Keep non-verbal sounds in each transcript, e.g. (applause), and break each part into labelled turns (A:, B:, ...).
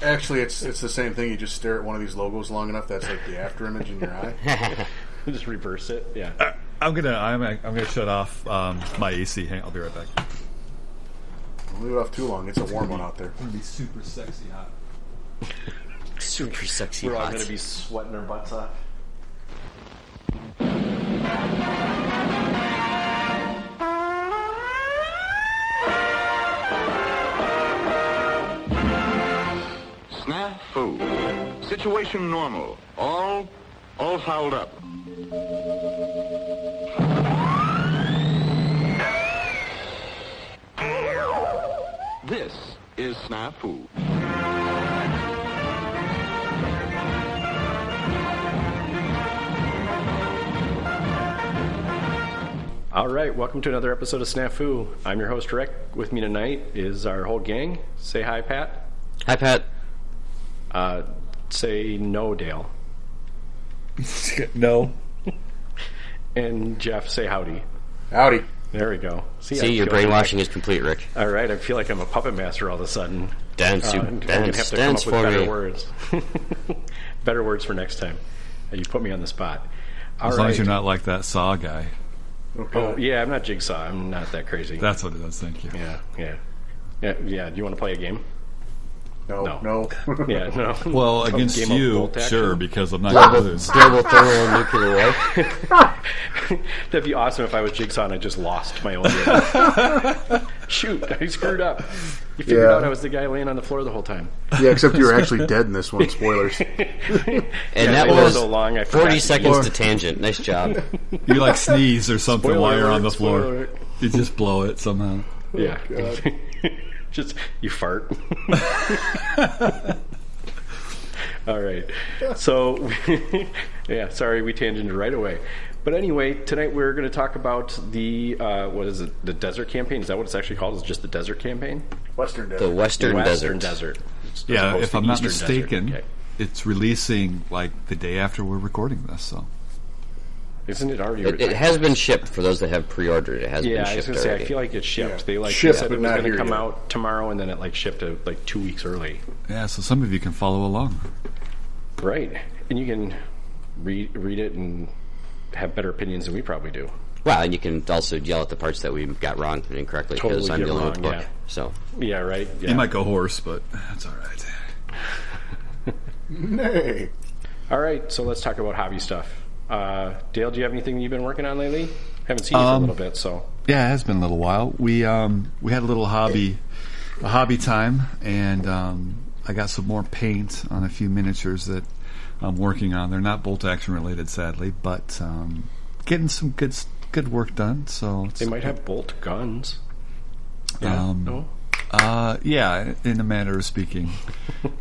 A: Actually, it's it's the same thing. You just stare at one of these logos long enough. That's like the after image in your
B: (laughs)
A: eye.
B: Just reverse it. Yeah.
C: I'm gonna I'm I'm gonna shut off um, my AC. Hang, I'll be right back.
A: Don't leave it off too long. It's a warm one out there.
C: It'll be super sexy hot.
D: Super sexy.
B: We're all
D: hot.
B: going to be sweating our butts off.
E: Snafu. Situation normal. All, all fouled up. This is Snafu.
B: All right, welcome to another episode of Snafu. I'm your host, Rick. With me tonight is our whole gang. Say hi, Pat.
D: Hi, Pat.
B: Uh, say no, Dale.
C: no.
B: And Jeff, say howdy.
A: Howdy.
B: There we go. See, I
D: See, your
B: feel like-
D: brainwashing is complete, Rick.
B: all right, I feel like I'm a puppet master all of a sudden.
D: Dance, you
B: Uh, I'm gonna
D: dance,
B: have to
D: dance
B: come up
D: for
B: with better
D: me.
B: words. (laughs) better words for next time. Uh, You put me on the spot. All
C: As long
B: right.
C: as you're not like that saw guy.
A: Okay.
B: Oh, yeah, I'm not Jigsaw. I'm not that crazy.
C: That's what it is. Thank you.
B: yeah, yeah, yeah. Yeah. Do you want to play a game?
A: no,
B: no.
A: no.
B: Yeah. No.
C: Well,
B: A
C: against
B: Oh, game of
C: you,
B: bolt action?
C: sure, because I'm not gonna lose.
D: Global thermonuclear war.
B: That'd be awesome if I was Jigsaw and I just lost my own game. Shoot, I screwed up. You figured
A: Yeah.
B: out I was the guy laying on the floor the whole time. (laughs)
A: yeah, except you were actually dead in this one. Spoilers.
D: And
B: Yeah,
D: that
B: they were
D: was
B: so long, I forgot
D: 40
B: to
D: seconds
B: use-
D: to tangent.
B: (laughs)
D: Nice job.
C: You like sneeze or something
B: Spoiler
C: while you're on
B: alert,
C: the floor.
B: spoiler alert.
C: You just blow it somehow.
B: Yeah.
A: Oh,
B: (laughs) Just you fart. (laughs) All right. So (laughs) yeah, sorry we tangented right away. But anyway, tonight we're going to talk about the uh, what is it? The desert campaign. Is that what it's actually called? Is it just the desert campaign?
A: Western Dead.
D: The Western,
B: Western
D: Desert.
B: desert. as
C: Yeah,
B: opposed
C: if
B: to
C: I'm not
B: Eastern desert.
C: mistaken,
B: Okay.
C: it's releasing like the day after we're recording this. So
B: isn't it already?
D: It, it has been shipped for those that have pre-ordered. It has
B: yeah,
D: been
B: I was
D: shipped
B: gonna say I
D: already.
B: feel like it shipped.
A: Yeah.
B: They like
A: Shipped,
B: said
A: but
B: it was
A: not
B: going to
A: here
B: come
A: yet.
B: out tomorrow, and then it like shipped uh like two weeks early.
C: yeah, so some of you can follow along.
B: Right, and you can read read it and have better opinions than we probably do.
D: well, and you can also yell at the parts that we got wrong and incorrectly because
B: Totally
D: I'm
B: get
D: dealing with
B: wrong,
D: book.
B: yeah.
D: So
B: Yeah, right. Yeah.
C: You might go hoarse, but that's all right.
A: Nay.
B: All right, so let's talk about hobby stuff. Uh, Dale, do you have anything you've been working on lately? Haven't seen you
C: Um,
B: for a little bit, so
C: Yeah, it has been a little while. We um we had a little hobby, a hobby time, and um, I got some more paint on a few miniatures that I'm working on. They're not bolt action related, sadly, but um, getting some good s- good work done. So it's,
B: they might have bolt guns.
C: Um,
B: no.
C: Uh, yeah, in a manner
B: (laughs)
C: of speaking.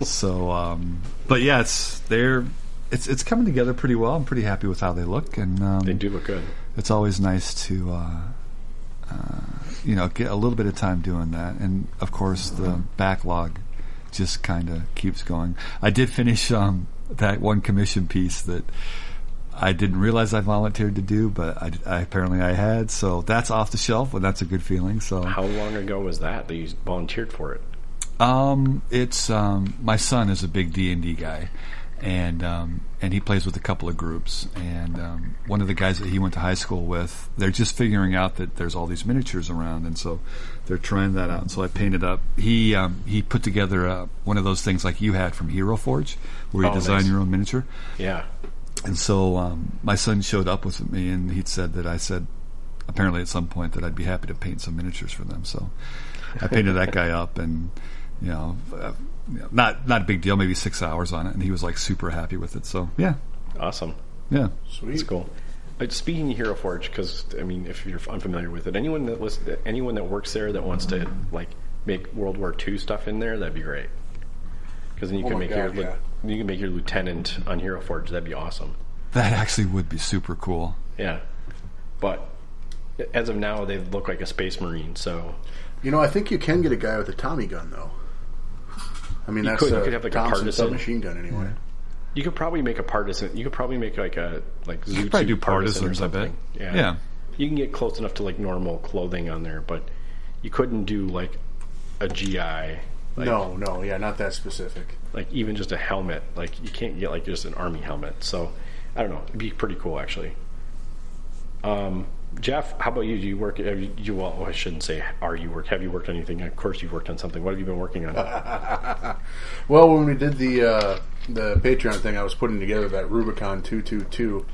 C: so, um, but yeah, it's they're it's it's coming together pretty well. I'm pretty happy with how they look, and um,
B: They do look good.
C: It's always nice to uh, uh, you know get a little bit of time doing that, and of course the backlog just kind of keeps going. I did finish um, that one commission piece that. I didn't realize I volunteered to do, but I, I- apparently I had. So that's off the shelf, and that's a good feeling. So
B: How long ago was that that you volunteered for it?
C: um, it's um, my son is a big D and D guy, and um, and he plays with a couple of groups. And um, one of the guys that he went to high school with, they're just figuring out that there's all these miniatures around, and so they're trying that out. And so I painted up. He um, he put together uh, one of those things like you had from Hero Forge, where you
B: Oh,
C: design
B: nice.
C: your own miniature.
B: Yeah,
C: And so um, my son showed up with me, and he'd said that I said, apparently at some point, that I'd be happy to paint some miniatures for them. So I painted that guy up, and you know, uh, you know, not not a big deal, maybe six hours on it, and he was like super happy with it. So yeah,
B: awesome.
C: yeah.
B: That's cool. Uh, speaking of Hero Forge, because I mean, if you're unfamiliar with it, anyone that listen, anyone that works there that wants to like make World War II stuff in there, that'd be great. Because then you can
A: my
B: make
A: God,
B: your lieu- you can make your lieutenant on Hero Forge. That'd be awesome.
C: That actually would be super cool.
B: Yeah, but as of now, they look like a Space Marine. So
A: You know, I think you can get a guy with a Tommy gun though. I mean, that's
B: could- you
A: a
B: could have, like, a
A: Thompson
B: partisan.
A: submachine gun anyway.
B: you could probably make a partisan. You could probably make like a like Zoot
C: could
B: suit
C: probably do
B: partisan or
C: partisans, I bet.
B: something. Yeah.
C: Yeah.
B: you can get close enough to like normal clothing on there, but you couldn't do like a GI Like,
A: no, no, yeah, not that specific.
B: like even just a helmet. Like you can't get like just an army helmet. So I don't know. It'd be pretty cool actually. Um, Jeff, how about you? Do you work? Have you, you well, I shouldn't say. Are you work? Have you worked on anything? Of course, you've worked on something. What have you been working
A: Uh,
B: on?
A: Well, when we did the uh, the Patreon thing, I was putting together that Rubicon two two two.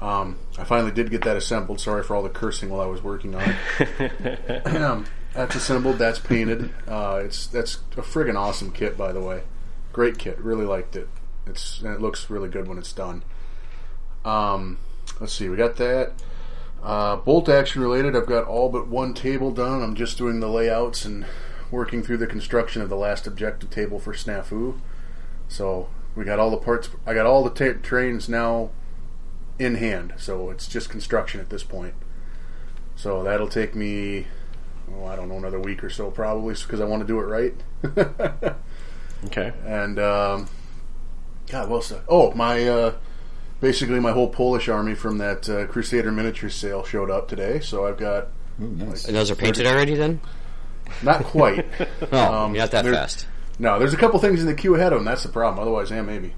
A: Um, I finally did get that assembled. Sorry for all the cursing while I was working on it. um, that's assembled. That's painted. Uh, it's that's a friggin' awesome kit, by the way. Great kit. Really liked it. It's and it looks really good when it's done. Um, let's see. We got that. Uh, bolt action related, I've got all but one table done. I'm just doing the layouts and working through the construction of the last objective table for Snafu. So we got all the parts. I got all the ta trains now in hand. So it's just construction at this point. So that'll take me, oh, I don't know, another week or so probably, because I want to do it right.
B: Okay.
A: and um, God, well, so, oh my, uh, basically my whole Polish army from that uh, Crusader miniature sale showed up today. So I've got
C: Ooh, nice.
D: And those are painted
B: (laughs)
D: already then?
A: not
C: (laughs)
A: quite.
D: Oh,
A: Um,
D: you're not that
A: there-
D: fast.
A: no, there's a couple things in the queue ahead of them. That's the problem. Otherwise, yeah, maybe.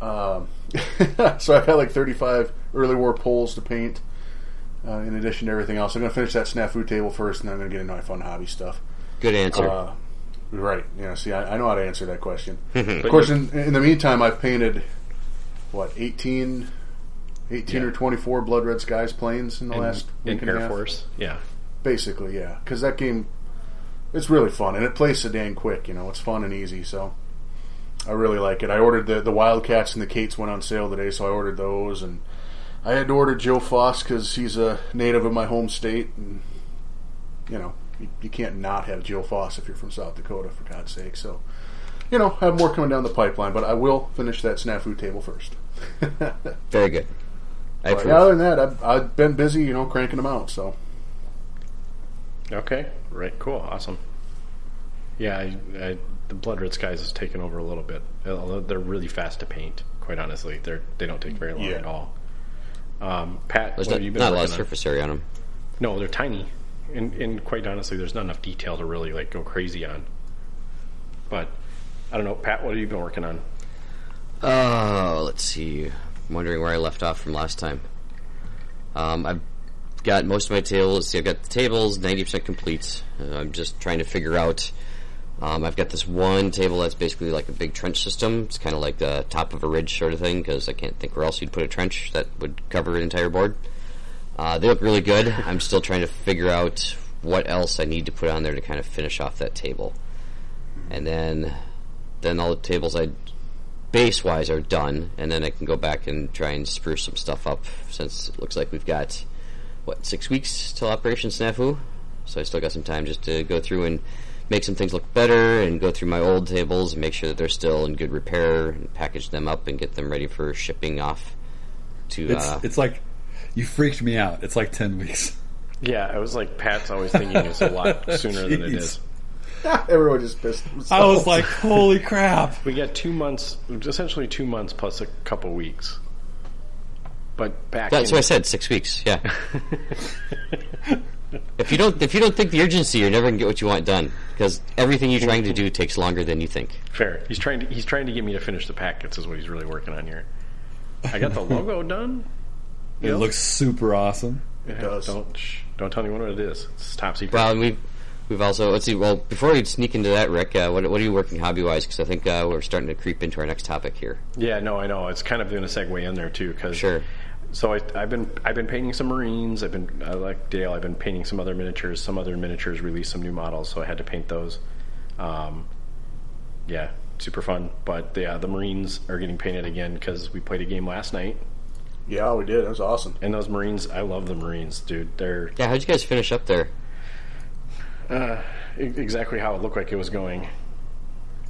A: Um, (laughs) so I've got like 35 early war poles to paint. Uh, in addition to everything else, I'm going to finish that snafu table first, and then I'm going to get into my fun hobby stuff.
D: Good answer.
A: Uh, right. Yeah. See, I, I know how to answer that question. of course, in, in the meantime, I've painted what 18, 18 or twenty four blood red skies planes in the last
B: in
A: week and a
B: Air
A: half.
B: Force. Yeah.
A: Basically, yeah, because that game, it's really fun and it plays so dang quick. You know, it's fun and easy. So I really like it. I ordered the the Wildcats and the Kates went on sale today, so I ordered those and. I had to order Joe Foss because he's a native of my home state, and you know, you, you can't not have Joe Foss if you're from South Dakota, for God's sake. So, you know, I have more coming down the pipeline, but I will finish that snafu table first. (laughs) but
D: Very good. I approve.
A: yeah, other than that, I've, I've been busy, you know, cranking them out. So,
B: Okay. Right. Cool. Awesome. Yeah. I, I, the Blood Red Skies has taken over a little bit. Although They're really fast to paint. Quite honestly, they're they don't take very long
A: Yeah.
B: at all. Um, Pat,
D: There's
B: what
D: not,
B: have you been
D: not a lot of
B: working on?
D: surface area on them.
B: No, they're tiny, and and quite honestly, there's not enough detail to really like go crazy on. But I don't know, Pat. What have you been working on?
D: Oh, let's see. I'm wondering where I left off from last time. Um, I've got most of my tables. Let's see, I've got the tables 90% complete. Uh, I'm just trying to figure out. Um, I've got this one table that's basically like a big trench system. It's kind of like the top of a ridge sort of thing because I can't think where else you'd put a trench that would cover an entire board. Uh, they look really good. I'm still trying to figure out what else I need to put on there to kind of finish off that table. And then, then all the tables I base wise are done, and then I can go back and try and spruce some stuff up since it looks like we've got what six weeks till Operation Snafu, so I still got some time just to go through and make some things look better and go through my old tables and make sure that they're still in good repair and package them up and get them ready for shipping off to
C: It's
D: uh,
C: it's like you freaked me out. It's like ten weeks.
B: Yeah, I was like, Pat's always thinking it's a (laughs) lot sooner than it
C: Jeez.
B: is.
A: (laughs) everyone just pissed
C: (laughs) I
A: themselves.
C: was like, holy crap!
B: We got two months, essentially two months plus a couple weeks. But back
D: That's
B: in,
D: what I said. Six weeks. (laughs) Yeah. if you don't, if you don't think the urgency, you're never gonna get what you want done because everything you're trying to do takes longer than you think.
B: (laughs) fair. He's trying to he's trying to get me to finish the packets is what he's really working on here. I got the logo done.
C: It looks super awesome.
B: It
A: does.
B: Don't shh, don't tell anyone what it is. It's top secret.
D: Well, and we've we've also let's see. Well, before we sneak into that, Rick, uh, what what are you working hobby wise? Because I think uh, we're starting to creep into our next topic here.
B: yeah, no, I know. It's kind of going to segue in there too because
D: Sure.
B: So I, I've been I've been painting some Marines. I've been I like Dale. I've been painting some other miniatures. Some other miniatures released some new models, so I had to paint those. Um, yeah, super fun. But yeah, the Marines are getting painted again because we played a game last night,
A: yeah, we did. That was awesome.
B: and those Marines. I love the Marines, dude. They're
D: Yeah, how'd you guys finish up there?
B: e- exactly how it looked like it was going.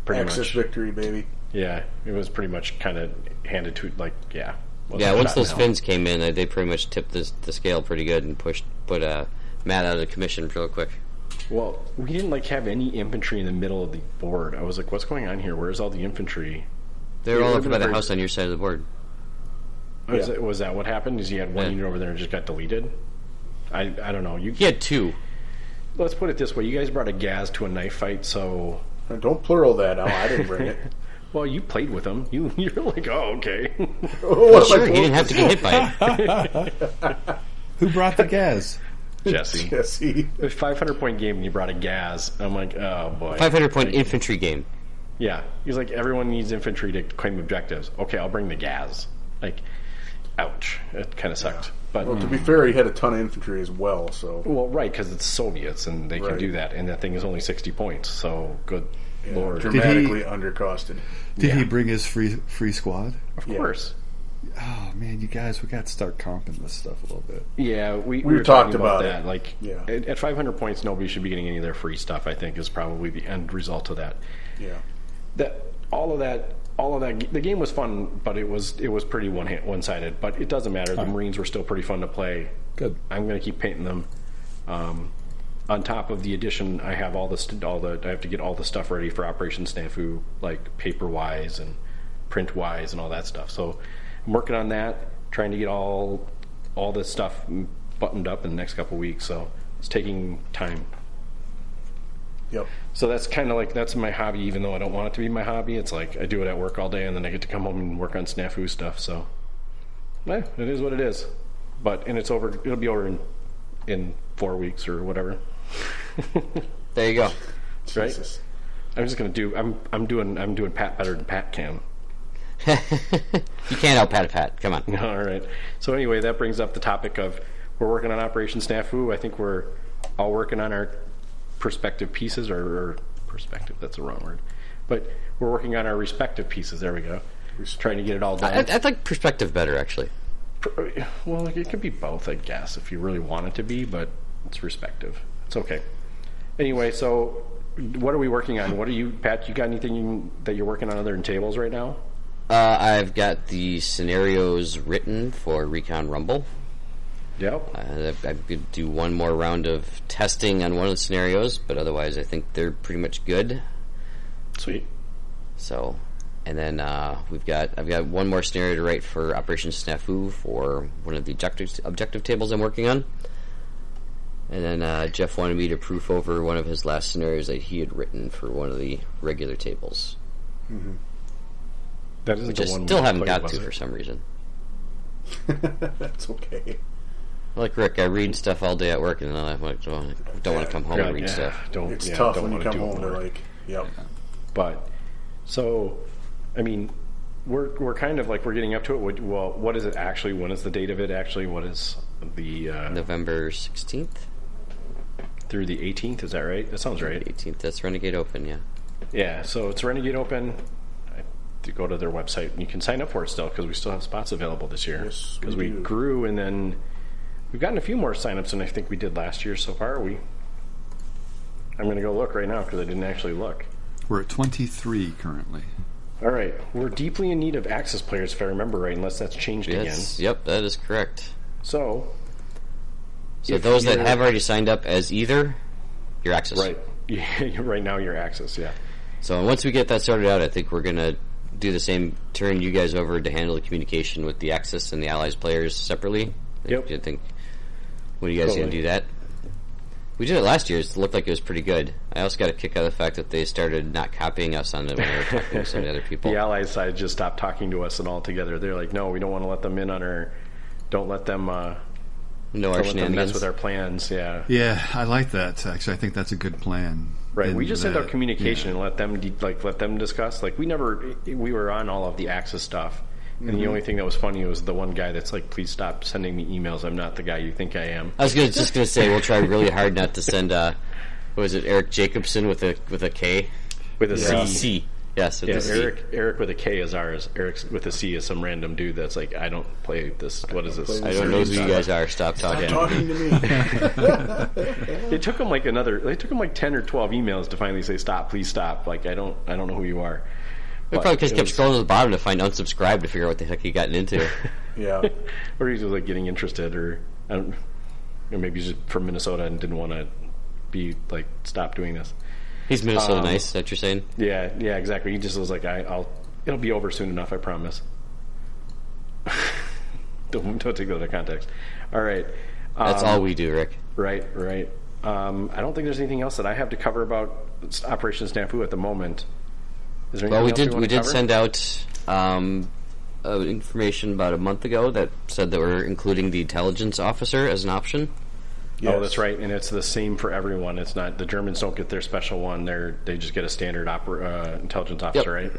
B: Pretty
A: Axis
B: much,
A: victory, baby.
B: yeah. It was pretty much kind of handed to like yeah. Well,
D: Yeah,
B: not
D: once those
B: now.
D: fins came in, uh, they, they pretty much tipped this, the scale pretty good and pushed put uh, Matt out of commission real quick.
B: Well, we didn't like have any infantry in the middle of the board. I was like, what's going on here? Where's all the infantry?
D: They were
B: Yeah,
D: all
B: they've
D: up
B: been
D: by the
B: very-
D: house on your side of the board.
B: Was,
A: Yeah.
B: that, was that what happened? Is you had one
D: Yeah.
B: unit over there and just got deleted? I, I don't know. You
D: He had two.
B: let's put it this way: you guys brought a Gaz to a knife fight, so
A: Don't plural that out. I didn't bring it. (laughs)
B: Well, you played with them. You (laughs) you're like, oh, okay. (laughs)
A: Oh, what am I
D: Sure,
A: supposed
D: he didn't have to get hit by (laughs) it.
F: Who brought the gas?
B: Jesse,
A: (laughs) Yes, he.
B: a 500 point game, and you brought a gas. I'm like, oh boy.
D: 500 point infantry game.
B: Yeah, he's like, everyone needs infantry to claim objectives. Okay, I'll bring the gas. Like, ouch. It kind of sucked, but.
A: Well, to be fair, he had a ton of infantry as well. So
B: Well, right, because it's Soviets and they
A: Right.
B: can do that, and that thing is only sixty points. So good lord,
A: dramatically undercosted.
F: Did he bring his free free squad?
B: of
A: Yeah.
B: course.
F: Oh man, you guys, we got to start comping this stuff a little bit.
B: Yeah, we, we,
A: We've
B: were talking
A: talked
B: about,
A: about it.
B: that. Like,
A: Yeah.
B: at, at 500 points, nobody should be getting any of their free stuff. I think is probably the end result of that.
A: Yeah.
B: That all of that, all of that. The game was fun, but it was it was pretty one hit one sided. But it doesn't matter. The Marines were still pretty fun to play.
F: Good.
B: I'm going to keep painting them. Um, on top of the addition, I have all the st- all the I have to get all the stuff ready for Operation Snafu, like paper wise and print wise and all that stuff. So I'm working on that, trying to get all all this stuff buttoned up in the next couple weeks. So it's taking time.
A: Yep.
B: So that's kind of like that's my hobby, even though I don't want it to be my hobby. It's like I do it at work all day, and then I get to come home and work on snafu stuff. So, yeah, it is what it is. But and it's over. It'll be over in in four weeks or whatever. (laughs)
D: There you go.
B: Right?
A: Jesus. (laughs)
B: I'm just gonna do. I'm I'm doing. I'm doing Pat better than Pat can.
D: (laughs) You can't out pat a pat. Come on.
B: (laughs) All right. So anyway, that brings up the topic of we're working on Operation Snafu. I think we're all working on our perspective pieces, or, or perspective. That's the wrong word. But we're working on our respective pieces. There we go. Trying to get it all done.
D: I, I like perspective better, actually.
B: Per- well, like, it could be both, I guess, if you really want it to be, but it's respective. It's okay. Anyway, so what are we working on? What are you, Pat? You got anything you, that you're working on other than tables right now?
D: Uh, I've got the scenarios written for Recon Rumble.
B: Yep.
D: Uh, I, I could do one more round of testing on one of the scenarios, but otherwise, I think they're pretty much good.
B: Sweet.
D: So, and then uh, we've got I've got one more scenario to write for Operation Snafu for one of the objective objective tables I'm working on. And then uh, Jeff wanted me to proof over one of his last scenarios that he had written for one of the regular tables,
B: That isn't
D: which
B: the
D: I
B: one. we
D: still haven't
B: played,
D: got
B: was
D: to
B: it?
D: for some reason.
A: That's okay.
D: Like Rick, I read stuff all day at work, and then I'm like, oh, I don't want to come home
B: God,
D: and read
B: yeah,
D: stuff.
B: Don't.
A: It's
B: yeah,
A: tough
B: don't
A: when you
B: wanna
A: come
B: do
A: home to
B: more.
A: like. Yep.
B: But so, I mean, we're we're kind of like we're getting up to it. What- Well, what is it actually? When is the date of it actually? What is the uh,
D: November sixteenth,
B: through the 18th? Is that right? That sounds right.
D: eighteenth. That's Renegade Open, yeah.
B: Yeah, so it's Renegade Open. I- To go to their website, and you can sign up for it still because we still have spots available this year.
A: Yes, we
B: because we,
A: do.
B: grew, and then we've gotten a few more signups than I think we did last year so far. We, I'm going to go look right now because I didn't actually look.
C: We're at 23 currently.
B: All right, we're deeply in need of access players, if I remember right, unless that's changed
D: Yes,
B: again.
D: yep, that is correct.
B: So,
D: So
B: If
D: those that
B: you're-
D: have already signed up as either, your access.
B: right, (laughs) right now your access, yeah.
D: So once we get that sorted out, I think we're gonna do the same. Turn you guys over to handle the communication with the Axis and the Allies players separately.
B: Yep.
D: I think. When are you guys gonna
B: Totally.
D: do that? We did it last year. It looked like it was pretty good. I also got a kick out of the fact that they started not copying us on it when they were talking to some of the other
B: (laughs)
D: people.
B: the allied side just stopped talking to us and altogether they're like no we don't want to let them in on our don't let them uh
D: no,
B: don't let
D: our
B: them mess
D: shenanigans.
B: with our plans yeah
C: Yeah, I like that. Actually, I think that's a good plan.
B: right
C: in
B: we just sent
C: that-
B: out communication and let them de- like let them discuss like we never we were on all of the axis stuff and
D: Mm-hmm.
B: the only thing that was funny was the one guy that's like please stop sending me emails i'm not the guy you think i am
D: I was gonna, just gonna say we'll try really hard not to send. Uh, what was it Eric Jacobson with a with a K?
B: with a C.
D: C. Yes, with
B: Yeah,
D: a C.
B: Eric, Eric with a K is ours. Eric with a C is some random dude that's like, I don't play this. What is this?
D: I don't know who you guys are. Stop talking.
A: Talking to me. (laughs)
B: It took them like another. They took them like ten or twelve emails to finally say stop, please stop. Like I don't, I don't know who you are.
D: We
B: But
D: probably just
B: it
D: kept
B: was-
D: scrolling to the bottom to find unsubscribe to figure out what the heck he
B: (laughs)
D: gotten into.
A: yeah.
B: Or he's just like getting interested, or I don't, or maybe he's just from Minnesota and didn't want to be like stop doing this.
D: He's
B: Um,
D: Minnesota nice, that you're saying?
B: Yeah, yeah, exactly. He just was like, I, I'll, it'll be over soon enough. I promise. (laughs) don't, don't take that out of context. All right,
D: That's
B: Um,
D: all we do, Rick.
B: Right, right. Um, I don't think there's anything else that I have to cover about s- Operation Snafu at the moment. Is there anything
D: Well, we
B: else
D: did
B: you
D: we
B: want to
D: did
B: cover?
D: send out um, uh, information about a month ago that said that we're including the intelligence officer as an option.
B: Oh, that's right, and it's the same for everyone. It's not the Germans don't get their special one; they they just get a standard opera, uh, intelligence officer, right?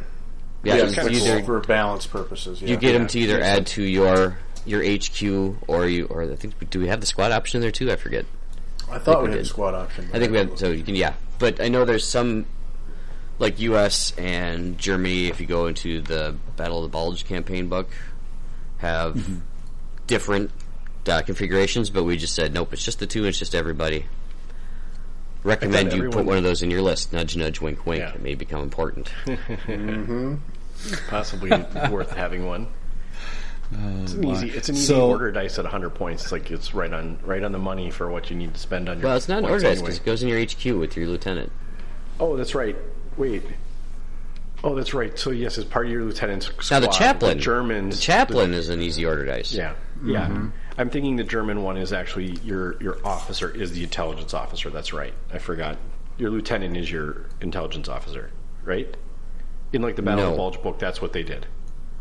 D: Yeah,
A: Yeah,
D: you
A: for,
B: kinda
D: either
B: cool.
A: for balance purposes. Yeah.
D: you get them to either add to your your HQ or you or I think we- do we have the squad option in there too? I forget.
A: I thought we had
D: did.
A: the squad option.
D: I think we have so you can yeah, but I know there's some like U.S. and Germany. If you go into the Battle of the Bulge campaign book, have
B: Mm-hmm.
D: different uh, configurations, but we just said nope. It's just the two. It's just everybody. Recommend you put
B: everyone-
D: one of those in your list. Nudge, nudge, wink, wink.
B: Yeah.
D: It may
B: (laughs)
D: become important.
B: Possibly (laughs) worth having one. It's
D: Oh,
B: an easy. It's an easy
F: So-
B: order dice at 100 points. It's like it's right on right on the money for what you need to spend on your.
D: well, it's not an
B: points
D: order
B: anyway.
D: because it goes in your HQ with your lieutenant.
B: Oh, that's right. Wait. Oh, that's right. So yes, it's part of your lieutenant's
D: Now
B: squad.
D: the chaplain,
B: the Germans,
D: the chaplain is an easy order dice.
B: Yeah, yeah.
D: Mm-hmm.
B: I'm thinking the German one is actually your your officer is the intelligence officer. That's right. I forgot. Your lieutenant is your intelligence officer, right? In like the Battle of
D: No.
B: Bulge book, that's what they did.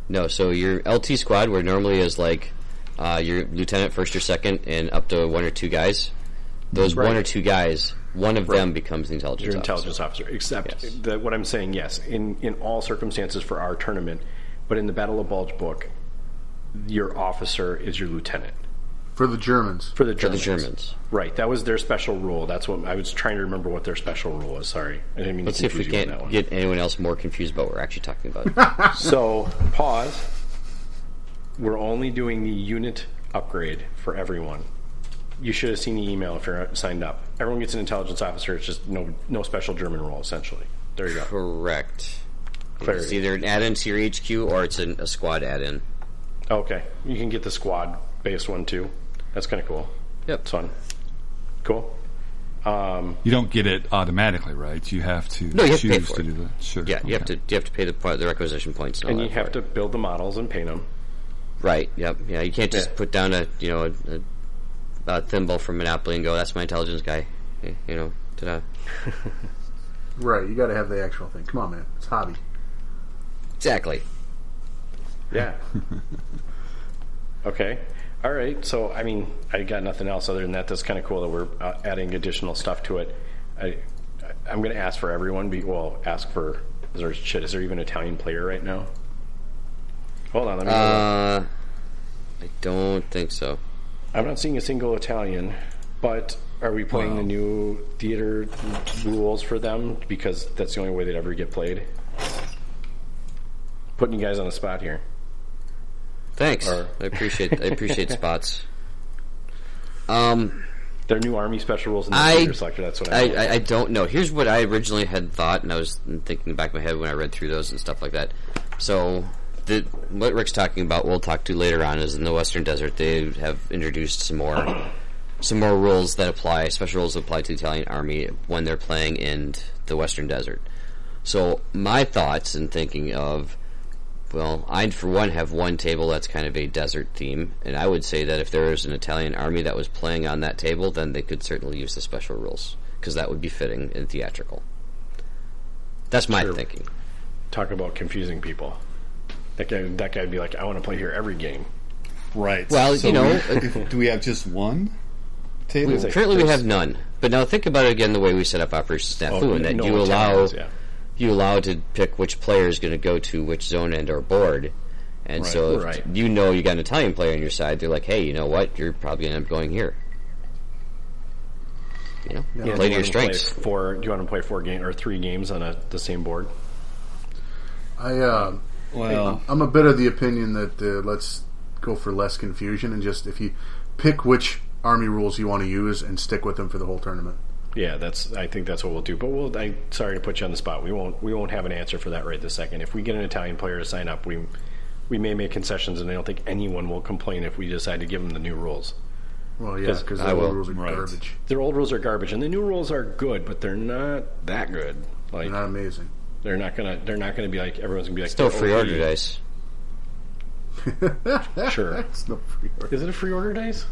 D: No, so your LT squad, where normally is like uh, your lieutenant, first or second, and up to one or two guys. Those one or two guys, one of them becomes the intelligence.
B: Your
D: officer.
B: intelligence officer. Except
D: Yes.
B: that what I'm saying, yes, in in all circumstances for our tournament, but in the Battle of Bulge book, your officer is your lieutenant
A: for the Germans.
B: for the
D: For the
B: Germans.
D: Germans.
B: Right, that was their special rule. That's what I was trying to remember what their special rule was. Sorry, I didn't mean
D: Let's see
B: to
D: if we
B: confuse you on that one.
D: can't get anyone else more confused about what we're actually talking
B: (laughs)
D: about.
B: So pause. We're only doing the unit upgrade for everyone. You should have seen the email if you're signed up. Everyone gets an intelligence officer. It's just no no special German role essentially. There you go.
D: Correct. It's
B: Clarity.
D: either an add-in to your HQ or it's an, a squad add-in.
B: Okay, you can get the squad based one too. That's kind of cool.
D: Yep.
B: It's fun. Cool. Um,
C: You don't get it automatically, right? You have to
D: No, you have to
C: choose
D: pay for
C: to
D: it.
C: do that. Sure.
D: Yeah, you have
C: okay.
D: to you have to pay the part- the requisition points and all
B: and you
D: that
B: have
D: for
B: to build the models and paint them.
D: it. Right. Yep. Yeah. You can't just
B: Yeah.
D: put down a you know a, a, a thimble from Monopoly and go, "That's my intelligence guy." Eh, You know, ta-da.
A: Right, you got to have the actual thing. Come on, man, it's hobby.
D: Exactly.
B: Yeah. (laughs) okay. All right. So, I mean, I got nothing else other than that. That's kind of cool that we're uh, adding additional stuff to it. I, I, I'm going to ask for everyone. Be, well, ask for. Is there shit? Is there even an Italian player right now? Hold on. Let me.
D: Uh, I don't think so.
B: I'm not seeing a single Italian, but are we playing the new theater rules for them? Because that's the only way they'd ever get played. Putting you guys on the spot here.
D: Thanks.
B: Or-
D: I appreciate I appreciate spots. Um,
B: Their new army special rules in the
D: I-
B: theater selector. That's what I.
D: I, I I don't know. Here's what I originally had thought, and I was thinking in the back of my head when I read through those and stuff like that. So, the, what Rick's talking about, we'll talk to later on, is in the Western Desert they have introduced some more some more rules that apply, special rules that apply to the Italian army when they're playing in the Western Desert. So my thoughts and thinking of, well, I for one have one table that's kind of a desert theme, and I would say that if there was an Italian army that was playing on that table, then they could certainly use the special rules because that would be fitting and theatrical. That's my
B: Sure.
D: thinking.
B: talk about confusing people. That guy, that guy'd be like, I want to play here every game.
F: Right.
D: Well, you know,
F: we- if, do we have just one table?
B: (laughs) It's like
D: Currently, we
B: there's-
D: have none. But now think about it again the way we set up Operation Snafu,
B: oh,
D: and that
B: no
D: you allow
B: Italians, yeah.
D: you allow to pick which player is going to go to which zone and or board. And so if
B: Right.
D: you know you got an Italian player on your side, they're like, hey, you know what? You're probably going to end up going here. You know,
B: Yeah, do
D: play
B: you
D: to your
B: want to play
D: strengths.
B: Four. Do you want to play four game or three games on a, the same board?
A: I uh,
F: well,
A: I'm a bit of the opinion that uh, let's go for less confusion and just if you pick which army rules you want to use and stick with them for the whole tournament.
B: Yeah, that's. I think that's what we'll do. But we'll. I sorry to put you on the spot. We won't. We won't have an answer for that right this second. If we get an Italian player to sign up, we we may make concessions, and I don't think anyone will complain if we decide to give them the new rules.
A: Well, yeah,
B: Yes,
A: because
D: I
A: the old
D: will.
A: rules are
F: Right.
A: garbage.
B: Their old rules are garbage, and the new rules are good, but they're not that good. Like
A: They're not amazing.
B: they're not gonna. They're not gonna be like everyone's gonna be like
D: Still
B: they're
D: free
B: OP.
D: order dice.
B: Sure.
A: (laughs) It's no free order.
B: Is it a free order dice?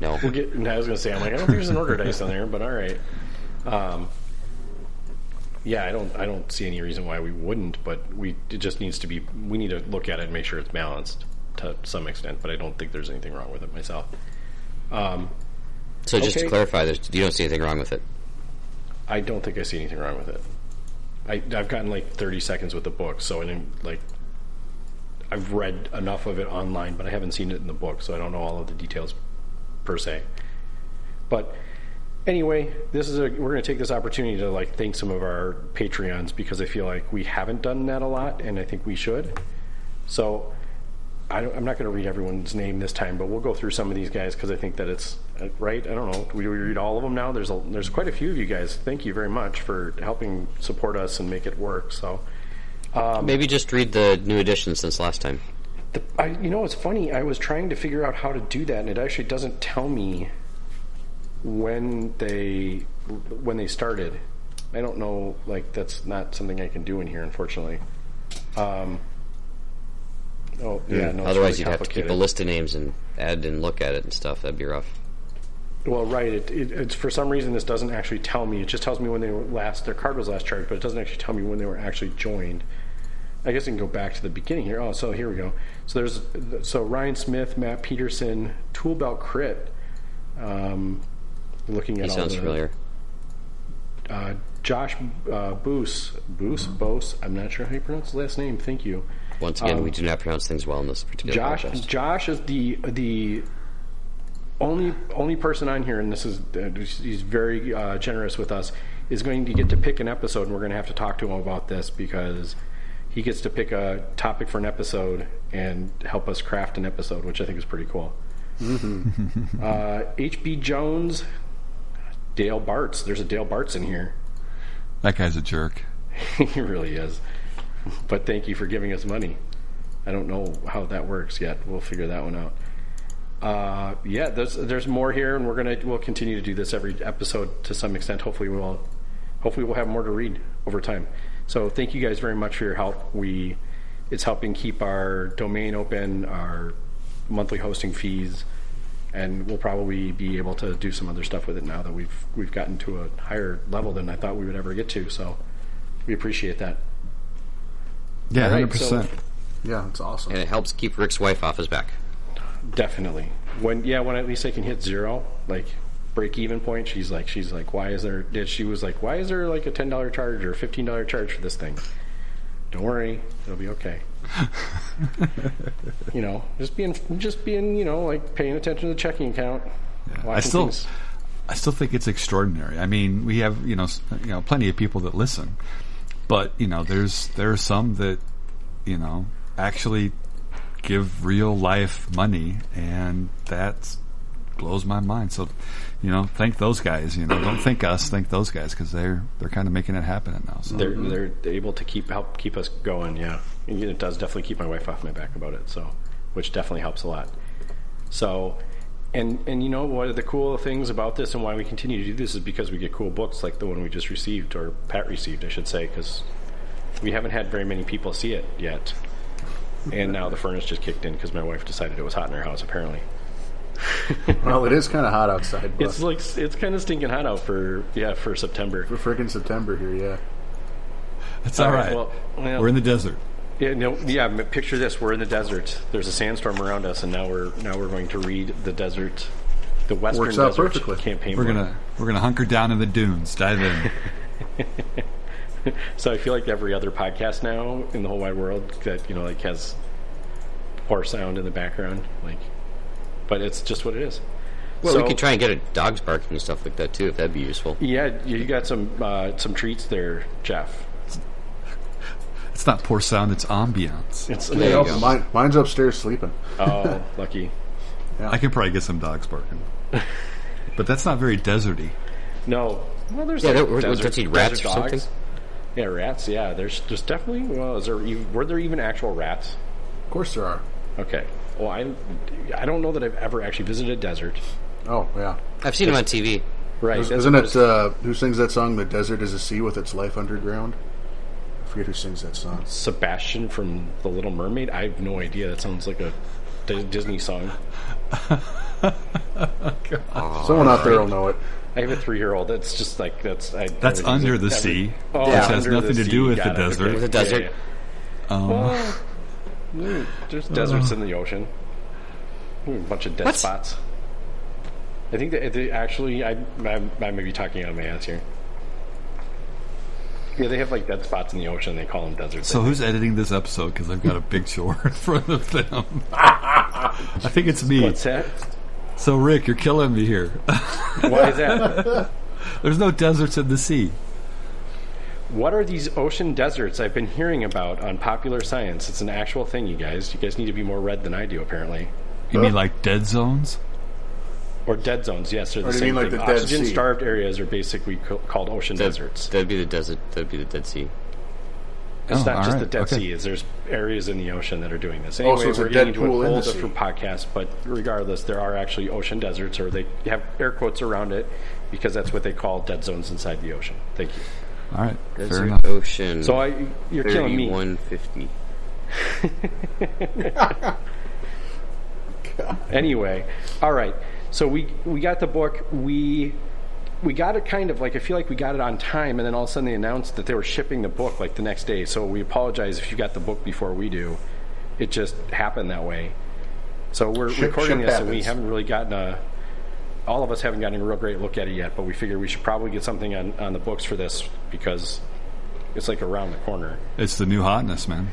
D: No.
B: We'll get, no, I was going to say, I'm like, I don't think there's an order dice on there, but all right. Um, yeah, I don't, I don't see any reason why we wouldn't, but we it just needs to be. We need to look at it and make sure it's balanced to some extent. But I don't think there's anything wrong with it myself. Um,
D: So just
B: Okay.
D: to clarify, there's, you don't see anything wrong with it.
B: I don't think I see anything wrong with it. I, I've gotten like 30 seconds with the book, so I didn't like. I've read enough of it online, but I haven't seen it in the book, so I don't know all of the details per se. But anyway, this is a we're going to take this opportunity to like thank some of our Patreons because I feel like we haven't done that a lot, and I think we should. So I don't, I'm not going to read everyone's name this time, but we'll go through some of these guys because I think that it's uh, right. I don't know. Do we read all of them now? There's a, there's quite a few of you guys. Thank you very much for helping support us and make it work. So. uh, Um,
D: Maybe just read the new edition since last time.
B: The, I, you know, it's funny. I was trying to figure out how to do that, and it actually doesn't tell me when they when they started. I don't know. Like that's not something I can do in here, unfortunately. Um. Oh yeah, no. it's
D: Otherwise,
B: really
D: you'd have to keep a
B: complicated.
D: list of names and add and look at it and stuff. That'd be rough.
B: Well, right. It, it, it's for some reason this doesn't actually tell me. It just tells me when they were last their card was last charged, but it doesn't actually tell me when they were actually joined. I guess I can go back to the beginning here. Oh, so here we go. So there's so Ryan Smith, Matt Peterson, Toolbelt Crit. Um, looking at
D: He
B: all
D: sounds
B: the,
D: familiar.
B: uh, Josh uh, Boos, Boos, Bose. I'm not sure how you pronounce his last name. Thank you.
D: Once again, we do not pronounce things well in this particular
B: Um, Josh
D: podcast.
B: Josh is the the only only person on here, and this is uh, he's very uh, generous with us. Is going to get to pick an episode, and we're going to have to talk to him about this because he gets to pick a topic for an episode and help us craft an episode, which I think is pretty cool. Mm-hmm. uh, HB Jones, Dale Bartz. There's a Dale Bartz in here. (laughs)
C: That guy's a jerk.
B: he really is. But thank you for giving us money. I don't know how that works yet. We'll figure that one out. Uh, yeah, there's there's more here, and we're gonna we'll continue to do this every episode to some extent. Hopefully, we'll hopefully we'll have more to read over time. So thank you guys very much for your help. We it's helping keep our domain open, our monthly hosting fees, and we'll probably be able to do some other stuff with it now that we've we've gotten to a higher level than I thought we would ever get to. So we appreciate that.
C: Yeah,
B: All right,
C: hundred percent.
B: so-
A: Yeah, it's awesome.
D: and it helps keep Rick's wife off his back.
B: Definitely. When yeah, when at least I can hit zero, like break even point, she's like she's like, Why is there did she was like, Why is there like a ten dollar charge or a fifteen dollar charge for this thing? Don't worry, it'll be
C: (laughs)
B: okay. you know, just being just being, you know, like paying attention to the checking account. watching
C: I still,
B: things.
C: I still think it's extraordinary. I mean, we have you know s- you know plenty of people that listen, but you know there's there are some that you know actually give real life money, and that blows my mind. So, you know, thank those guys. You know, don't thank us, thank those guys because they're they're kind of making it happen now. So
B: they're they're able to keep help keep us going. Yeah, and it does definitely keep my wife off my back about it. So, which definitely helps a lot. So, and and you know one of the cool things about this and why we continue to do this is because we get cool books like the one we just received or Pat received, I should say, because we haven't had very many people see it yet. And now the furnace just kicked in because my wife decided it was hot in her house. Apparently,
A: Well, it is kind of hot outside, but
B: it's like it's kind of stinking hot out for yeah for September.
A: for freaking September here, yeah.
C: it's all right.
B: well, well-
C: We're in the desert.
B: Yeah, no, yeah. m- Picture this: we're in the desert. There's a sandstorm around us, and now we're now we're going to read the desert, the western
A: Works out
B: desert
A: perfectly.
B: campaign.
C: We're
B: plan.
C: gonna we're gonna hunker down in the dunes, dive
B: (laughs)
C: in.
B: So I feel like every other podcast now in the whole wide world that you know like has horse sound in the background, like, but it's just what it is.
D: Well,
B: So-
D: we could try and get a dog's barking and stuff like that too, if that'd be useful.
B: Yeah, you got some uh, some treats there, Jeff.
C: it's not poor sound; it's ambiance.
B: It's
D: There you
A: Oh,
D: go.
A: mine, mine's upstairs sleeping.
B: oh, lucky.
C: I can probably get some
B: (laughs)
C: dogs barking, but that's not very deserty.
B: No, well, there's
D: Yeah,
B: like
D: there- weren't-
B: desert-
D: don't you need rats
B: desert
D: or something?
B: dogs. Yeah, rats. Yeah, there's there's definitely. Well, is there ev- were there even actual rats?
A: Of course there are.
B: Okay. Well, I I don't know that I've ever actually visited a desert.
A: Oh, yeah.
D: I've seen him on TV.
B: Right. that's-
A: Isn't it, uh, who sings that song, The Desert is a Sea with Its Life Underground? I forget who sings that song.
B: Sebastian from The Little Mermaid? I have no idea. That sounds like a Di- Disney song.
A: Someone out there will know it.
B: I have a three-year-old. That's just like that's. I,
C: That's
B: I would use
C: under
B: it-
C: the
B: that would-
C: sea,
B: Oh,
C: which
D: Yeah.
C: has
B: under the
C: nothing to
B: sea.
C: do with
B: Got
C: the
B: it.
C: desert.
B: Okay.
D: With the desert.
B: Yeah, yeah.
C: Um, uh,
B: Mm, There's deserts in the ocean. Mm, A bunch of dead
D: What?
B: spots. I think that they actually, I, I, I may be talking out of my ass here. Yeah, they have like dead spots in the ocean. They call them deserts.
C: so who's editing this episode? Because I've got a big chore in front
B: (laughs)
C: of them. I think it's me.
B: What's that?
C: So Rick, you're killing me here. (laughs)
B: Why is that? (laughs)
C: There's no deserts in the sea.
B: what are these ocean deserts I've been hearing about on Popular Science? It's an actual thing, you guys. You guys need to be more red than I do, apparently.
C: You mean like dead zones?
B: Or dead zones, yes, they're the
A: Or do you
B: same
A: mean like
B: thing.
A: the Dead Sea?
B: Oxygen-starved areas are basically co- called ocean
D: That-
B: deserts.
D: That'd be the desert. That'd be the Dead Sea.
B: It's
C: Oh,
B: not
C: all
B: just the
C: right,
B: Dead
C: okay.
B: Sea. Is there's areas in the ocean that are doing this. Anyway,
A: Oh, so it's a
B: we're
A: dead
B: getting
A: pool
B: into a
A: in
B: whole
A: the sea.
B: different podcast, but regardless, there are actually ocean deserts, or they have air quotes around it because that's what they call dead zones inside the ocean. Thank you.
C: All right, fair
D: Desert
C: enough.
D: Ocean.
B: So I, you're killing me.
D: thirty-one fifty.
B: Anyway, all right. So we we got the book. We we got it kind of like I feel like we got it on time, and then all of a sudden they announced that they were shipping the book like the next day. So we apologize if you got the book before we do. It just happened that way. So we're
A: Ship-
B: recording
A: ship
B: this, and we
A: happens.
B: haven't really gotten a. All of us haven't gotten a real great look at it yet, but we figure we should probably get something on, on the books for this because it's like around the corner.
C: It's the new hotness, man.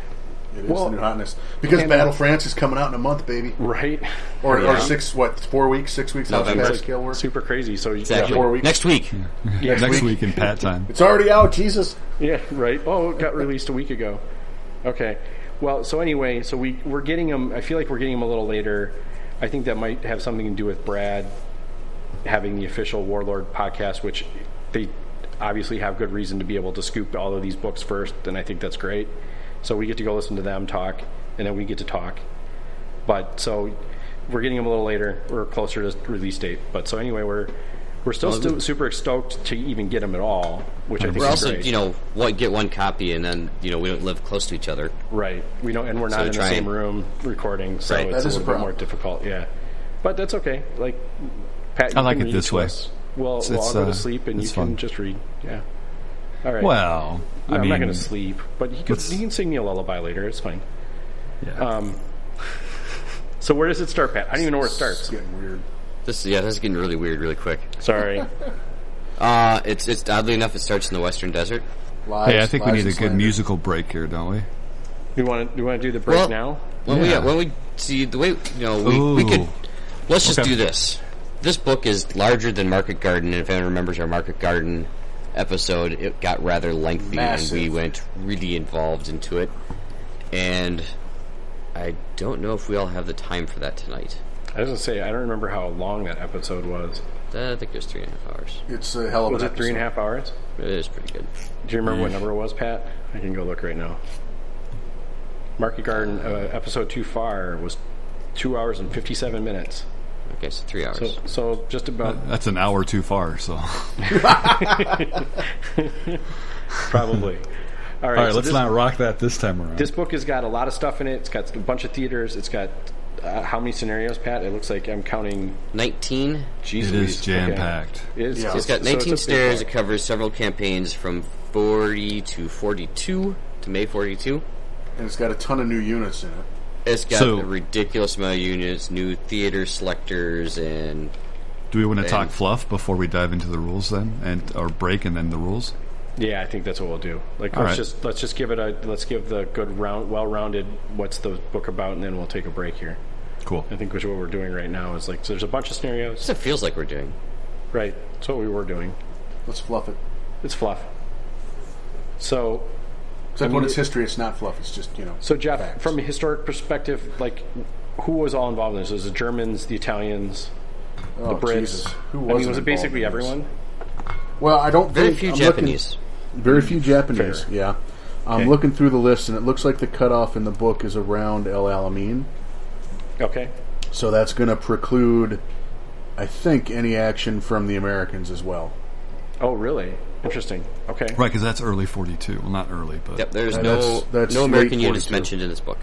A: It is
B: Well,
A: the new hotness because
B: and-
A: Battle France is coming out in a month, baby,
B: (laughs) Right?
A: or,
D: Yeah.
A: or six what four weeks, six weeks. How
D: November.
A: fast scale works?
B: Super crazy. So you-
D: Exactly.
A: Four weeks.
D: Next week.
B: Yeah,
C: Next week in Pat time.
A: It's already out. Jesus.
B: Yeah, right. Oh, it got released a week ago. Okay. Well, so anyway, so we we're getting them. I feel like we're getting them a little later. I think that might have something to do with Brad having the official Warlord podcast, which they obviously have good reason to be able to scoop all of these books first, and I think that's great. So we get to go listen to them talk, and then we get to talk. But so we're getting them a little later. We're closer to release date. But so anyway, we're we're still stu- super stoked to even get them at all, which I think
D: We're
B: is
D: also,
B: great.
D: you know, what get one copy, and then you know we don't live close to each other.
B: Right. We don't, and we're not
D: So
B: in the
D: try
B: same
D: and-
B: room recording, so
D: Right.
B: it's
A: That
B: a
A: is a
B: little bit more
A: problem.
B: difficult. Yeah, but that's okay. Like, Pat, you
C: I like
B: can
C: it
B: read
C: this
B: to
C: way.
B: us. We'll,
C: It's-
B: we'll all
C: it's,
B: go to
C: uh,
B: sleep, and you
C: it's
B: can
C: fun.
B: just read. Yeah. All right.
C: Well,
B: No,
C: I
B: I'm
C: mean,
B: not going to sleep, but you can,
C: let's-
B: you can sing me a lullaby later. It's fine.
C: yeah.
B: Um, so where does it start, Pat? I don't even know where it starts.
A: It's getting weird.
D: This yeah, this is getting really weird, really quick.
C: (laughs)
B: Sorry.
D: Uh, it's it's oddly enough, it starts in the Western Desert.
A: Lies,
C: hey, I think we
A: lies
C: need a
A: and
C: good
A: slander.
C: musical break here, don't we?
B: we want to we want to do the break
D: Well-
B: now.
D: When
C: Yeah.
D: we when we see the way you know we, we could
C: Ooh.
D: let's just
C: Okay.
D: do this. This book is larger than Market Garden, and if anyone remembers our Market Garden episode, it got rather lengthy,
A: Massive.
D: and we went really involved into it. And I don't know if we all have the time for that tonight.
B: I was going to say I don't remember how long that episode was.
D: Uh, I think it was three and a half hours.
A: It's a hell of
B: Was
A: an
B: it three and a half hours?
D: It is pretty good.
B: Do you remember what number it was, Pat? I can go look right now. Market Garden uh, episode too far was two hours and fifty-seven minutes.
D: Okay, so three hours.
B: So, so just about (laughs)
C: That's an hour too far. So, all
B: probably. All right,
C: right,
B: so
C: let's
B: this,
C: not rock that this time around.
B: This book has got a lot of stuff in it. It's got a bunch of theaters. It's got uh, how many scenarios, Pat? It looks like I'm counting.
D: Nineteen.
B: Jesus,
C: it is jam packed.
B: It's,
A: Yeah.
D: It's got
B: so
D: 19
B: a big
D: stairs. It
B: book.
D: covers several campaigns from 40 to 42 to May 42.
A: And it's got a ton of new units in it.
D: It's got
C: So-
D: a ridiculous amount of units, new theater selectors, and
C: Do we want to talk
D: And-
C: fluff before we dive into the rules then, and or break and then the rules?
B: Yeah, I think that's what we'll do. Like,
C: All
B: let's
C: right.
B: just let's just give it a let's give the good round, well-rounded. What's the book about? And then we'll take a break here.
C: Cool.
B: I think which what we're doing right now is like so there's a bunch of scenarios.
D: that's what it feels like we're doing.
B: Right. That's what we were doing.
A: Let's fluff it.
B: It's fluff. So
A: Except
B: mean,
A: when it's
B: it-
A: history, it's not fluff. It's just you know.
B: so Jeff,
A: facts.
B: from a historic perspective, like who was all involved in this? Was it Germans, the Italians,
A: oh,
B: the Brits?
A: Jesus. who
B: I
A: was?
B: mean, was it basically everyone?
A: Well, I don't.
D: Very
A: think-
D: few
A: I'm looking-
D: Japanese.
A: very few Japanese.
B: Fair.
A: Yeah, I'm
B: Okay.
A: looking through the list, and it looks like the cutoff in the book is around El Alamein.
B: Okay.
A: So that's going to preclude, I think, any action from the Americans as well.
B: Oh, really? Interesting. Okay.
C: Right, because that's early forty-two. Well, not early, but
D: Yep, there's
A: Uh,
D: no
A: that's- that's
D: no
A: late
D: American units
A: 42.
D: mentioned in this book.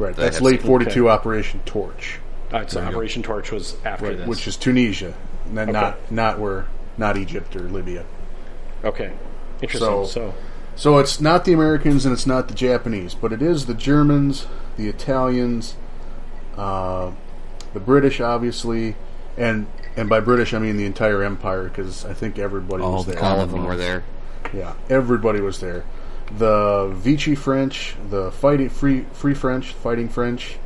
A: Right.
D: That
A: That's
D: has-
A: late 42 Operation Torch.
B: Uh, so
C: There you go.
B: Operation Torch was after this.
A: which is Tunisia, and then
B: Okay.
A: not not where not Egypt or Libya.
B: okay, interesting.
A: So-
B: so
A: So it's not the Americans and it's not the Japanese, but it is the Germans, the Italians, uh, the British, obviously, and and by British I mean the entire empire because I think everybody
C: All
A: was
C: the
A: there.
C: colonies.
D: All of them were there.
A: Yeah, everybody was there. The Vichy French, the fighting free free French, fighting French,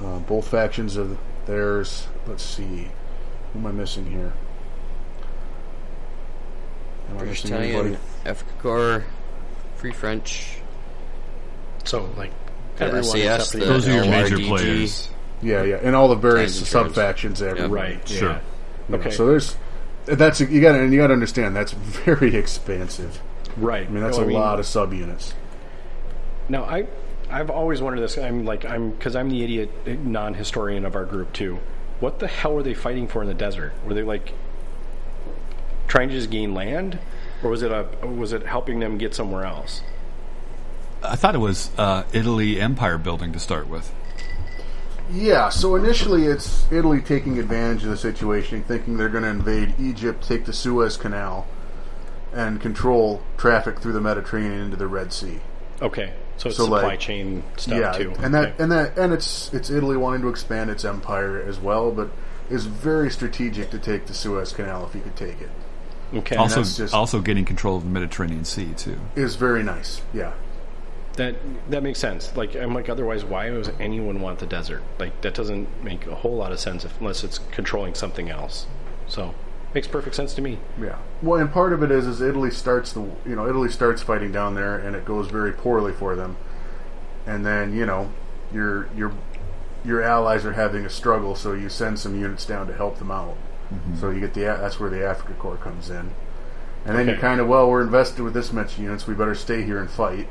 A: uh, both factions of theirs. Let's see, who am I missing here? Am I
D: British
A: missing anybody?
D: Italian, Africa Corps, Free French,
B: so like
D: the
B: everyone
D: SAS,
B: except
D: the
B: for the-
C: Those are your major
D: LRDG.
C: players.
A: Yeah, yeah, and all the various
D: Italian
A: sub
D: tribes.
A: factions everywhere.
B: right?
C: Sure.
B: Yeah.
A: You know,
B: Okay.
A: so there's that's you got to and you got to understand that's (laughs) very expansive.
B: Right.
A: I mean, that's a lot of subunits.
B: Now, I, I've always wondered this. I'm like, I'm because I'm the idiot non-historian of our group too. What the hell were they fighting for in the desert? Were they like trying to just gain land, or was it a was it helping them get somewhere else?
C: I thought it was uh, Italy empire building to start with.
A: Yeah, so initially it's Italy taking advantage of the situation, thinking they're going to invade Egypt, take the Suez Canal, and control traffic through the Mediterranean into the Red Sea.
B: Okay, so it's
A: So,
B: supply
A: like-
B: chain stuff
A: yeah,
B: too.
A: and that
B: Okay.
A: and that and it's it's Italy wanting to expand its empire as well, but it's very strategic to take the Suez Canal if you could take it.
B: okay.
C: Also,
A: that's just-
C: also getting control of the Mediterranean Sea too.
A: It's very nice. Yeah.
B: that that makes sense. Like I'm like, otherwise, why does anyone want the desert? Like that doesn't make a whole lot of sense if, unless it's controlling something else. So makes perfect sense to me.
A: Yeah. Well, and part of it is is Italy starts the you know Italy starts fighting down there, and it goes very poorly for them. And then you know your your your allies are having a struggle, so you send some units down to help them out. So you get the that's where the Africa Corps comes in, and then
B: Okay.
A: you're kind of well, we're invested with this much units, we better stay here and fight.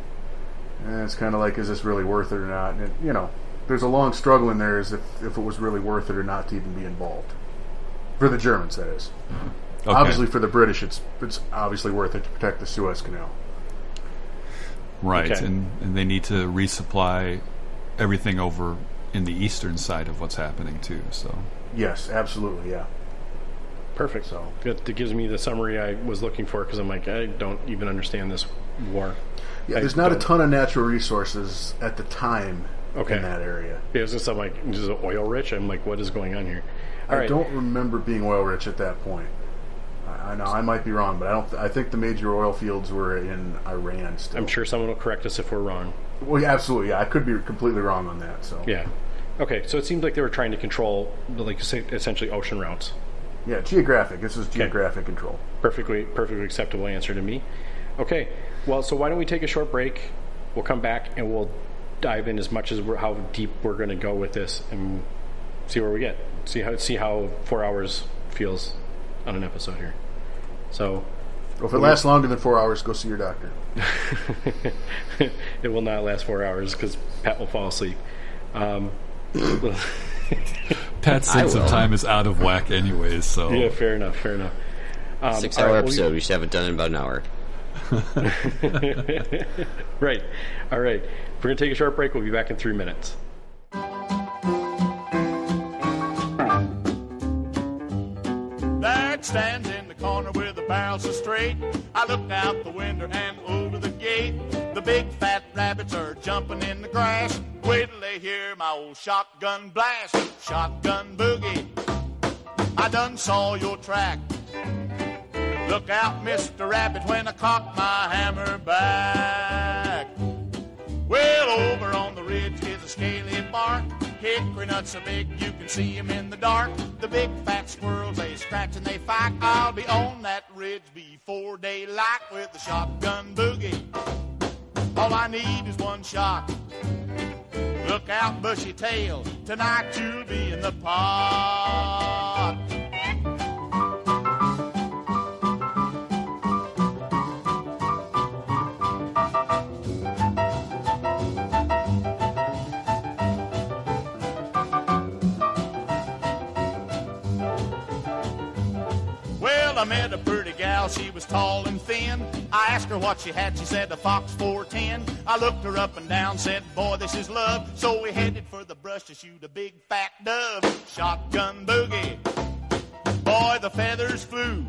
A: And it's kind of like, is this really worth it or not? And it, you know, there's a long struggle in there, is if if it was really worth it or not to even be involved for the Germans, that is.
C: Okay.
A: Obviously, for the British, it's it's obviously worth it to protect the Suez Canal.
C: right,
B: Okay.
C: and, and they need to resupply everything over in the eastern side of what's happening too. So
A: Yes, absolutely, yeah.
B: Perfect.
A: So-
B: that, that gives me the summary I was looking for because I'm like, I don't even understand this war.
A: Yeah,
B: I
A: there's not a
B: don't-
A: ton of natural resources at the time
B: Okay.
A: in that area.
B: It was just I'm like, this is oil rich. I'm like, what is going on here? All
A: I
B: right.
A: don't remember being oil rich at that point. I, I know I might be wrong, but I don't. Th- I think the major oil fields were in Iran. Still,
B: I'm sure someone will correct us if we're wrong.
A: Well, yeah, absolutely. Yeah, I could be completely wrong on that. So,
B: Yeah. Okay. So it seems like they were trying to control, like, say, essentially ocean routes.
A: yeah, geographic. This is geographic control.
B: Perfectly, perfectly acceptable answer to me. Okay. Well, so why don't we take a short break? We'll come back and we'll dive in as much as we're, how deep we're going to go with this and see where we get. See how see how four hours feels on an episode here. So (laughs)
A: Well, if it lasts longer than four hours, go see your doctor.
B: it will not last four hours because Pat will fall asleep. Um, (laughs)
C: Pat's sense
D: will.
C: of time is out of whack, anyways. So
B: yeah, fair enough. Fair enough. (laughs) Um,
D: Six
B: all
D: hour
B: right, well,
D: episode. We should have it done in about an hour.
B: Right. All right. We're going to take a short break. We'll be back in three minutes.
G: There it stands in the corner where the barrels are straight. I looked out the window and over the gate. The big fat rabbits are jumping in the grass. Wait till they hear my old shotgun blast. Shotgun boogie. I done saw your track. Look out, Mr. Rabbit, when I cock my hammer back. Well, over on the ridge is a scaly bark. Hickory nuts so big you can see 'em in the dark. The big fat squirrels, they scratch and they fight. I'll be on that ridge before daylight with a shotgun boogie. All I need is one shot. Look out, bushy tail. Tonight you'll be in the pot. Well, I met a pretty gal gal, she was tall and thin. I asked her what she had, she said a Fox 410. I looked her up and down, said, boy, this is love. So we headed for the brush to shoot a big fat dove. Shotgun boogie, boy, the feathers flew.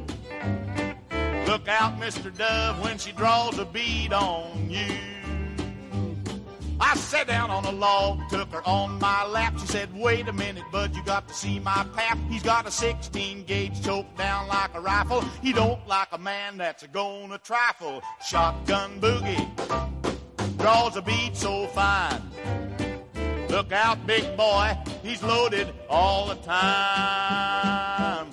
G: Look out, Mr. Dove, when she draws a bead on you. I sat down on a log, took her on my lap. She said, wait a minute, bud, you got to see my pap. He's got a 16 gauge choked down like a rifle. He don't like a man that's a gonna trifle. Shotgun boogie draws a bead so fine. Look out, big boy, he's loaded all the time.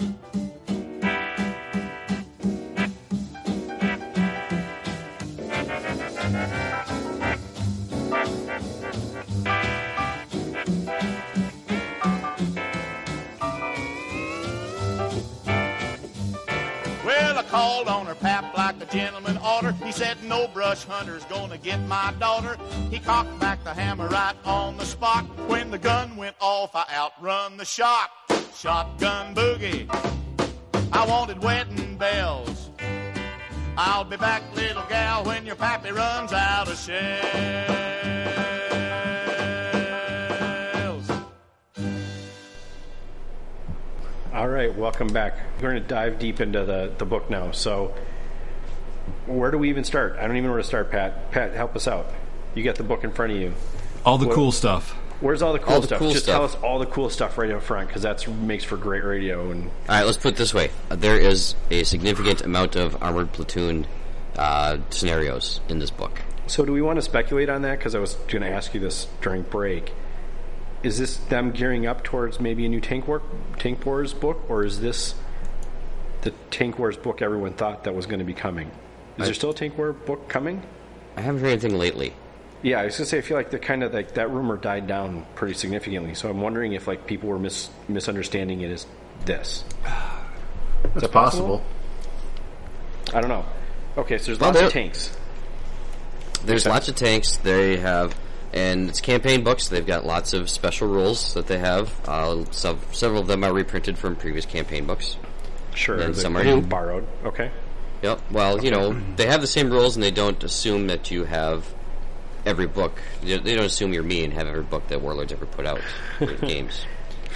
G: Well, I called on her pap like a gentleman oughter. He said, no brush hunter's gonna get my daughter. He cocked back the hammer right on the spot. When the gun went off, I outrun the shot. Shotgun boogie. I wanted wedding bells. I'll be back, little gal, when your pappy runs out of shells.
B: All right, welcome back. We're going to dive deep into the, the book now. So, where do we even start? I don't even know where to start, Pat. Pat, help us out. You got the book in front of you.
C: All the
B: Well-
C: cool stuff.
B: Where's all the cool
D: All the
B: stuff?
D: cool
B: Just
D: stuff.
B: tell us all the cool stuff right up front because that makes for great radio. And
D: All right, let's put it this way: there is a significant amount of armored platoon uh, scenarios in this book.
B: so, do we want to speculate on that? Because I was going to ask you this during break. Is this them gearing up towards maybe a new Tank War Tank Wars book, or is this the Tank Wars book everyone thought that was going to be coming? Is there still a Tank War book coming?
D: I haven't heard anything lately.
B: Yeah, I was gonna say I feel like the kind of like that rumor died down pretty significantly. So I'm wondering if like people were mis- misunderstanding it as this.
A: That's possible.
B: I don't know. Okay, so there's
D: Well,
B: lots of
D: there-
B: tanks.
D: There's lots of tanks. They have, and it's campaign books. They've got lots of special rules that they have. Uh, some, several of them are reprinted from previous campaign books.
B: Sure,
D: Then
B: they're
D: some are new.
B: borrowed. Okay,
D: Yep. Well,
C: (clears throat)
D: you know, they have the same rules, and they don't assume that you have every book. They they don't assume you're me and have every book that Warlords ever put out
C: (laughs)
D: with games.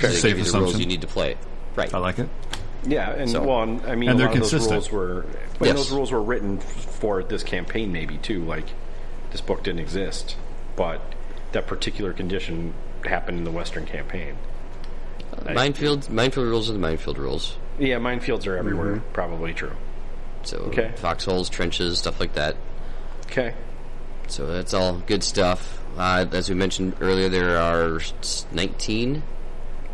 D: So they
C: Safe
D: give you the rules
C: assumption.
D: you need to play. Right.
C: I like it.
B: yeah, and
D: So-
B: well, and, I mean, a
C: And they're
B: lot
C: consistent.
B: of those rules were, but
D: Yes.
B: those rules were written f- for this campaign maybe too. Like this book didn't exist, but that particular condition happened in the Western campaign.
D: Minefield, minefield rules are the minefield rules.
B: Yeah, minefields are everywhere. Probably true.
D: So
B: Okay.
D: foxholes, trenches, stuff like that.
B: Okay,
D: So that's all good stuff. Uh, as we mentioned earlier, there are s- 19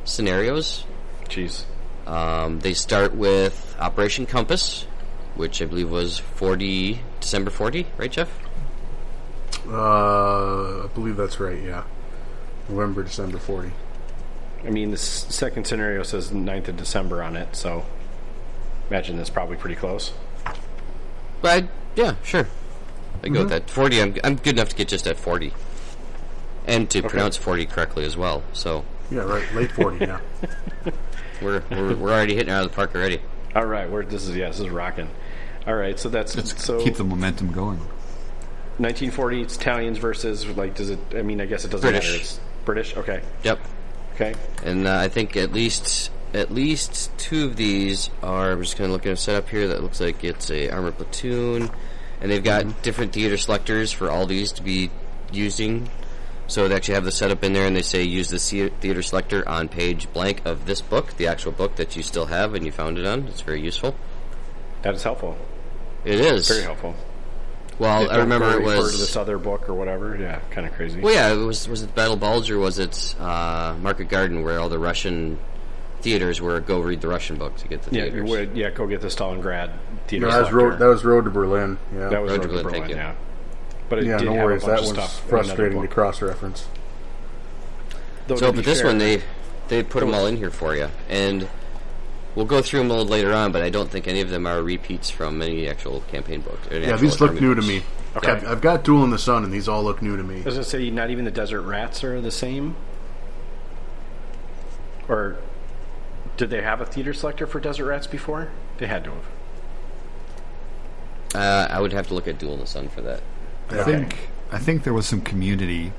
D: scenarios.
B: jeez.
D: Um, they start with Operation Compass, which I believe was 40 December 40, right, Jeff?
A: Uh, I believe that's right. Yeah, November, December forty.
B: I mean, the s- second scenario says 9th of December on it, so imagine that's probably pretty close.
D: But yeah, sure. Mm-hmm. I go with that. 40. I'm I'm good enough to get just at 40, and to pronounce 40 correctly as well. So
A: Yeah, right. Late forty.
B: (laughs)
A: Yeah.
D: we're we're, we're already hitting it out of the park already.
B: All right, we're, this is yeah, this is rocking. All right, so that's
C: Let's
B: so
C: keep the momentum going.
B: 1940 Italians versus like does it? I mean, I guess it doesn't
D: British.
B: matter. It's British. Okay,
D: Yep.
B: okay.
D: And uh, I think at least at least two of these are. I'm just gonna look at a setup here that looks like it's a armored platoon, and they've got
B: Mm-hmm.
D: different theater selectors for all these to be using. So they actually have the setup in there, and they say use the se- theater selector on page blank of this book, the actual book that you still have and you found it on. It's very useful.
B: That is helpful.
D: It is
B: Very helpful.
D: Well, I
B: Don't
D: remember
B: go
D: it
B: refer
D: was.
B: to this other book or whatever. Yeah, kind of crazy.
D: Well, yeah, it was was it Battle Bulge or was it uh, Market Garden where all the Russian theaters were go read the Russian book to get the
B: yeah,
D: theaters.
B: you would, yeah. Go get the Stalingrad theater.
A: No, that was
B: selector.
A: road. That was road to Berlin. Yeah.
B: That was
D: Road
B: Road
D: to
B: to
D: Berlin,
B: Berlin,
D: thank you.
B: yeah. But it
A: yeah.
B: did
A: No
B: have a
A: worries.
B: bunch
A: That
B: of
A: was
B: stuff. in another
A: frustrating to
B: book.
A: cross-reference.
B: Though,
D: so,
B: to
D: but
B: be
D: this
B: fair-
D: one they they put them all in here for you, and we'll go through them a little later on. But I don't think any of them are repeats from any actual campaign book. or
A: Yeah,
D: actual
A: these look
D: army
A: new to
D: books.
A: me.
B: Okay.
A: I've, I've got Duel in the Sun, and these all look new to me.
B: I was gonna say not even the desert rats are the same. Or did they have a theater selector for desert rats before? They had to have.
D: Uh, I would have to look at Duel in the Sun for that.
C: I think I think there was some community.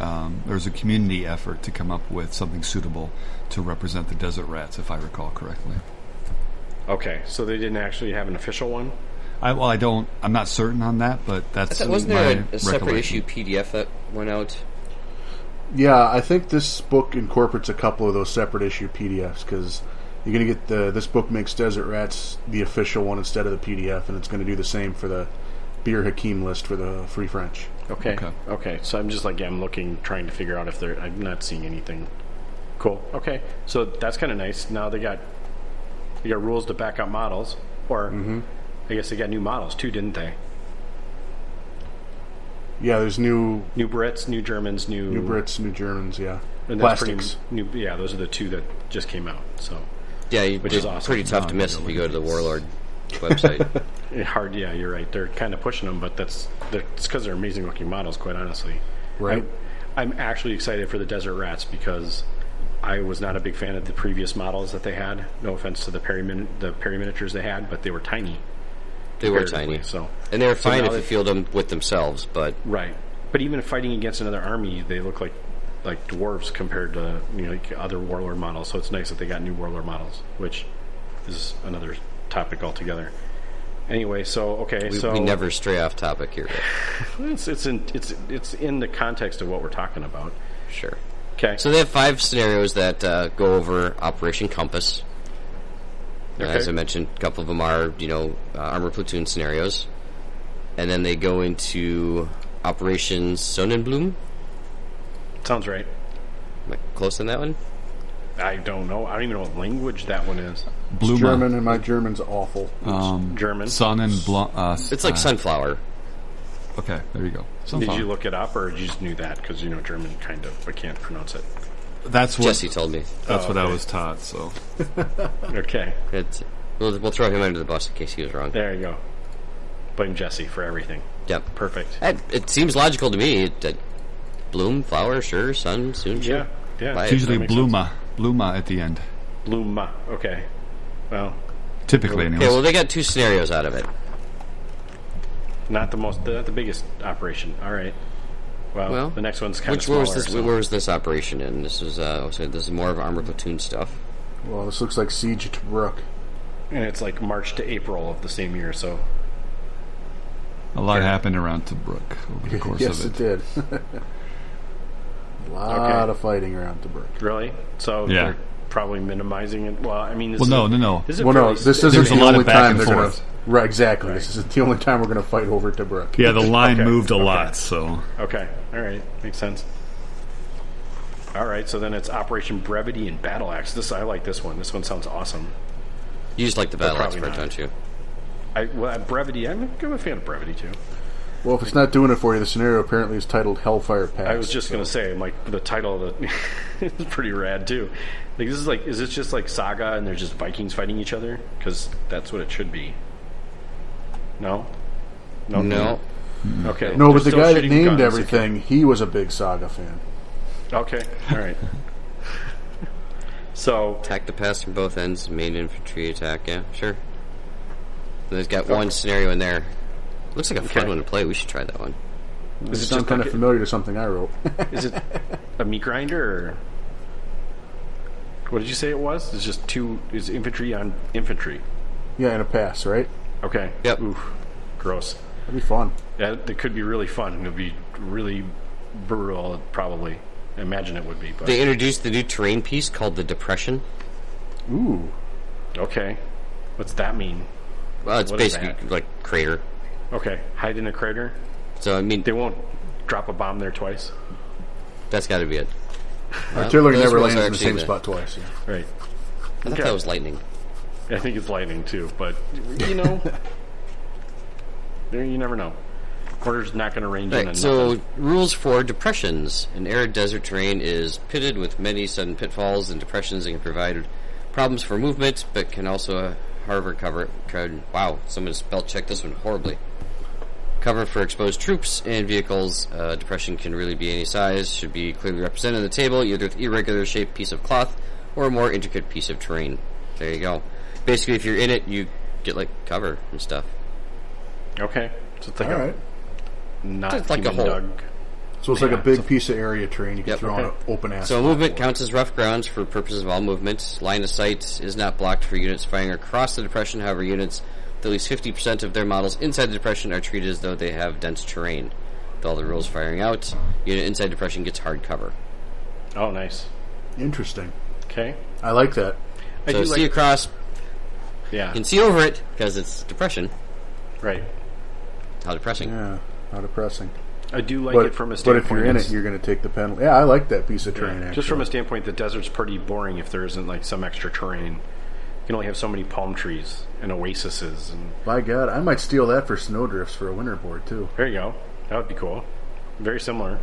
C: Um, there was a community effort to come up with something suitable to represent the desert rats, if I recall correctly.
B: Okay, so they didn't actually have an official one.
C: I, well, I don't. I'm not certain on that, but
D: I
C: that's
D: thought, wasn't
C: my
D: there a, a separate
C: recollection.
D: issue PDF that went out?
A: Yeah, I think this book incorporates a couple of those separate issue PDFs because you're going to get the this book makes Desert Rats the official one instead of the PDF, and it's going to do the same for the Beer Hakim list for the Free French.
B: Okay.
C: Okay.
B: Okay. So I'm just like yeah, I'm looking, trying to figure out if they're. I'm not seeing anything. Cool. Okay. So that's kind of nice. Now they got they got rules to back up models, or I guess they got new models too, didn't they?
A: Yeah, there's new
B: New Brits, new Germans, new
A: new Brits, new Germans. Yeah,
B: and that's pretty
A: plastics.
B: new. Yeah, those are the two that just came out. So
D: Yeah, you-
B: Which is
D: it's
B: awesome.
D: pretty tough to miss if you go to the Warlord website.
B: eh, hard. Yeah, you're right. They're kind of pushing them, but that's that's because they're amazing looking models. Quite honestly.
A: right?
B: I'm actually excited for the Desert Rats because I was not a big fan of the previous models that they had. No offense to the Perry min- the Perry miniatures they had, but they were tiny.
D: They were
B: comparatively,
D: tiny,
B: So
D: and they were
B: So
D: fine
B: now
D: if you
B: they-
D: field them with themselves. But
B: right, but even fighting against another army, they look like like dwarves compared to you know like other warlord models. So it's nice that they got new warlord models, which is another topic altogether. Anyway, so okay,
D: we,
B: so
D: we never stray off topic here.
B: it's it's in it's it's in the context of what we're talking about.
D: But sure.
B: Okay,
D: So they have five scenarios that uh, go over Operation Compass. Uh,
B: Okay.
D: As I mentioned, a couple of them are, you know, uh, armor platoon scenarios. And then they go into Operation Sonnenblumen.
B: sounds right.
D: Am I close on that one?
B: I don't know. I don't even know what language that one is.
C: Bluma,
A: German and my German's awful.
B: German.
C: sun and blo- uh, s-
D: It's like
C: uh,
D: Sunflower.
C: Okay, there you go.
B: Did
C: Sunflower.
B: you look it up, or you just knew that because you know German kind of, but can't pronounce it?
C: That's what
D: Jesse told me.
C: that's
B: oh,
C: what I was taught. So
B: Okay,
D: It's, we'll, we'll throw him under the bus in case he was wrong.
B: there you go. Blame Jesse for everything.
D: Yep.
B: Perfect.
D: That, it seems logical to me. It, uh, bloom, flower, sure, sun, soon, sure.
B: Yeah, yeah.
D: Bye.
C: it's usually
B: that makes sense.
C: Bluma, Bluma at the end,
B: Bluma. Okay. Well,
C: typically. Anyways.
D: Okay, well, they got two scenarios out of it.
B: not the most, not the biggest operation. All right. Well,
D: Well,
B: the next one's kind of
D: Which
B: smaller.
D: where was this?
B: so-
D: Where was this operation in? This is uh, I would say this is more of armor platoon stuff.
A: Well, this looks like Siege to Brook.
B: and it's like March to April of the same year. So
C: a lot happened around Tobruk
B: (laughs)
C: over the course
A: Yes, it
C: of
A: did. (laughs) A lot of fighting around to Brook.
B: really, so
C: Yeah.
B: they're probably minimizing it. Well, I mean, this
C: Well,
B: is
C: no,
B: a-
C: no, no.
B: This is a
A: Well, no,
B: fairly-
A: this isn't
C: There's a
A: the
C: lot of
A: only
C: back
A: time
C: and
A: they're going to.
C: forth.
A: Right, exactly. This isn't the only time we're going to fight over to Brook.
C: Yeah, the line
B: Okay,
C: moved a
B: okay.
C: lot. So
B: Okay. All right. Makes sense. All right. So then it's Operation Brevity and Battle Axe. This I like this one. This one sounds awesome.
D: You just like the battle
B: probably
D: expert,
B: not.
D: don't you?
B: I well, uh, Brevity. I'm, I'm a fan of Brevity too.
A: Well, if it's not doing it for you, the scenario apparently is titled Hellfire Pass.
B: I was just gonna say, I'm like the title of the (laughs) is pretty rad too. Like this is like, is this just like Saga and they're just Vikings fighting each other? Because that's what it should be. No. No.
D: No,
B: Okay.
A: No,
B: They're
A: but the
B: still
A: guy that
B: shooting
A: named
B: guns.
A: everything, he was a big Saga fan.
B: Okay. All right. so
D: attack the pass from both ends, main infantry attack. Yeah, sure. And there's got one scenario in there. Looks like a fun
B: Okay.
D: one to play. We should try that one.
B: is it
A: Sounds
B: just
A: kind
B: like
A: of
B: a-
A: familiar to something I wrote. (laughs)
B: Is it a meat grinder or what did you say it was? It's just two is infantry on infantry.
A: yeah, and a pass, right?
B: Okay.
D: Yep.
B: Oof. Gross.
A: That'd be fun.
B: That, that could be really fun. It'd be really brutal probably. I imagine it would be, but
D: They introduced the new terrain piece called the Depression.
A: Ooh.
B: okay. What's that mean?
D: Well, it's
B: What is
D: basically
B: that?
D: like crater.
B: Okay. Hide in a crater.
D: So I mean,
B: They won't drop a bomb there twice.
D: that's got to be it.
A: Artillery
D: those
A: never
D: ones
A: lands
D: are
A: in the
D: actually
A: same
D: the-
A: spot twice. yeah.
B: Right.
D: I thought
B: Okay.
D: that was lightning.
B: I think it's lightning too, but you know (laughs) you never know. Order's not gonna range in
D: Right,
B: and
D: so rules for depressions. An arid desert terrain is pitted with many sudden pitfalls and depressions that can provide problems for movement, but can also harbor cover. cover wow, someone spell checked this one horribly. Cover for exposed troops and vehicles. Uh, depression can really be any size, should be clearly represented on the table, either with irregular shaped piece of cloth or a more intricate piece of terrain. There you go. Basically, if you're in it, you get like cover and stuff.
B: Okay. So it's like
A: All
B: a
A: right.
B: not
D: It's like a
B: human
D: hole.
B: dug.
A: So it's like
B: Yeah,
A: a big
B: so-
A: piece of area terrain you can
D: Yep,
A: throw on
B: okay.
A: an open ass.
D: So movement counts as rough grounds for purposes of all movement. Line of sight is not blocked for units firing across the depression. However, units with at least 50% of their models inside the depression are treated as though they have dense terrain. With all the rules firing out, unit inside depression gets hard cover.
B: Oh, nice.
A: Interesting.
B: Okay.
A: I like that.
B: I
D: So
B: do
D: see
B: like.
D: across,
B: Yeah.
D: can see over it because it's depression.
B: Right.
D: How depressing.
A: Yeah, how depressing.
B: I do like
A: But,
B: it from a
A: but
B: standpoint.
A: if you're in it,
B: that's-
A: you're going to take the penalty. Yeah, I like that piece of terrain.
B: yeah,
A: actually.
B: just from a standpoint, the desert's pretty boring if there isn't like some extra terrain. You can only have so many palm trees and oases, and
A: By God, I might steal that for snowdrifts for a winter board too.
B: there you go. That would be cool. Very similar.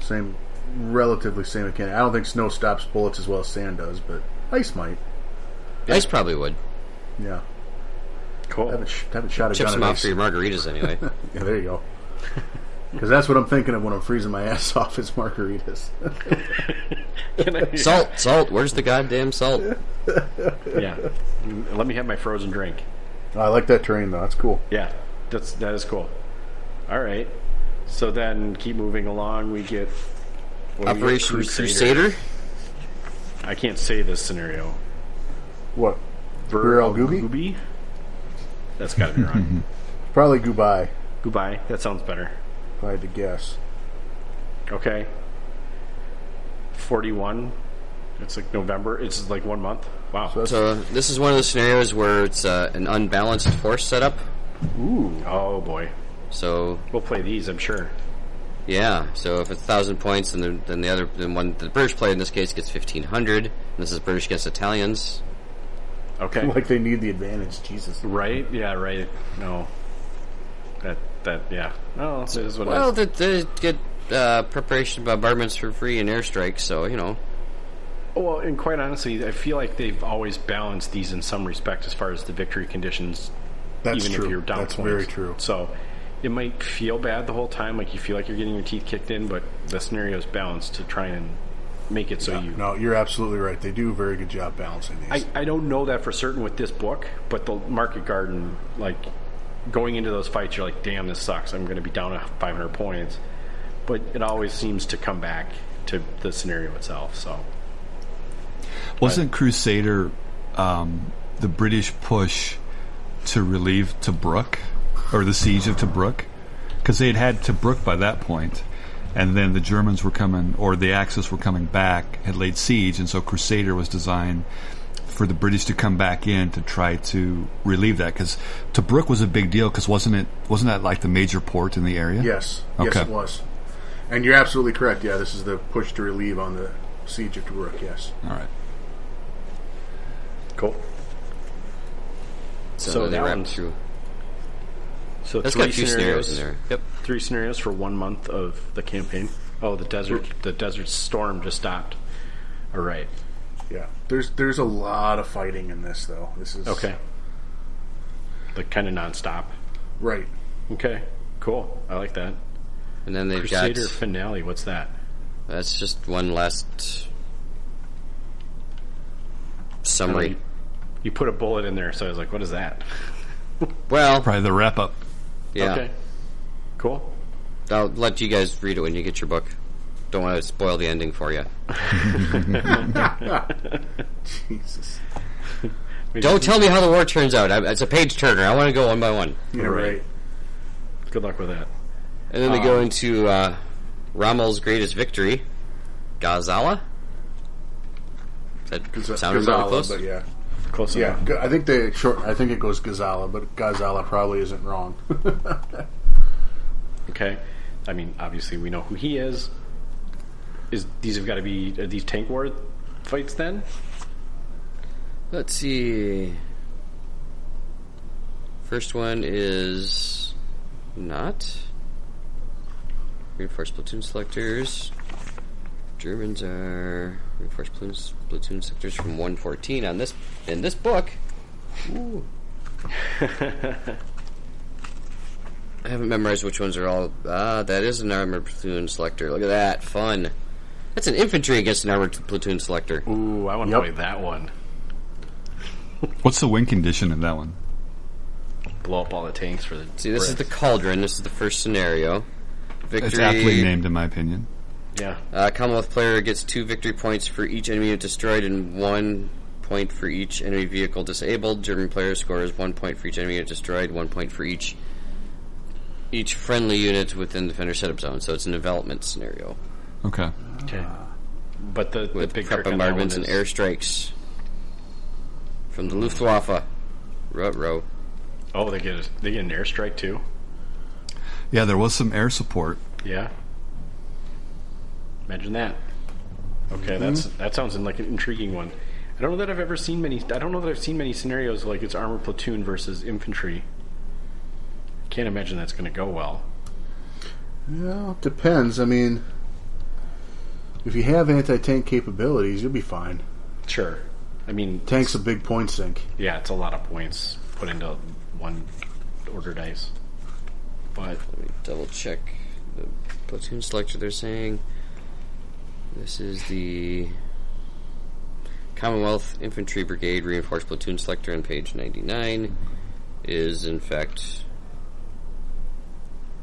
A: Same, relatively same mechanic. I don't think snow stops bullets as well as sand does, but ice might.
D: Ice probably would.
A: Yeah, I
B: Cool.
A: haven't, sh- haven't shot a
D: Chips
A: gun
D: them
A: at
D: off
A: ice.
D: for your margaritas anyway. (laughs)
A: Yeah, there you
B: (laughs)
A: go. Because that's what I'm thinking of when I'm freezing my (laughs) ass off is margaritas. (laughs)
B: Can I-
D: salt, salt. Where's the goddamn salt?
B: (laughs) yeah. Mm, Let me have my frozen drink.
A: I like that terrain though. That's cool.
B: Yeah. That's that is cool. All right. So then keep moving along. We get what do we get?
D: Operation Crusader.
B: I can't say this scenario.
A: What? Vir El Gooby?
B: Gooby. That's got to be wrong.
A: Probably Gooby.
B: Goodbye. That sounds better.
A: If I had to guess. (laughs)
B: Okay. 41. It's like November. It's like one month. Wow.
D: So this is one of the scenarios where it's uh, an unbalanced force setup.
B: Ooh. Oh, boy.
D: So
B: We'll play these, I'm sure.
D: Yeah. So if it's thousand points, and then, then the other, then one, the British player in this case gets fifteen hundred. And this is British against Italians.
A: (laughs)
B: Okay.
A: Like they need the advantage. Jesus.
B: right? Yeah, right. No. That, that, yeah. No, it is what it
D: Well,
B: is.
D: they, they get uh, preparation bombardments for free and airstrikes. So you know,
B: Well, and quite honestly, I feel like they've always balanced these in some respect as far as the victory conditions,
A: That's
B: even
A: true.
B: if you're down
A: That's
B: 20s.
A: very true.
B: So it might feel bad the whole time, like you feel like you're getting your teeth kicked in, but the scenario is balanced to try and make it so you
A: No, you're absolutely right. They do a very good job balancing
B: I,
A: these.
B: I don't know that for certain with this book, but the Market Garden, like going into those fights, you're like, damn, this sucks. I'm going to be down to 500 points. But it always seems to come back to the scenario itself. So,
C: Wasn't Crusader um, the British push to relieve Tobruk or the siege of Tobruk? Because they had had Tobruk by that point, and then the Germans were coming, or the Axis were coming back, had laid siege, and so Crusader was designed for the British to come back in to try to relieve that. Because Tobruk was a big deal, because wasn't it? Wasn't that like the major port in the area?
A: yes. Yes,
C: Okay.
A: it was. And you're absolutely correct. Yeah, this is the push to relieve on the siege of Tobruk. Yes.
C: All right.
B: cool.
D: so,
B: So
D: they
B: that
D: wrap
B: one's-
D: through.
B: So,
D: That's
B: three
D: got a few scenarios in there. Yep.
B: Three scenarios for one month of the campaign. Oh, the desert, the desert storm just stopped. All right.
A: Yeah. There's there's a lot of fighting in this though. This is
B: Okay. Like kind of nonstop.
A: Right. (laughs)
B: Okay. Cool. I like that.
D: And then they've
B: Crusader
D: got
B: finale. What's that?
D: that's just one last summary.
B: You, you put a bullet in there, so I was like, "What is that?"
D: Well,
C: Probably the wrap up.
D: yeah.
B: Okay. Cool.
D: I'll let you guys read it when you get your book. Don't want to spoil the ending
B: (laughs)
D: for you.
A: Jesus.
D: Don't tell me how the war turns out. I, it's a page turner. I want to go one by one.
A: Yeah,
B: Right.
A: right.
B: Good luck with that.
D: And then they go into uh, Rommel's greatest victory, Gazala. That sounded about
A: Gazala,
D: close.
A: but yeah.
B: Close
A: Yeah,
B: enough.
A: G- I think they short. I think it goes Gazala, but Gazala probably isn't wrong. (laughs)
B: Okay. I mean, obviously, we know who he is. Is these have got to be are these tank war fights then?
D: Let's see. First one is not. Reinforced platoon selectors. Germans are reinforced platoon, platoon selectors from 114 on this in this book. Ooh. (laughs) I haven't memorized which ones are all. Ah, that is an armored platoon selector. Look at that fun. That's an infantry against an armored platoon selector.
B: Ooh, I want to
A: Yep.
B: play that one.
C: What's the win condition in that one?
B: blow up all the tanks for the.
D: See, this is the
B: Brits.
D: cauldron. This is the first scenario.
C: It's
D: Victory.
C: aptly named, in my opinion.
B: yeah.
D: Uh, Commonwealth player gets two victory points for each enemy unit destroyed and one point for each enemy vehicle disabled. German player scores one point for each enemy unit destroyed, one point for each each friendly unit within the defender setup zone. So it's an development scenario
C: Okay.
B: Okay. But the, the
D: with
B: big
D: prep
B: trick on that one
D: bombardments
B: is,
D: and airstrikes from the Luftwaffe. Ruh row.
B: oh, they get a, they get an airstrike too.
C: Yeah, there was some air support.
B: Yeah. Imagine that. Okay,
D: Mm-hmm.
B: that's that sounds in like an intriguing one. I don't know that I've ever seen many. I don't know that I've seen many scenarios like it's armor platoon versus infantry. Can't imagine that's going to go well.
A: Yeah, it depends. I mean, if you have anti tank capabilities, you'll be fine.
B: Sure. I mean,
A: Tank's a big point sink.
B: yeah, it's a lot of points put into one order dice. But
D: Let me double check the platoon selector. They're saying this is the Commonwealth Infantry Brigade Reinforced Platoon Selector on page 99. Is in fact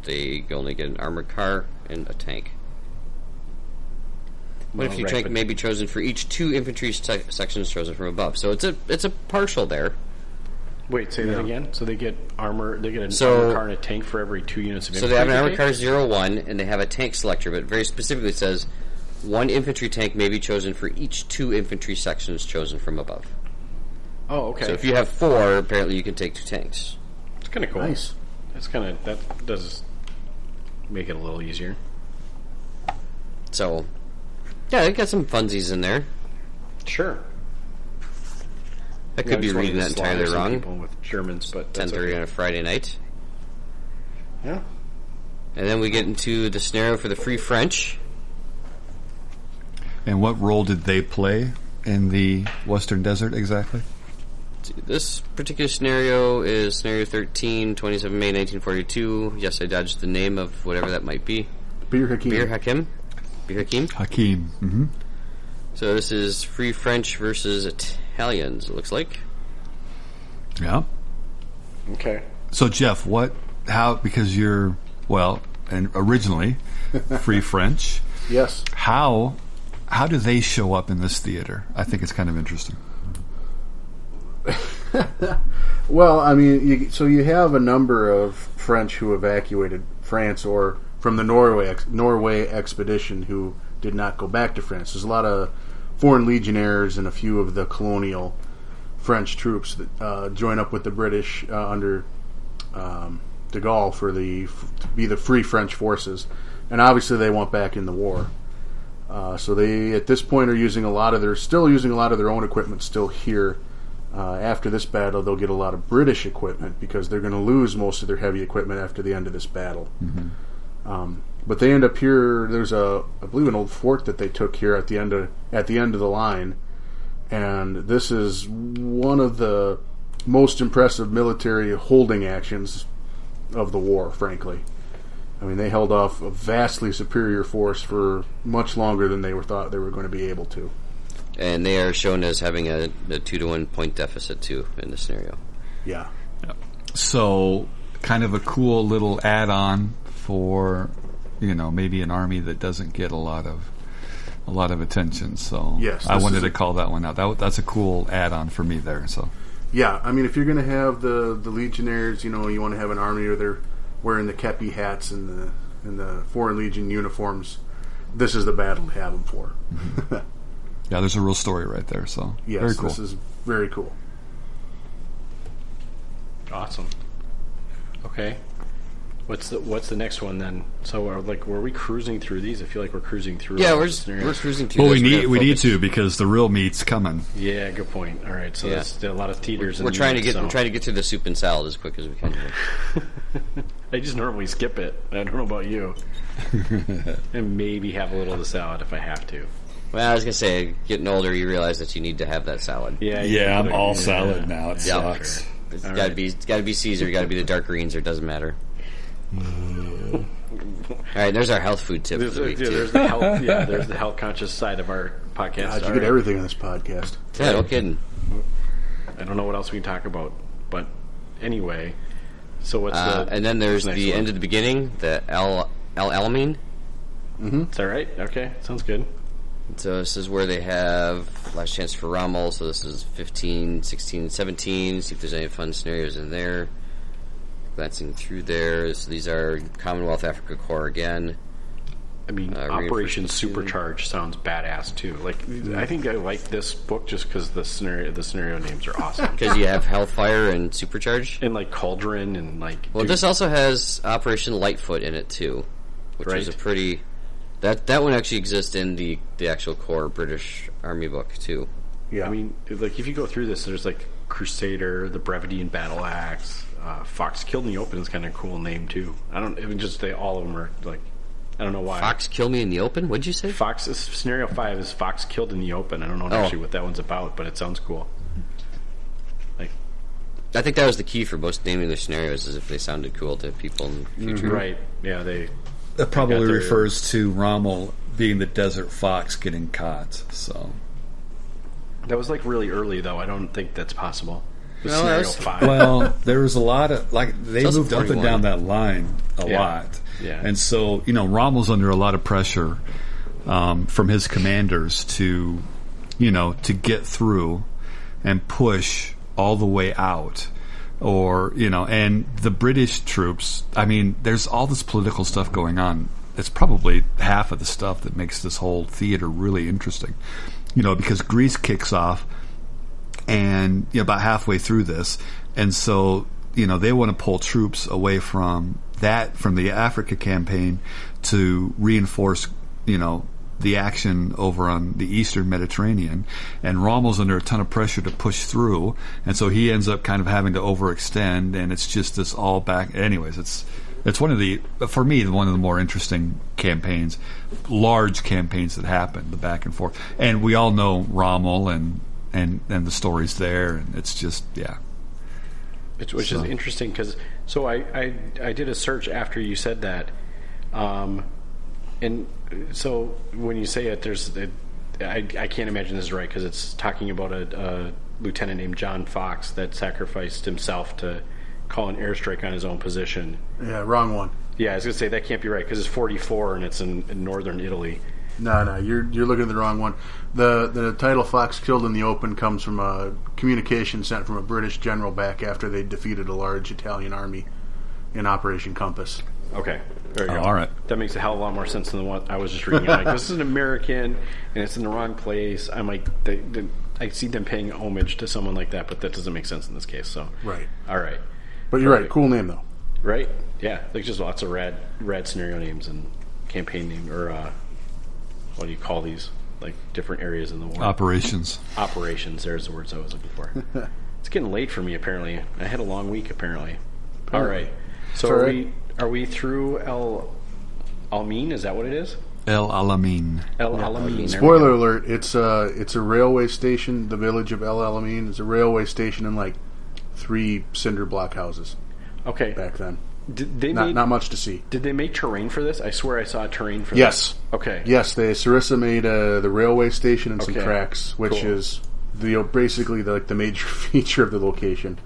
D: they only get an armored car and a tank. What if
B: Well,
D: you
B: right,
D: tank
B: but-
D: may be chosen for each two infantry sec- sections chosen from above? So it's a it's a partial there.
B: wait, say that again. So they get armor. They get an
D: So-
B: armor car and a tank for every two units of
D: So
B: infantry.
D: they have an
B: do
D: armored car zero one, and they have a tank selector, but very specifically says one infantry tank may be chosen for each two infantry sections chosen from above.
B: Oh, okay.
D: So if you have four, apparently you can take two tanks.
B: It's kind of cool.
A: Nice.
B: That's kind of that does make it a little easier.
D: So yeah, they got some funsies in there.
B: Sure.
D: I could be reading that entirely wrong.
B: People with Germans, but
D: Ten
B: that's
D: thirty
B: okay.
D: on a Friday night,
B: Yeah.
D: and then we get into the scenario for the Free French.
C: And what role did they play in the Western Desert exactly?
D: This particular scenario is scenario 13, 27 May 1942. Yes, I dodged the name of whatever that might be.
A: Beer Hakeem.
B: Hmm.
D: Bir Hakim? Bir Hakim?
C: Hakim. hmm
D: So this is Free French versus Italians, it looks like.
C: Yeah.
B: Okay.
C: So Jeff, what? How? Because you're well, and originally free French.
A: Yes.
C: How? How do they show up in this theater? I think it's kind of interesting.
A: Well, I mean, you, so you have a number of French who evacuated France or from the Norway ex, Norway expedition who did not go back to France. There's a lot of foreign legionnaires and a few of the colonial French troops that uh, join up with the British uh, under um, de Gaulle for the to be the Free French forces, and obviously they went back in the war. Uh, so they at this point are using a lot of their still using a lot of their own equipment still here. Uh, after this battle, they'll get a lot of British equipment because they're going to lose most of their heavy equipment after the end of this battle. Um, but they end up here. There's a, I believe, an old fort that they took here at the end of at the end of the line, and this is one of the most impressive military holding actions of the war. Frankly, I mean, they held off a vastly superior force for much longer than they were thought they were going to be able to.
D: And they are shown as having a, a two to one point deficit too in this scenario.
A: Yeah.
C: So, kind of a cool little add-on for, you know, maybe an army that doesn't get a lot of a lot of attention. So,
A: Yes,
C: I
A: this
C: wanted
A: is
C: to
A: a-
C: call that one out. That, w- that's a cool add-on for me there. So,
A: Yeah, I mean, if you're going to have the the legionnaires, you know, you want to have an army where they're wearing the kepi hats and the and the foreign legion uniforms. This is the battle to have them (laughs) for.
C: yeah, there's a real story right there. So,
A: Yes,
C: very cool.
A: this is very cool.
B: Awesome. Okay. What's the What's the next one then? So are, like, were we cruising through these? I feel like we're cruising through.
D: Yeah,
B: all
D: we're
B: the
D: just,
B: scenarios.
D: we're cruising to
C: well,
D: this.
C: we
D: We're
C: need
D: gonna
C: we need
D: focus-
C: to because the real meat's coming.
B: Yeah, good point. All right, so
D: Yeah.
B: that's a lot of theaters.
D: We're
B: in
D: trying to
B: these,
D: get
B: so.
D: we're trying to get to the soup and salad as quick as we can. here.
B: I just normally skip it. I don't know about
D: (laughs)
B: you. and maybe have a little of the salad if I have to.
D: well, I was gonna say, getting older, you realize that you need to have that salad.
B: Yeah. you
F: Yeah,
B: can
F: I'm
B: put it-
F: all
B: yeah.
F: salad now. It
D: Yeah.
F: sucks.
D: It's
B: All
D: gotta
B: right.
D: be it's gotta be Caesar. Gotta be the dark greens, or it
B: (laughs)
D: doesn't matter. All right, there's our health food tip for
B: There's,
D: the week
B: yeah,
D: too.
B: there's the
D: (laughs)
B: health. Yeah, there's the health conscious side of our podcast.
A: God, you
B: All
A: get
B: right.
A: everything on this podcast.
D: Yeah, no kidding.
B: I don't know what else we can talk about, but anyway, So what's
D: Uh,
B: the
D: and then there's
B: next
D: the
B: one?
D: end of the beginning, the L L Alamine.
B: Is that right? Okay, sounds good.
D: So this is where they have last chance for Rommel. So this is 15, 16, 17. See if there's any fun scenarios in there. Glancing through there. So these are Commonwealth Africa Corps again.
B: I mean,
D: Uh,
B: Operation
D: reinforcement two.
B: Supercharge sounds badass too. Like, I think I like this book just because the scenario the scenario names are awesome.
D: Because you have Hellfire and Supercharge.
B: and like Cauldron and like
D: Well,
B: dude,
D: this also has Operation Lightfoot in it too, which is
B: Right.
D: a pretty. That that one actually exists in the the actual core British Army book too.
A: Yeah.
B: I mean, like if you go through this, there's like Crusader, the Brevity and Battle Axe, uh, Fox Killed in the Open is kind of a cool name too. I don't, I mean, just they all of them are like, I don't know why.
D: Fox kill me in the open. What'd you say?
B: Fox is, scenario five is Fox Killed in the Open. I don't know
D: Oh.
B: actually what that one's about, but it sounds cool. Like
D: I think that was the key for most naming their scenarios, is if they sounded cool to people in
B: Mm-hmm.
D: the future.
B: right, yeah, they
F: That probably
B: their-
F: refers to Rommel being the desert fox getting caught. So,
B: that was like really early though. I don't think that's possible. The
D: No,
B: scenario
D: that's-
B: five.
F: well, there was a lot of like they
D: It's also
F: moved up and
D: 41.
F: down that line a
B: Yeah.
F: lot.
B: Yeah.
F: And
C: And so, you know, Rommel's under a lot of pressure um, from his commanders to, you know, to get through and push all the way out. Or, you know, and the British troops, I mean, there's all this political stuff going on. It's probably half of the stuff that makes this whole theater really interesting. You know, because Greece kicks off and you know, about halfway through this, and so you know they want to pull troops away from that from the Africa campaign to reinforce you know the action over on the eastern Mediterranean, and Rommel's under a ton of pressure to push through, and so he ends up kind of having to overextend, and it's just this all back. Anyways, it's. It's one of the, for me, one of the more interesting campaigns, large campaigns that happen, the back and forth. And we all know Rommel and and and the stories there, and it's just yeah.
B: which, which is interesting because so I, I I did a search after you said that, um, and so when you say it, there's it, I I can't imagine this is right because it's talking about a, a lieutenant named John Fox that sacrificed himself to call an airstrike on his own position.
A: yeah, wrong one.
B: Yeah, I was gonna say that can't be right because it's 44 and it's in, in northern Italy.
A: No, no, you're you're looking at the wrong one. The the title "Fox Killed in the Open" comes from a communication sent from a British general back after they defeated a large Italian army in Operation Compass.
B: Okay, there
A: Oh,
B: you go.
C: all right.
B: that makes a hell of a lot more sense than the one I was just reading. I'm like, this is an American, and it's in the wrong place. I'm like, they, they, I see them paying homage to someone like that, but that doesn't make sense in this case. So,
A: Right.
B: all right,
A: But you're right.
B: Perfect.
A: Cool name though.
B: right, yeah, like just lots of rad, rad scenario names and campaign name or uh, what do you call these? Like different areas in the
A: Oh,
B: war
C: Operations.
B: operations. There's the words I was
A: (laughs)
B: looking for. it's getting late for me. Apparently, I had a long week. Apparently, all right.
A: Oh.
B: So
A: It's all
B: are
A: right.
B: we are we through El Almin? Is that what it is?
C: El Alamein.
B: El Alamin. There we
A: Spoiler
B: go.
A: alert: It's a it's a railway station. The village of El Alamein is a railway station and like three cinder block houses
B: Okay.
A: back then.
B: Did they
A: Not
B: made,
A: not much to see.
B: Did they make terrain for this? I swear I saw terrain for
A: Yes.
B: this. Okay.
A: Yes, they Sarissa made uh, the railway station and
B: Okay.
A: some tracks, which
B: Cool.
A: is the basically the, like the major (laughs) feature of the location.